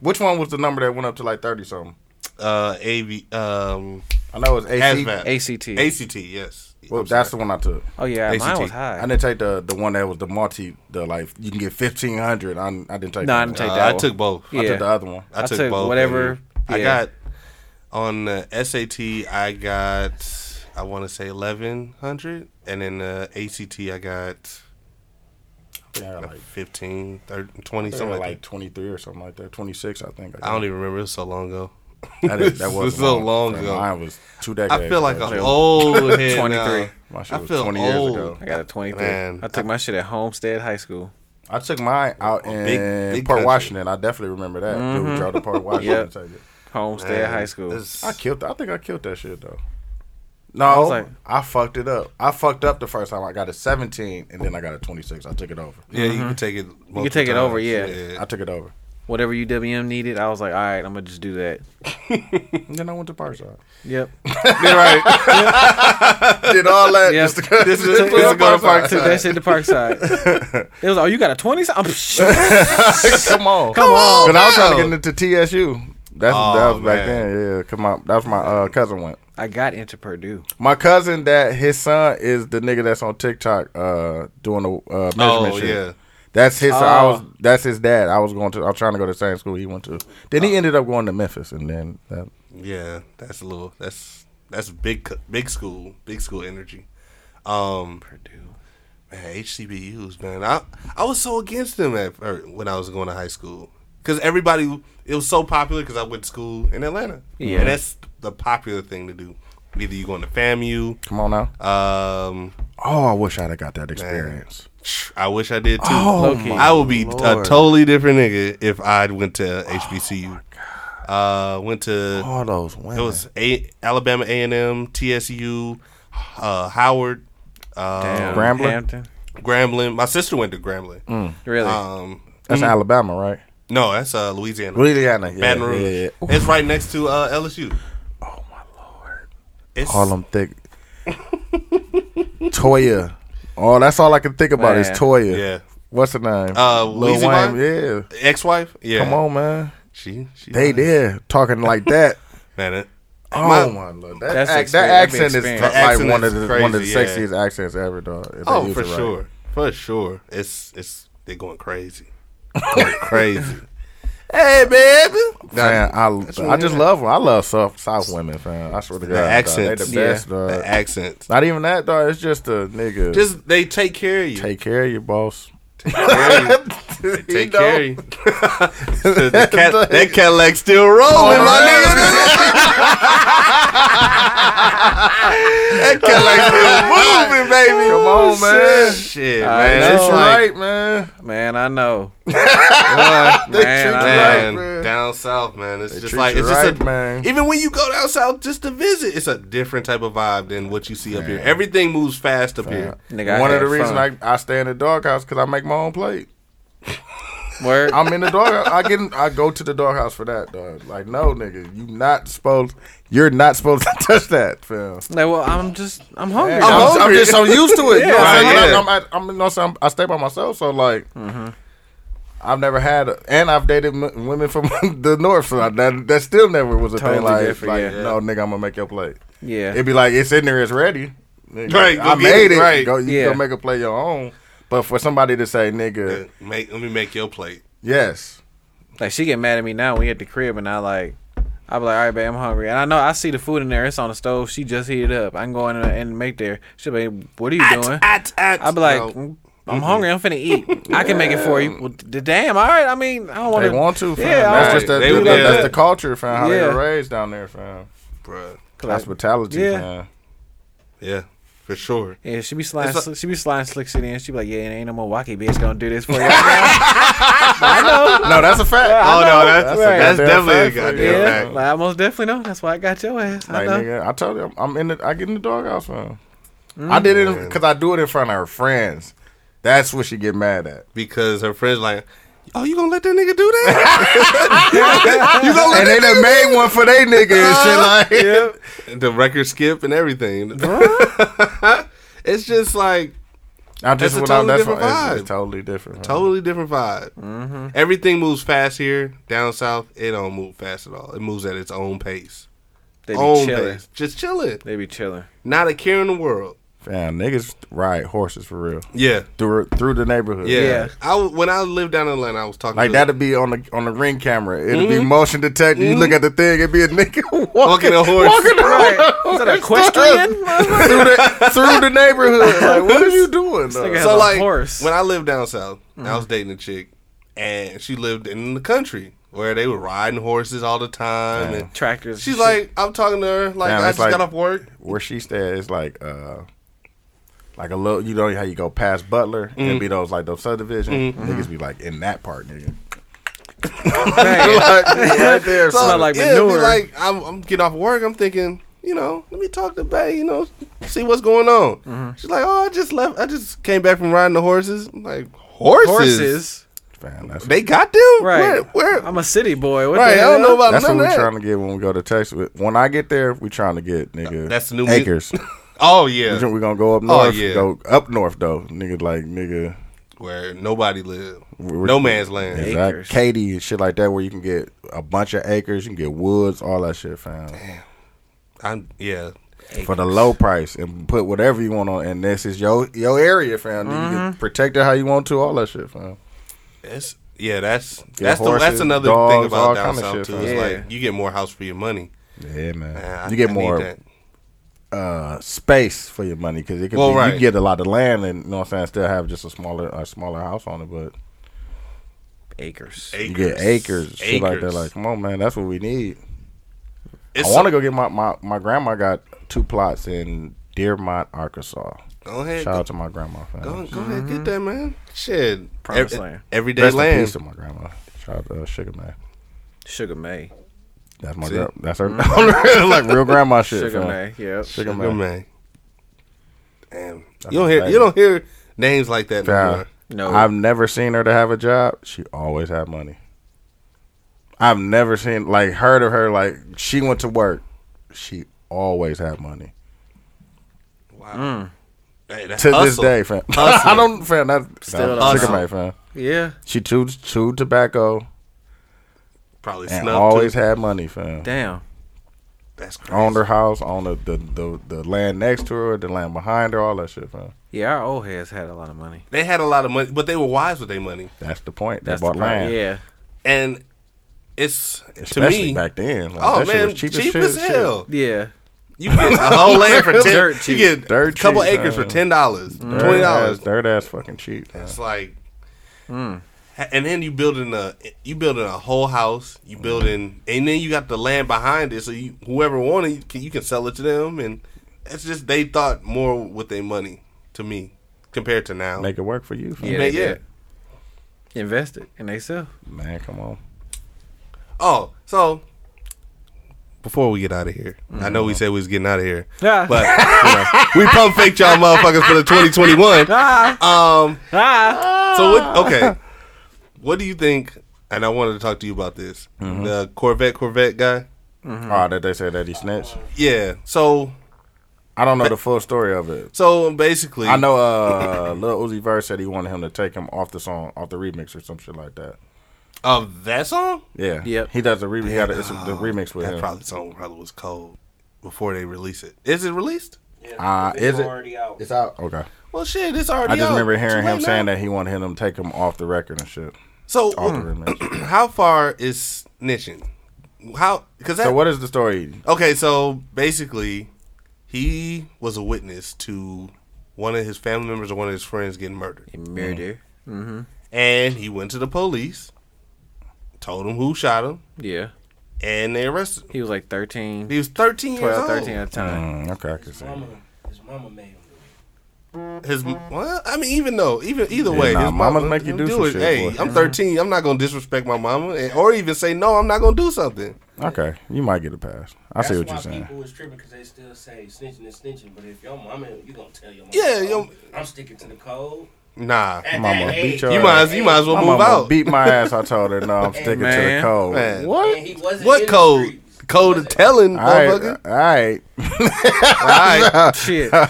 Which one was the number that went up to like thirty something?
Uh, AV. Um,
I know it's AC
hazmat.
ACT.
ACT. Yes.
Well,
I'm
that's
sorry.
the one I took.
Oh, yeah, mine
ACT.
was high.
I didn't take the the one that was the multi, the like you can get fifteen hundred. I, I didn't take.
No,
that
I didn't take that
one.
Uh, I
one.
took both.
I took the other one.
I,
I
took,
took
both.
whatever-
and I
yeah.
got on the SAT. I got I want to say eleven hundred, and then the ACT I got
Yeah, like
15, 30, 20, something
like,
like,
like twenty three or something like that. Twenty six, I think.
that. I don't even remember. It was so long ago.
That, is, that
It
was
so long
Fam,
ago.
Mine was two decades.
I feel like
ago,
an
too.
old head. now.
My shit
I
was
feel
20 years
old.
ago.
I got a 23.
Man.
I took my shit at Homestead High School.
I took mine out in
big-
Port
big country.
Washington. I definitely remember that. Dude
Mhm.
drove to Port Washington
Yep.
to take it.
Homestead
Man,
High School.
this-
I killed. I think I killed that shit though.
I
No, I,
was like-
fucked it up. I fucked up the first time. I got a 17, and then I got a 26. I took it over.
Yeah, you can take it.
Mm-hmm. You can take it over, yeah.
I took it over.
Whatever UWM needed, I was like, all right, I'm going to just do that.
then I went to Parkside.
Yep.
Did all that
Yep.
just to go,
This
just
is-
to
this is
go to Parkside.
Took that shit to Parkside. it was, oh, you got a 20? I'm,
Come on.
Come on.
Because I was
now.
trying to get into TSU. That's that
Oh,
was
man.
back then. Yeah, come on. That's my uh, cousin went.
I got into Purdue.
My cousin that his son is the nigga that's on TikTok uh doing the uh measurement
Oh,
shit.
yeah.
That's his. I
Oh.
was. That's his dad. I was going to. I was trying to go to the same school he went to. Then
Oh.
he ended up going to Memphis, and then that,
Yeah, that's a little. That's that's big co- big school big school energy. Um, Purdue, man, HCBUs, man. I I was so against them at or when I was going to high school because everybody it was so popular because I went to school in Atlanta.
Yeah.
and that's the popular thing to do. Either you going to FAMU.
Come on now.
Um,
Oh, I wish I'd have got that experience.
I wish I did too.
Oh, Low-key.
I would be
Lord.
a totally different nigga if I went to HBCU. uh, went to
all those women.
It was a- Alabama A and M, TSU, uh, Howard, um,
Damn. Grambling? Hampton.
Grambling. My sister went to Grambling.
Mm.
Really?
Um,
That's
mm.
Alabama, right?
No, that's uh, Louisiana.
Louisiana, yeah,
Baton Rouge.
yeah, yeah.
It's right next to uh, LSU. Oh my lord! It's
all them thick. Toya. Oh, that's all I can think about is
Man.
Toya.
Yeah.
What's her name?
Uh,
Lil
Weezy
Wayne.
Vine?
Yeah.
Ex-wife? Yeah.
Come on, man.
She. she
they
fine.
there talking like that.
Man, it,
Oh my, lord, that,
That's
ac-
expe-
that
that'd be
accent is
experience.
like
That accent
one of
is
the one of the
crazy, yeah.
sexiest accents ever, dog. if they
Oh,
use
for
it right.
sure, for sure. It's it's they're going crazy, Going crazy. Hey, baby.
Man, I
That's what
I
we
just
at.
love I love South South women, fam. I swear to
The
God, dog.
accents,
they the best,
yeah.
dog.
The accents.
Not even that, dog. It's just a nigga.
Just they take care of you.
take care of your boss.
They take care of you. The cat- that Cadillac still rolling, my nigga. that Cadillac still moving, baby.
Come on, man.
Shit,
I
man.
know.
It's
It's
like-
right, man.
Man, I know.
They
man,
treat
I
you
know.
right, man. down south, man. It's
They
just
treat
like
you
it's
right,
just a
man.
Even when you go down south just to visit, it's a different type of vibe than what you see up here.
Man.
Everything moves fast up here.
One of the reasons I, I stay in the doghouse because I make my own plate.
Word.
I'm in the dog. I get. In, I go to the doghouse for that, dog. Like, no, nigga, you not supposed. You're not supposed to touch that, fam.
Like, well, I'm just, I'm hungry.
I'm, I'm just so used to it. You know what I'm
Yeah.
saying? I'm, I'm, I'm, you know what I'm saying? I stay by myself, so like,
Mm-hmm.
I've never had, a, and I've dated m- women from the north, so I, that that still never was a
Totally
thing. Like,
different,
like
yeah.
no, nigga, I'm gonna make your plate.
Yeah.
it'd be like it's in there, it's ready. Nigga,
Right, go
I
get
made
it,
it.
right.
Go, you
Yeah.
go make a play your own. But for somebody to say, nigga,
Make let me make your plate.
yes,
Like she get mad at me now. We at the crib and I like, I be like, all right, babe, I'm hungry. And I know I see the food in there. It's on the stove. She just heated up. I can go in and, and make there. She be, like, what are you doing? I be like, "Mm,
No.
I'm hungry. I'm finna eat. I can make it for you. Well, d- damn. All right. I mean, I don't want
they want to. Fam.
Yeah. I
that's
don't-
just that,
do
that-
that.
that's the culture, fam. How they
Yeah.
were raised down there, fam.
Bruh.
Hospitality,
Yeah.
fam.
Yeah, for sure.
Yeah, she be sliding.
It's
sli- she be sliding slick city, and she be like, "Yeah, ain't no Milwaukee bitch gonna do this for you." I know.
No, that's a fact.
Yeah, I
Oh,
know.
no, that's- that's
Right.
definitely a goddamn
yeah, Uh-huh.
fact.
Like, I most definitely know. That's why I got your ass. I
Like,
know.
nigga, I told you, I'm- I'm in the, I get in the doghouse, fam.
Mm.
I did it
Man.
because I do it in front of her friends. That's what she get mad at.
Because her friends like, oh, you gonna let that nigga do that? you gonna
and they done made one for they nigga and shit like.
the record skip and everything. it's just like
I
That's
just
a
went out.
totally
That's
different
what, it's,
vibe.
it's totally different. fam.
totally different vibe.
Mhm.
Everything moves fast here. Down south, it don't move fast at all. It moves at its own pace.
They be
own
chilling.
pace. Just chilling.
They be chilling.
Not a care in the world.
Fam, niggas ride horses for real.
Yeah.
Through through the neighborhood.
Yeah. I w- when I lived down in Atlanta, I was talking
Like
to
that'd be on the on the ring camera. It'd be
Mhm.
motion detected. You look at the thing, it'd be a nigga walking,
Mm-hmm. Walking a horse.
Walking a
Right.
horse.
Is that equestrian?
through, the, through the neighborhood. Like, what are you doing? though?
so like when I lived down south, I was dating a chick, and she lived in the country where they were riding horses all the time
Damn.
and
tractors.
She's like, I'm talking to her like
Damn,
I
it's
just got off work.
Where she stay it's like uh like a little you know how you go past Butler,
Mm-hmm.
it'd be those like those
Mhm.
subdivision. Niggas be like in that part, nigga.
Right.
Like, right there,
So,
smell like
yeah, it'd be
manure.
Like I'm, I'm getting off work. I'm thinking, you know, let me talk to Bay. You know, see what's going on.
Mm-hmm.
She's like, oh, I just left. I just came back from riding the horses. I'm like horses.
Horses?
They got them
Right.
Where,
I'm a city boy. What
Right,
The
I don't
hell?
know about
That's what
none
we
of that.
trying to get when we go to Texas. When I get there, we trying to get nigga.
That's the new mu-
acres.
Oh yeah.
we gonna go up
Oh,
north.
yeah.
Go up north though, nigga. Like nigga,
Where nobody live.
we're-
no man's land.
Exactly. Katy and shit like that, where you can get a bunch of acres, you can get woods, all that shit, fam.
I'm yeah.
For the low price and Mm-hmm. put whatever you want on, and this is your your area, fam. You can protect it how you want to, all that shit, fam.
It's yeah, that's
Get
that's the,
horses,
that's another
dogs,
thing about
all
down
kinda
south
shit,
too.
fam.
It's
Yeah.
like you get more house for your money.
Yeah, man.
I-
you get
I need
more
that.
uh, space for your money because it could
Well,
be, you
right.
can get a lot of land and you know what I'm saying still have just a smaller a smaller house on it, but
acres.
you get acres, shit like that.
Acres.
Like, come on, man, that's what we need.
It's
I want to go get my, my my grandma got two plots in Dearmont, Arkansas.
Go ahead,
Shout
go-
out to my grandma. Fam.
Go, go ahead, get that man. Shit,
Promised
Ev-
land.
everyday
Rest in
land.
peace to my grandma. Shout out to uh, Sugar Man.
Sugar May.
That's my
See?
girl. That's her.
Mm.
like real grandma shit.
Sugar
fam.
May,
yeah.
Sugar,
Sugar
man.
May. Damn, you don't hear you don't hear names like that no more.
No, I've never seen her to have a job. She always had money. I've never seen like heard of her like she went to work. She always had money Mm.
Wow. Hey, that's
to this
hustle.
day, fam.
Hustling.
I don't, fam. That's
Still
Still
don't
that's
know.
Sugar May, fam.
Yeah.
she chewed chewed tobacco
probably
and
snuff
always
too.
had money, fam.
Damn.
That's crazy.
Owned her house, owned the the, the the land next to her, the land behind her, all that shit, fam.
Yeah, our old heads had a lot of money.
They had a lot of money, but they were wise with their money.
That's the point. They
That's
bought
the part,
land.
Yeah.
And it's to
Especially
me
back then, like,
oh
that shit
man,
was cheap as
cheap
shit,
as
shit.
hell.
Yeah.
You get a whole land for ten.
Dirt
you
cheap.
get
Dirt
a couple
cheap,
acres
man. Mm.
for ten dollars,
Dirt
twenty dollars.
ass- Dirt ass fucking cheap. man.
It's like, Ha- and then you building a you building a whole house. You building, and then you got the land behind it. So you, whoever wanted, you can, you can sell it to them. And it's just they thought more with their money to me compared to now.
Make it work for you. fam.
yeah,
they
yeah.
did. Invested in they sell.
Man, come on.
Oh, so before we get out of here, I know we said we was getting out of here,
Yeah.
but you know, we pump faked y'all motherfuckers for the 2021. Um, so what? Okay, what do you think? And I wanted to talk to you about this.
Mm-hmm.
The Corvette Corvette guy. Mm-hmm.
Oh, that they said that he snitched.
Yeah. So
I don't know the full story of it.
so basically,
I know uh Lil Uzi Vert said he wanted him to take him off the song, off the remix or some shit like that.
of uh, that song.
Yeah. He does the remix. He got a, it's a- the remix with
that
him.
probably song probably was cold before they release it. Is it released?
uh, is it?
out.
It's out. Okay.
Well, shit, it's already.
I just
out.
remember
It's
hearing
way
him
now.
saying that Oh. he wanted him to take him off the record and shit.
So
Off the remix.
how far is snitching? How? Because
so what is the story?
Okay, so basically, he was a witness to one of his family members or one of his friends getting murdered.
Murder. Mm-hmm.
And he went to the police, told them who shot him,
Yeah.
and they arrested him.
He was like 13.
He was 13
12,
years old.
13 at the time.
Mm, okay, I can see.
His mama made him.
His well, I mean, even though, even either
Yeah,
way,
nah,
his
mamas make you do some shit,
Hey,
boy.
I'm 13. I'm not gonna disrespect my mama, and- or even say no. I'm not gonna do something.
Okay, you might get a pass. I see what you're saying.
People is tripping because they still say snitching is snitching, but if your mama, you gonna tell your mama.
Yeah,
"Oh,
yo-
I'm sticking to the code.
Nah,
At
Mama
that
beat
age,
your
You
ass.
might as- you might as well
My
move
mama
out.
Beat my ass. I told her no. I'm sticking to the
man.
code.
Man.
What?
And he wasn't
What
in the
code?
street.
Code of telling,
All right,
motherfucker.
all right.
All right.
Shit.
My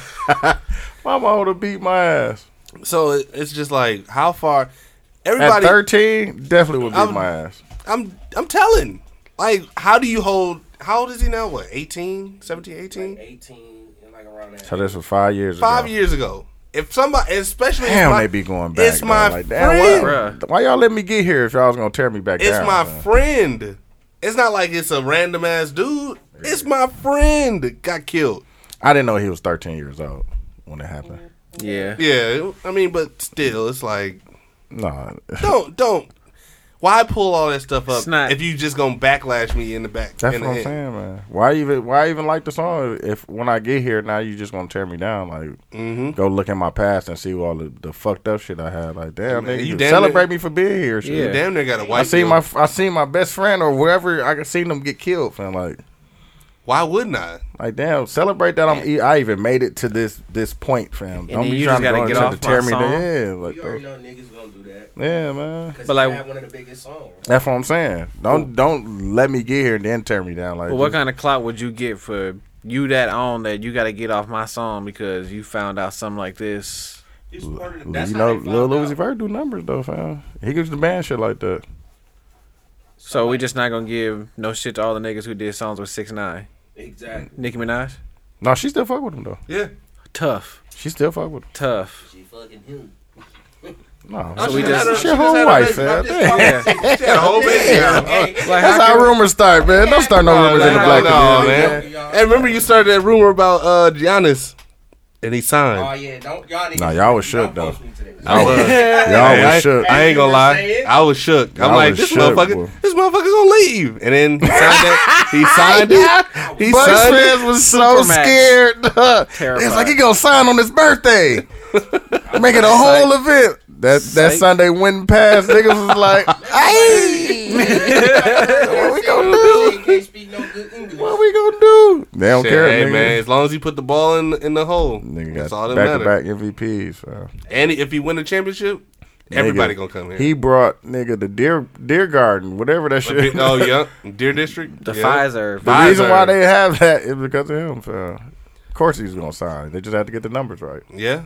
mama would have beat my ass.
So it- it's just like how far everybody.
At 13, definitely would beat
I'm-
my ass.
I'm I'm telling. Like how do you hold? How old is he now? What 18, 17, 18?
18, and like around that.
So this was five years
Five
ago.
years ago. If somebody, especially
Damn,
it's my,
they be going back.
It's
though.
my
like,
friend.
damn, why, why y'all let me get here if y'all was gonna tear me back
it's
down?
my
man?
friend. It's not like it's a random ass dude. It's my friend that got killed.
I didn't know he was 13 years old when it happened.
Yeah.
Yeah, I mean, but still, it's like
No,
don't don't. Why pull all that stuff up
It's not-
if you just gonna backlash me in the back?
that's
in
what
the
I'm
head?
saying, man. Why even why even like the song if when I get here now you just gonna tear me down? Like,
Mhm.
go look at my past and see all the, the fucked up shit I had. Like, damn,
Man,
nigga,
you
you
damn
celebrate
near-
me for being here. Shit.
You damn near got a white.
I seen
guilt.
my I seen my best friend or wherever I seen them get killed, fam. Like,
Why wouldn't I?
like damn, celebrate that I'm e- I even made it to this this point, fam.
then you just gotta
go
get
and try
off my song.
down. Yeah, like, uh,
You already know niggas gonna do that.
yeah, man.
Cause
But
but
like-
like, had one of the biggest songs.
That's what I'm saying. Don't don't let me get here and then tear me down. Like,
But what
just-
kind of clout would you get for you that on that you got to get off my song because you found out something like this?
It's part of the,
you
that's how
know,
they
Lil
found out.
Uzi Vert do numbers though, fam. He gives the band shit like that.
So we just not gonna give no shit to all the niggas who did songs with six nine.
Exactly.
Nicki Minaj,
No, she still fuck with him though.
Yeah.
tough,
She still fuck with him.
tough.
She fucking him.
No,
Oh,
so we
she
just,
had a-
she
she
a
just
whole
had a
wife,
baby.
man.
She had a whole baby.
Damn.
Hey, hey,
That's how rumors start, man. Don't start no rumors in the black
no,
community.
man. Hey, remember you started that rumor about uh Giannis and he signed. Uh,
Oh yeah, don't y'all niggas.
Nah, y'all was shook though.
I was.
Y'all
I-
was shook.
I ain't gonna lie. I was shook. I'm
Y'all
like,
was
this
shook,
motherfucker,
boy.
this motherfucker's gonna leave. And then he signed it. He signed it. He
Bucks
signed
fans
it.
was so scared. it's like he gonna sign on his birthday. Make it a whole event. That that Sunday went past. Niggas was like,
what we gonna do?
What we gonna do? They don't
Shit,
care,
hey,
nigga.
man. As long as he put the ball in in the hole,
Nigga
that's all
got
that
back to
matters.
back MVPs. fam.
And if he win the championship, everybody
Nigga,
gonna come here.
He brought nigga the deer deer garden, whatever that shit.
oh yeah, Deer District,
The
yeah.
Pfizer.
The reason why they have that is because of him. fam. Of course he was gonna sign. They just had to get the numbers right.
Yeah.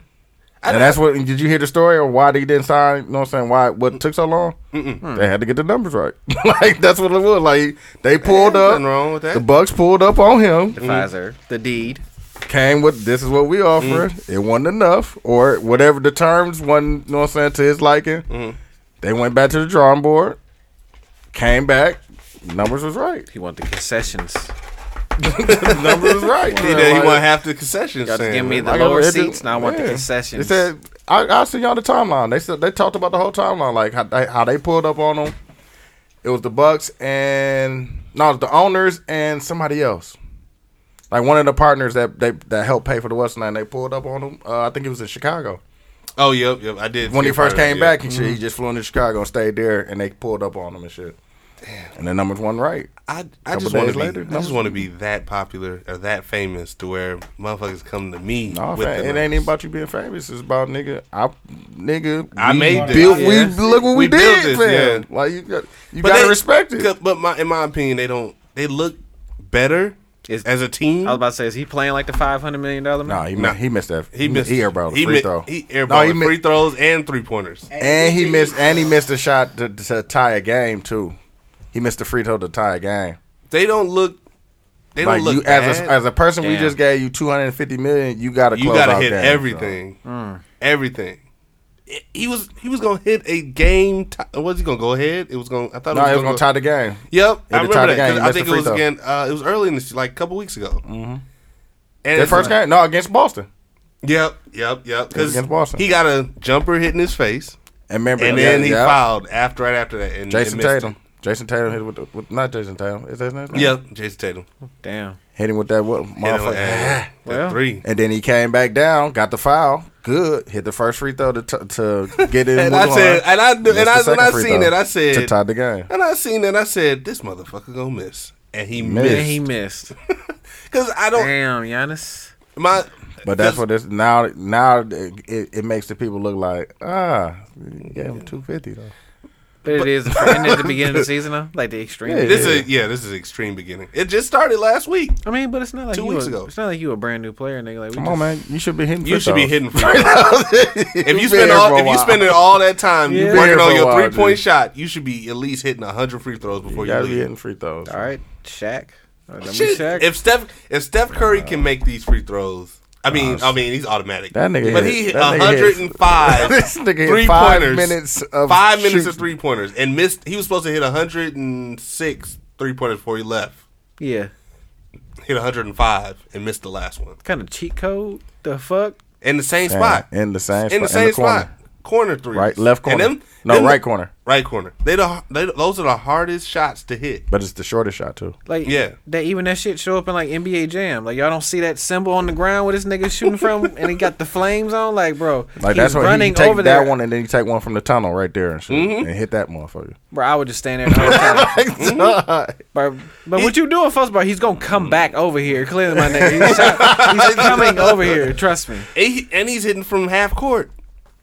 And that's what. Did you hear the story or why they didn't sign? You know what I'm saying? Why what took so long? They had to get the numbers right. like that's what it was. Like they pulled up.
nothing wrong with that.
The Bucks pulled up on him.
The Pfizer. The deed.
Came with this is what we offer.
Mm.
It wasn't enough, or whatever the terms wasn't. You know what I'm saying? To his liking,
Mm.
they went back to the drawing board. Came back. Numbers was right.
He wanted the concessions.
the numbers was right.
He, did- he won half the concessions.
Y'all just
saying,
give me
like,
the
Like,
lower
it just-
seats, and I want the
yeah.
concessions.
They said I, I seen y'all the timeline. They said they talked about the whole timeline, like how they, how they pulled up on them. It was the Bucks and no, it was the owners and somebody else, like one of the partners that they that helped pay for the West Nine. They pulled up on them. Uh, I think it was in Chicago
Oh yep, yep. I did
when
see
he
a
first
part of
came
it, yeah.
back and shit. He
Mm-hmm.
just flew into Chicago and stayed there, and they pulled up on him and shit. And the numbers one right.
I, I
Couple
just want
days
to be
later,
I just
no.
want to be that popular or that famous to where motherfuckers come to me
No,
with
fam,
the
it ain't even about you being famous. It's about nigga. I nigga.
I
we
made this.
Built,
Yeah.
We look what we,
We built
did,
this,
fam.
yeah.
Like you got, you
But
gotta
they-
respect it.
c- But my, in my opinion, they don't. They look better
Is-
as a team.
I was about to say, is he playing like the five hundred million dollar man?
Nah, he missed, he missed that.
he missed.
He airballed a
he
free
mi-
throw.
He airballed
No, he mi-
free throws and three pointers.
and he missed. And he missed a shot to, to tie a game too. He missed a free throw to tie a game.
They don't look. They
like
don't look
you
bad.
as a, as a person, we
Damn.
just gave you two hundred and fifty million. You gotta
you
close
gotta
out
hit
games,
everything. Everything. I- He was he was gonna hit a game. T- was he gonna go ahead? It was gonna. I
So.
thought
No,
it
it was gonna
go-
tie the game.
Yep, I
It'd tie
remember that.
the
'cause
game,
I think
missed the
it
free
was
throw.
again. Uh, it was early in this, like a couple weeks ago. Mm-hmm.
Their first game, no, against Boston.
Yep, yep, yep. Because
Against Boston.
he got a jumper hitting his face,
And remember,
and
yeah,
then he
yeah.
fouled after right after that. And
Jason
and missed
Tatum. Jason Tatum hit with, the, with not Jason Tatum. Is that his name?
it. Yep, Jason Tatum.
Damn.
Hit him with that what
Hit him with
motherfucker. Ah,
that- that
Well.
three.
And then he came back down, got the foul. Good. Hit the first free throw to, t- to get in.
And
with
I
one.
said, and I knew-
Missed
and
the
I when
second
I
free
seen
throw
it, I
to
said,
tie the game.
and I seen it, I said, this motherfucker gonna miss, and he
Missed.
And
missed.
he missed.
Because I don't
Damn, Giannis.
my.
But that's
'cause-
what this now. Now it, it, it makes the people look like ah, you gave him two fifty though.
But it is and at the beginning of the season though, like the extreme.
Yeah.
This is yeah. This is extreme beginning. It just started last week.
I mean, but it's not like
Two
you
weeks
a,
ago.
It's not like you a brand new player, nigga. Like we
Come
just,
on, man, you should be hitting.
You
free
should be
throws.
hitting free throws. if you spend
here for
all,
a
if you
while.
spending all that time
Yeah.
you
Been
working
here for
on
a
your
while,
three point
dude.
shot, you should be at least hitting hundred free throws before
You
you,
gotta be
leave.
hitting free throws.
All right, Shaq. All right, Don't
Shit,
be Shaq.
If Steph if Steph Curry can make these free throws, I mean I mean he's automatic.
That nigga
but
hit-
he hit
that nigga hit-
105
This nigga hit
three
five
pointers.
minutes of
five minutes of
shooting.
three pointers and missed. He was supposed to hit 106 three pointers before he left.
yeah,
Hit 105 and missed the last one
kind of cheat code. The fuck.
in the same
Yeah,
spot.
in the same
in the
spot, in
same
the corner.
spot. Corner three.
Right, left corner. No, right corner.
Right corner. They the they, those are the hardest shots to hit.
But it's the shortest shot too.
Like
Yeah.
that even that shit show up in like NBA Jam. Like y'all don't see that symbol on the ground where this nigga shooting from, and he got the flames on. Like bro,
Like
he's
that's what he- he take that
there.
one and then you take one from the tunnel right there and shit
Mm-hmm.
and hit that motherfucker.
Bro, I would just stand there. The whole time. But, but what you doing, first of all, he's gonna come back over here. Clearly, my nigga, he's, he's coming over here. Trust me.
And, he- and he's hitting from half court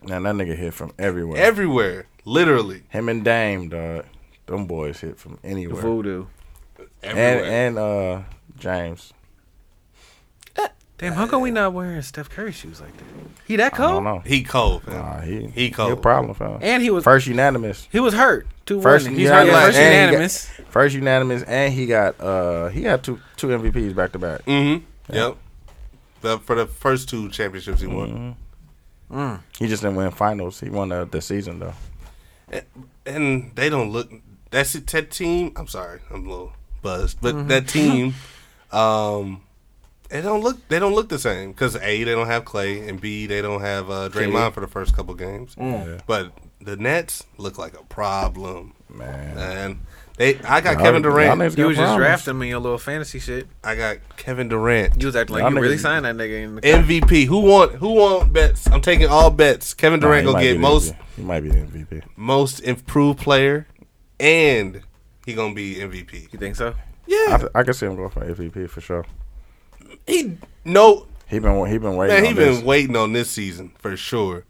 Now that nigga hit from everywhere.
everywhere, literally.
Him and Dame, dog. Them boys hit from anywhere.
Voodoo.
and
Everywhere.
and uh James.
Damn, how come we not wearing Steph Curry shoes like that? He that
I don't
cold?
know.
He cold, man.
Nah, he
He
He a
cold.
problem, fam.
And he was
first unanimous.
he was hurt. Two
First,
first, he's hurt.
unanimous,
Yeah, first
and he got-
unanimous.
first unanimous, and he got uh he had two two MVPs back to back. Mm-hmm.
Yep. The, for the first two championships he won.
Mm. He just didn't win finals. He won the, the season though.
And, and they don't look. That's it. That team. I'm sorry. I'm a little buzzed, but
Mhm.
that team. Um, they don't look. They don't look the same because a they don't have Clay and b they don't have uh,
KD.
Draymond for the first couple games.
Mm. Yeah.
But the Nets look like a problem, man. And they. I got
Y'all-
Kevin Durant.
y'all niggas got You was just problems. drafting me a little fantasy shit.
I got Kevin Durant.
You was acting like Y'all you really niggas- signed that nigga in the-
MVP. Who want? Who want bets? I'm taking all bets. Kevin
Nah, he
Durant gonna
might be
get
the
most
MVP. He might be the MVP.
most improved player, and he gonna be MVP.
You think so?
Yeah.
I, th- I can see him going for MVP for sure.
He no.
He been he been waiting.
Man, he
on
been
this.
waiting on this season for sure,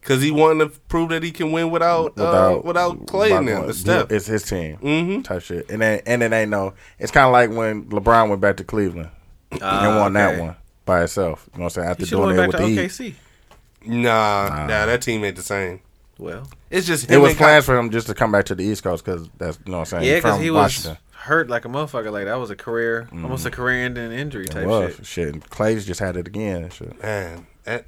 because he wanted to prove that he can win without without, uh,
without
without Clay and them.
He-
The step. Mm-hmm.
It's his team type shit, and it, and it ain't no. It's kind of like when LeBron went back to Cleveland and
Ah,
won that
okay.
one by himself. You know what I'm saying? After
He should've
doing
went
it
back to
with the Heat.
OKC. Nah, nah, that team ain't the same.
Well,
it's just
it
him
was
and
plans for him just to come back to the East Coast because that's you know what I'm saying.
Yeah,
because
because he was hurt like a motherfucker. Like that was a career, almost a career-ending injury type shit.
shit. and Clay's just had it again. and Shit.
Man, that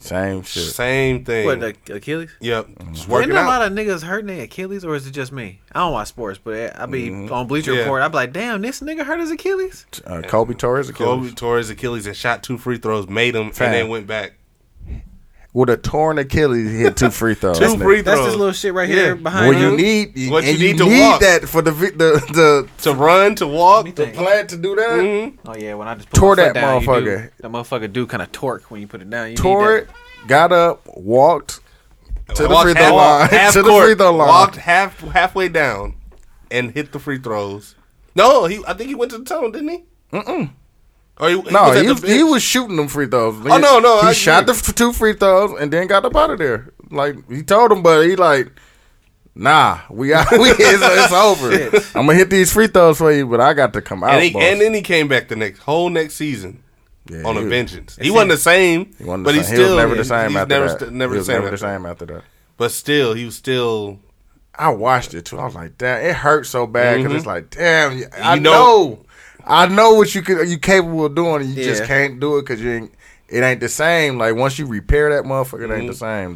same shit.
Same thing.
What, like Achilles?
Yep, just
Isn't
working
there a
out.
lot of niggas hurting their Achilles, or is it just me? I don't watch sports, but I be
Mhm.
on Bleacher
Yeah.
Report. I be like, damn, this nigga hurt his Achilles.
Uh, Kobe Torres,
Kobe Torres Achilles and shot two free throws, made him,
Fact.
and then went back.
with a torn Achilles, he hit two free throws.
Two
nigga.
free
That's this little shit right here behind
Well, you
him.
need
What
and
you need to walk.
that for the vi- the
the to run to walk
the plan to do that.
Mm-hmm.
Oh yeah, when I just
Tore
my foot
that
down, you do-
motherfucker.
That motherfucker do kind of torque when you put it down. You
Tore it, got up, walked to
Walked
the free throw
half-
line.
half
to the
court,
free throw line.
Walked half halfway down and hit the free throws. No, he. I think he went to the tunnel, didn't he?
Mm-mm.
Or he,
no,
was at
he,
the
was,
bench.
he was shooting them free throws.
Oh, no, no,
He
I
shot the
agree.
f- two free throws and then got up out of there. Like he told him, but he like, nah, we out. We it's, it's over.
Shit.
I'm gonna hit these free throws for you, but I got to come out.
and, he,
boss.
and then he came back the next whole next season on a
he-
vengeance. He wasn't the same,
He wasn't the
but he
same. He was
still
never the same
he's
after
never,
that.
st- never
He
the
was
same.
never the
after
same after that.
But still, he was still.
I watched it too. I was like, damn, it hurts so bad because
Mhm.
it's like, damn, y- I
You
know,
know-
I know what you could, you capable of doing, and you just
Yeah.
can't do it because you ain't, it ain't the same. Like once you repair that motherfucker, it ain't the
Mhm.
same,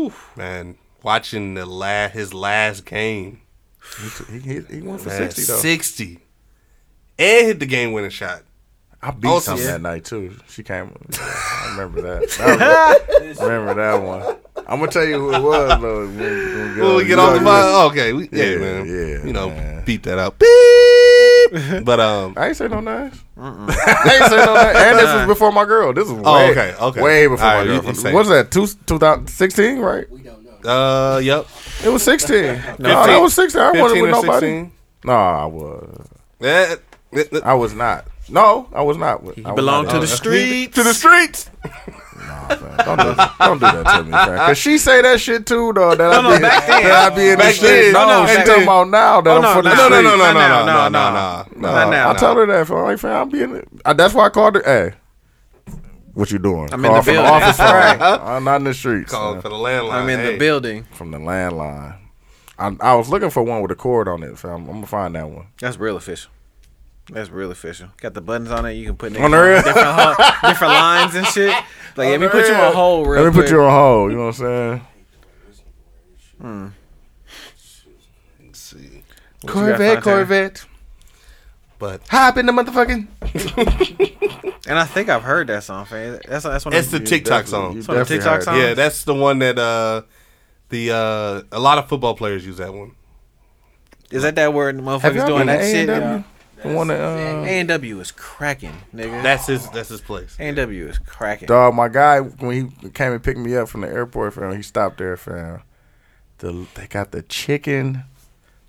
dog.
Man, watching the la- his last game.
He, he, he went for
Man,
sixty though.
60. And hit the game winning shot.
I beat
Oh,
something
yeah.
that night too. She came. I remember that. That was- I remember that one. I'm gonna tell you who it was though. When, when
When we get
you
off the Oh,
know, you-
pod, okay, we, yeah, man,
yeah,
you know,
man.
beat that out. Beep. But um,
I ain't say no names. I ain't say no names. And this was before my girl. This is way,
Oh, okay, okay.
way before
All
my
right, you
girl.
can say.
What's that? Two, 2016, right?
Uh, yep.
It was 16. no, that was 16. I wasn't
15
with
or
nobody.
16?
No, I was.
Eh,
I was not. No, I was not. with- I was
belonged
not
to
with-
the streets.
to the streets.
Don't do, don't do that to me, man. Cause she say that shit too, though. That I be, that I be in the
Back then.
streets. No,
No, no,
she
back
talking
then.
about now that
Oh,
I'm
no,
for the
no, no, no,
streets.
no,
Not
no, no,
now,
no,
no,
no,
No,
no,
Not now.
I told her that. I'm like, fam, I'm being. I, that's why I called her. Hey, what you doing?
I'm in the
Call from
building.
office phone.
Right.
I'm not in the streets.
Calling
man.
oh, for the landline.
I'm in the
Hey.
building.
From the landline. I, I was looking for one with a cord on it, fam. I'm gonna find that one.
That's real official. That's real official. Got the buttons on it. You can put niggas
On the real?
different, hu- different lines and shit. Like, let me
the
put you
real.
on hold real
Let me
quick.
put you on hold. You know what I'm saying?
Hmm.
Let's see.
What you got,
Corvette,
Fontaine?
Corvette.
But
Hop in the motherfucking.
And I think I've heard that song. Fam. That's that's one.
It's
of
the TikTok song.
It's one of the TikTok songs.
Yeah, that's the one that uh, the uh, a lot of football players use that one.
is that that word?
Have
Motherfuckers
y'all
doing
been
that
to
shit.
A&W?
The one that, uh,
A and W is cracking, nigga.
That's his. That's his place.
A and W is cracking.
Dog, my guy when he came and picked me up from the airport, fam, he stopped there, fam. The they got the chicken,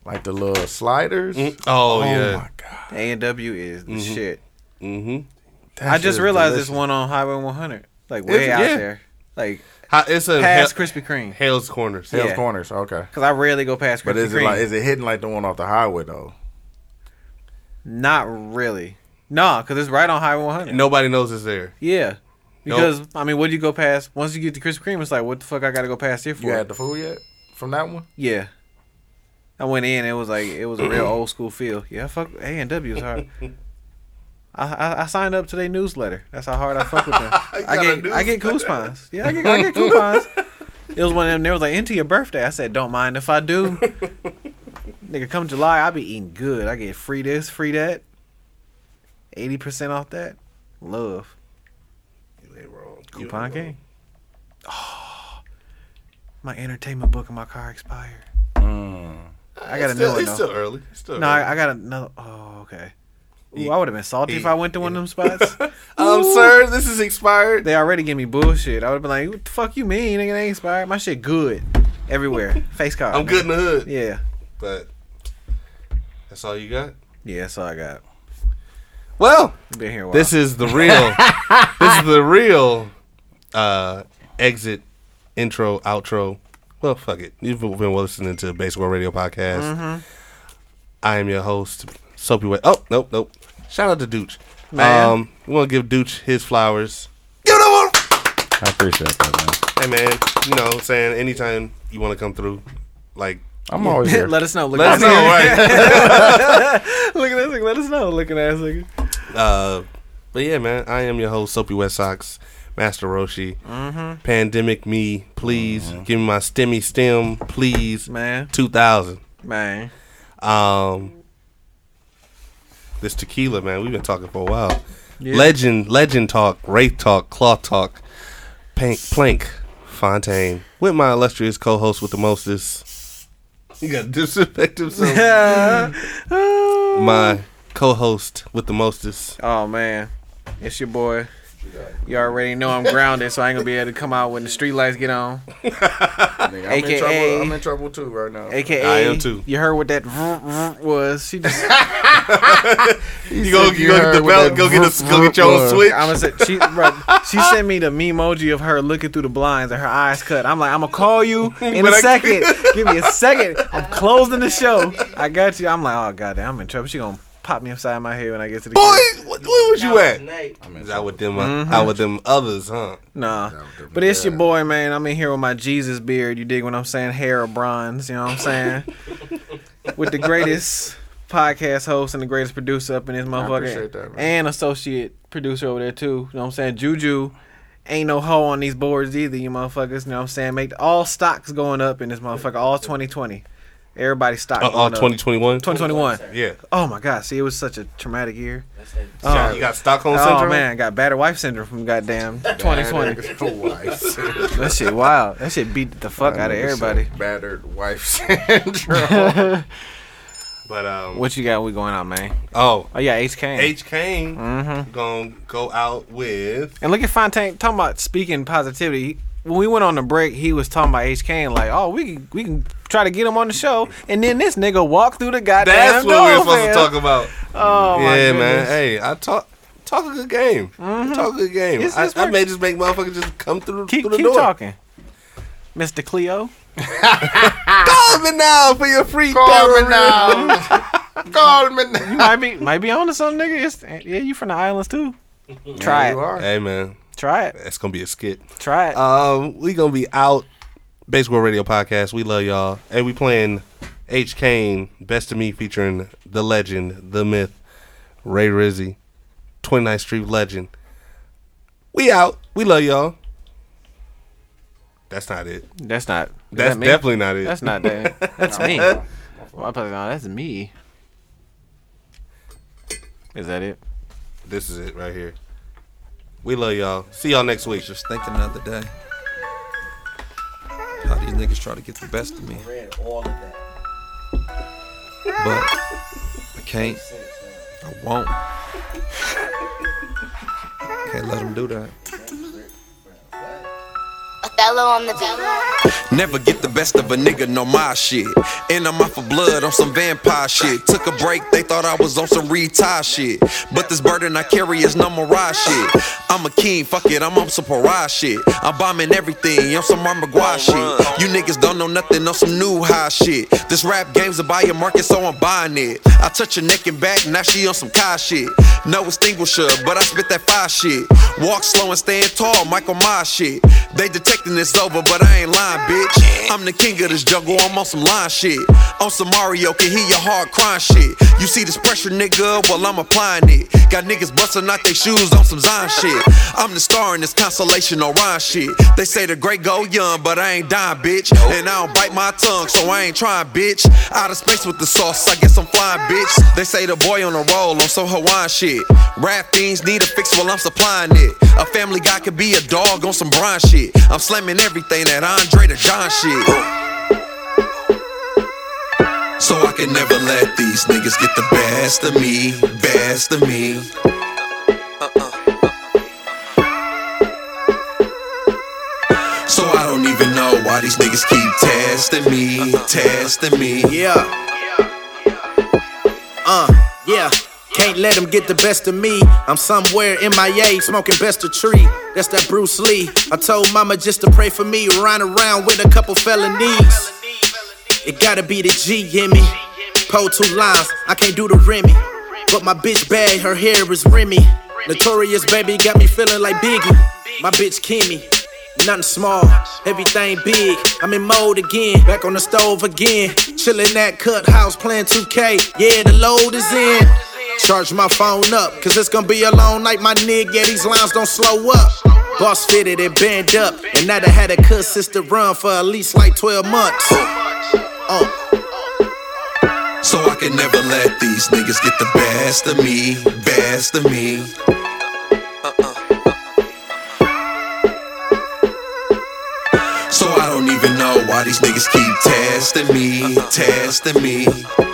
like the little sliders.
Oh, yeah.
my God.
A and W is the
Mhm.
shit.
Mm-hmm.
That
I
shit
just
is
realized
delicious.
this one on Highway 100, like
Is
way
it?
out
Yeah.
there, like
How, it's a
past
Hale-
Krispy Kreme.
Hale's Corners.
Hell's Corners, okay.
Because I rarely go past Krispy
But is
Kreme.
it like is it hitting like the one off the highway though?
Not really. Nah, because it's right on Highway 100.
Nobody knows it's there.
Yeah.
Nope.
Because I mean, what do you go past? Once you get to Krispy Kreme, it's like, what the fuck I gotta go past here for?
You had the food yet from that one?
yeah. I went in. It was like it was a real old school feel. Yeah, fuck A and W is hard. I, I, I signed up to their newsletter. That's how hard I fuck with them. I
got a
get I get coupons. Yeah, I get, I get coupons. It was one of them. They was like, "Into your birthday." I said, "Don't mind if I do." Nigga, come July, I be eating good. I get free this, free that. Eighty percent off that. Love. You ain't wrong. Coupon game. Oh, My entertainment book in my car expired. I got a
It's
new
still-
one.
it's
though.
still early. It's still
no,
early.
I, I got another. Oh, okay. Ooh, I would have been salty if I went to one of them spots.
Um, sir, this is expired.
They already give me bullshit. I would have been like, "What the fuck you mean? Nigga, it ain't expired. My shit good everywhere. Face card.
I'm good in the hood.
Yeah,
But that's all you got.
yeah. That's all I got.
Well,
Been here. A while.
this is the real. this is the real uh, exit, intro, outro. Well, fuck it. You've been listening to Basic World Radio podcast. I am your host, Soapy Way. Oh, nope, nope. Shout out to Dooch.
Man.
Um, we want to give Dooch his flowers.
I appreciate that,
Hey man, you know what I'm saying? Anytime you want to come through, like
man. I'm always here.
Let us know. Look
let us know, right?
Look at this. nigga. Let us know. Looking ass nigga.
uh, but yeah, man, I am your host, Soapy West Sox, Master Roshi. Mm-hmm. Pandemic me, please. Give me my stemmy stem, please.
Man.
2000.
Man.
Um, this tequila, man, we've been talking for a while. Legend, legend talk, wraith talk, claw talk, Pank, plank, Fontaine, with my illustrious co-host with the mostest. You got to disrespect himself. my co-host with the mostest.
Oh man, it's your boy. You already know I'm grounded, so I ain't gonna be able to come out when the street lights get on.
Nigga, I'm, in
AKA
trouble. I'm in trouble too right now.
AKA,
I am too.
You heard what that was? She just
You go,
you heard what that
the, go get your own switch.
I'm gonna say she bro, she sent me the memoji of her looking through the blinds and her eyes cut. I'm like, I'm gonna call you in a
But I-
second. Give me a second. I'm closing the show. I got you. I'm like, oh goddamn, I'm in trouble. She gonna pop me upside my head when I get to the
Boy,
crib.
what- where was you at?
Tonight,
Is that with them? uh,
Mm-hmm.
Out with them others, huh?
Nah, but it's your boy, man. I'm in here with my Jesus beard. You dig what I'm saying? Hair of bronze. You know what I'm saying? with the greatest podcast host and the greatest producer up in this motherfucker,
appreciate that, man.
and associate producer over there too. You know what I'm saying? Juju ain't no hoe on these boards either. You motherfuckers. You know what I'm saying? Make all stocks going up in this motherfucker. All 2020. Everybody stock.
Uh, uh,
going up.
2021.
2021.
Yeah.
Oh my God! See, it was such a traumatic year.
Yeah, you got Stockholm
Oh
syndrome.
man, got battered wife syndrome from goddamn 2020.
Battered wife.
That shit wild. That shit beat the fuck out of everybody.
Battered wife syndrome.
But um,
What you got? We going out, man?
oh,
Oh yeah, H Kane.
H Kane
Mm-hmm.
gonna go out with.
and look at Fontaine talking about speaking positivity. When we went on the break, he was talking about H Kane like, oh, we can we can try to get him on the show, and then this nigga walked through the goddamn
That's what
door,
we were supposed
man.
to talk about.
Oh my
yeah, man.
goodness. Mm-hmm.
Hey, I talk talk a good game. Talk a good game.
It's-
I,
it's
I
work-
may just make motherfuckers just come through,
Keep
through the
keep
door.
talking, Mister Cleo.
Call me now for your free
Call
therapy.
me now. Call me now.
You might be might be on to something, nigga. It's, yeah, you from the islands too. Try
You
it.
are.
Hey man,
Try it.
that's gonna be a skit.
Try it.
Um, we gonna be out. Basic World Radio Podcast. We love y'all, and we playing H Kane, Best of Me, featuring the legend, the myth, Ray Rizzy, 29th Street legend. We out. We love y'all. That's not it.
That's not. is
That's
that me?
definitely not it.
That's not that. That's me. Well, I put it on. That's me. Is that it?
This is it right here. We love y'all. See y'all next week.
Just thinking the other day how these niggas try to get the best of me,
Read all of that.
but I can't. I won't. Can't let them do that.
Othello on the beat.
Never get the best of a nigga, no my shit. And I'm out for blood on some vampire shit. Took a break, they thought I was on some retire shit. But this burden I carry is no mirage shit. I'm a king, fuck it, I'm on some pariah shit. I'm bombing everything, I'm some Marmaguai shit. You niggas don't know nothing on some new high shit. This rap game's a buyer market, so I'm buying it. I touch her neck and back, now she on some Kai shit. No extinguisher, but I spit that fire shit. Walk slow and stand tall, Michael Myers shit. They detecting
thinking it's over, but I ain't lying, bitch. I'm the king of this jungle, I'm on some line shit. On some Mario, can hear your heart crying shit. You see this pressure, nigga? Well, I'm applying it. Got niggas busting out their shoes on some Zion shit. I'm the star in this consolation Orion shit. They say the great go young, but I ain't dying, bitch. And I don't bite my tongue, so I ain't trying, bitch. Out of space with the sauce, I guess I'm flying, bitch. They say the boy on the roll on some Hawaiian shit. Rap fiends need a fix while I'm supplying it. A family guy could be a dog on some Brian shit. I'm slamming everything that Andre the John shit. So I can never let these niggas get the best of me, best of me. So I don't even know why these niggas keep testing me, testing me.
Yeah. Uh, yeah. Can't let them get the best of me. I'm somewhere in my MIA, smoking best of tree. That's that Bruce Lee. I told mama just to pray for me. Run around with a couple felonies. It gotta be the G in me. Pull two lines, I can't do the Remy. But my bitch bag, her hair is Remy. Notorious baby got me feeling like Biggie. My bitch Kimmy, nothing small, everything big. I'm in mode again, back on the stove again. Chillin' at Cut House, playing 2K. Yeah, the load is in. Charge my phone up, cause it's gonna be a long night, my nigga. Yeah, these lines don't slow up. Boss fitted and band up, and now they had a cut sister run for at least like 12 months. Uh.
So I can never let these niggas get the best of me, best of me. So I don't even know why these niggas keep testing me, testing me.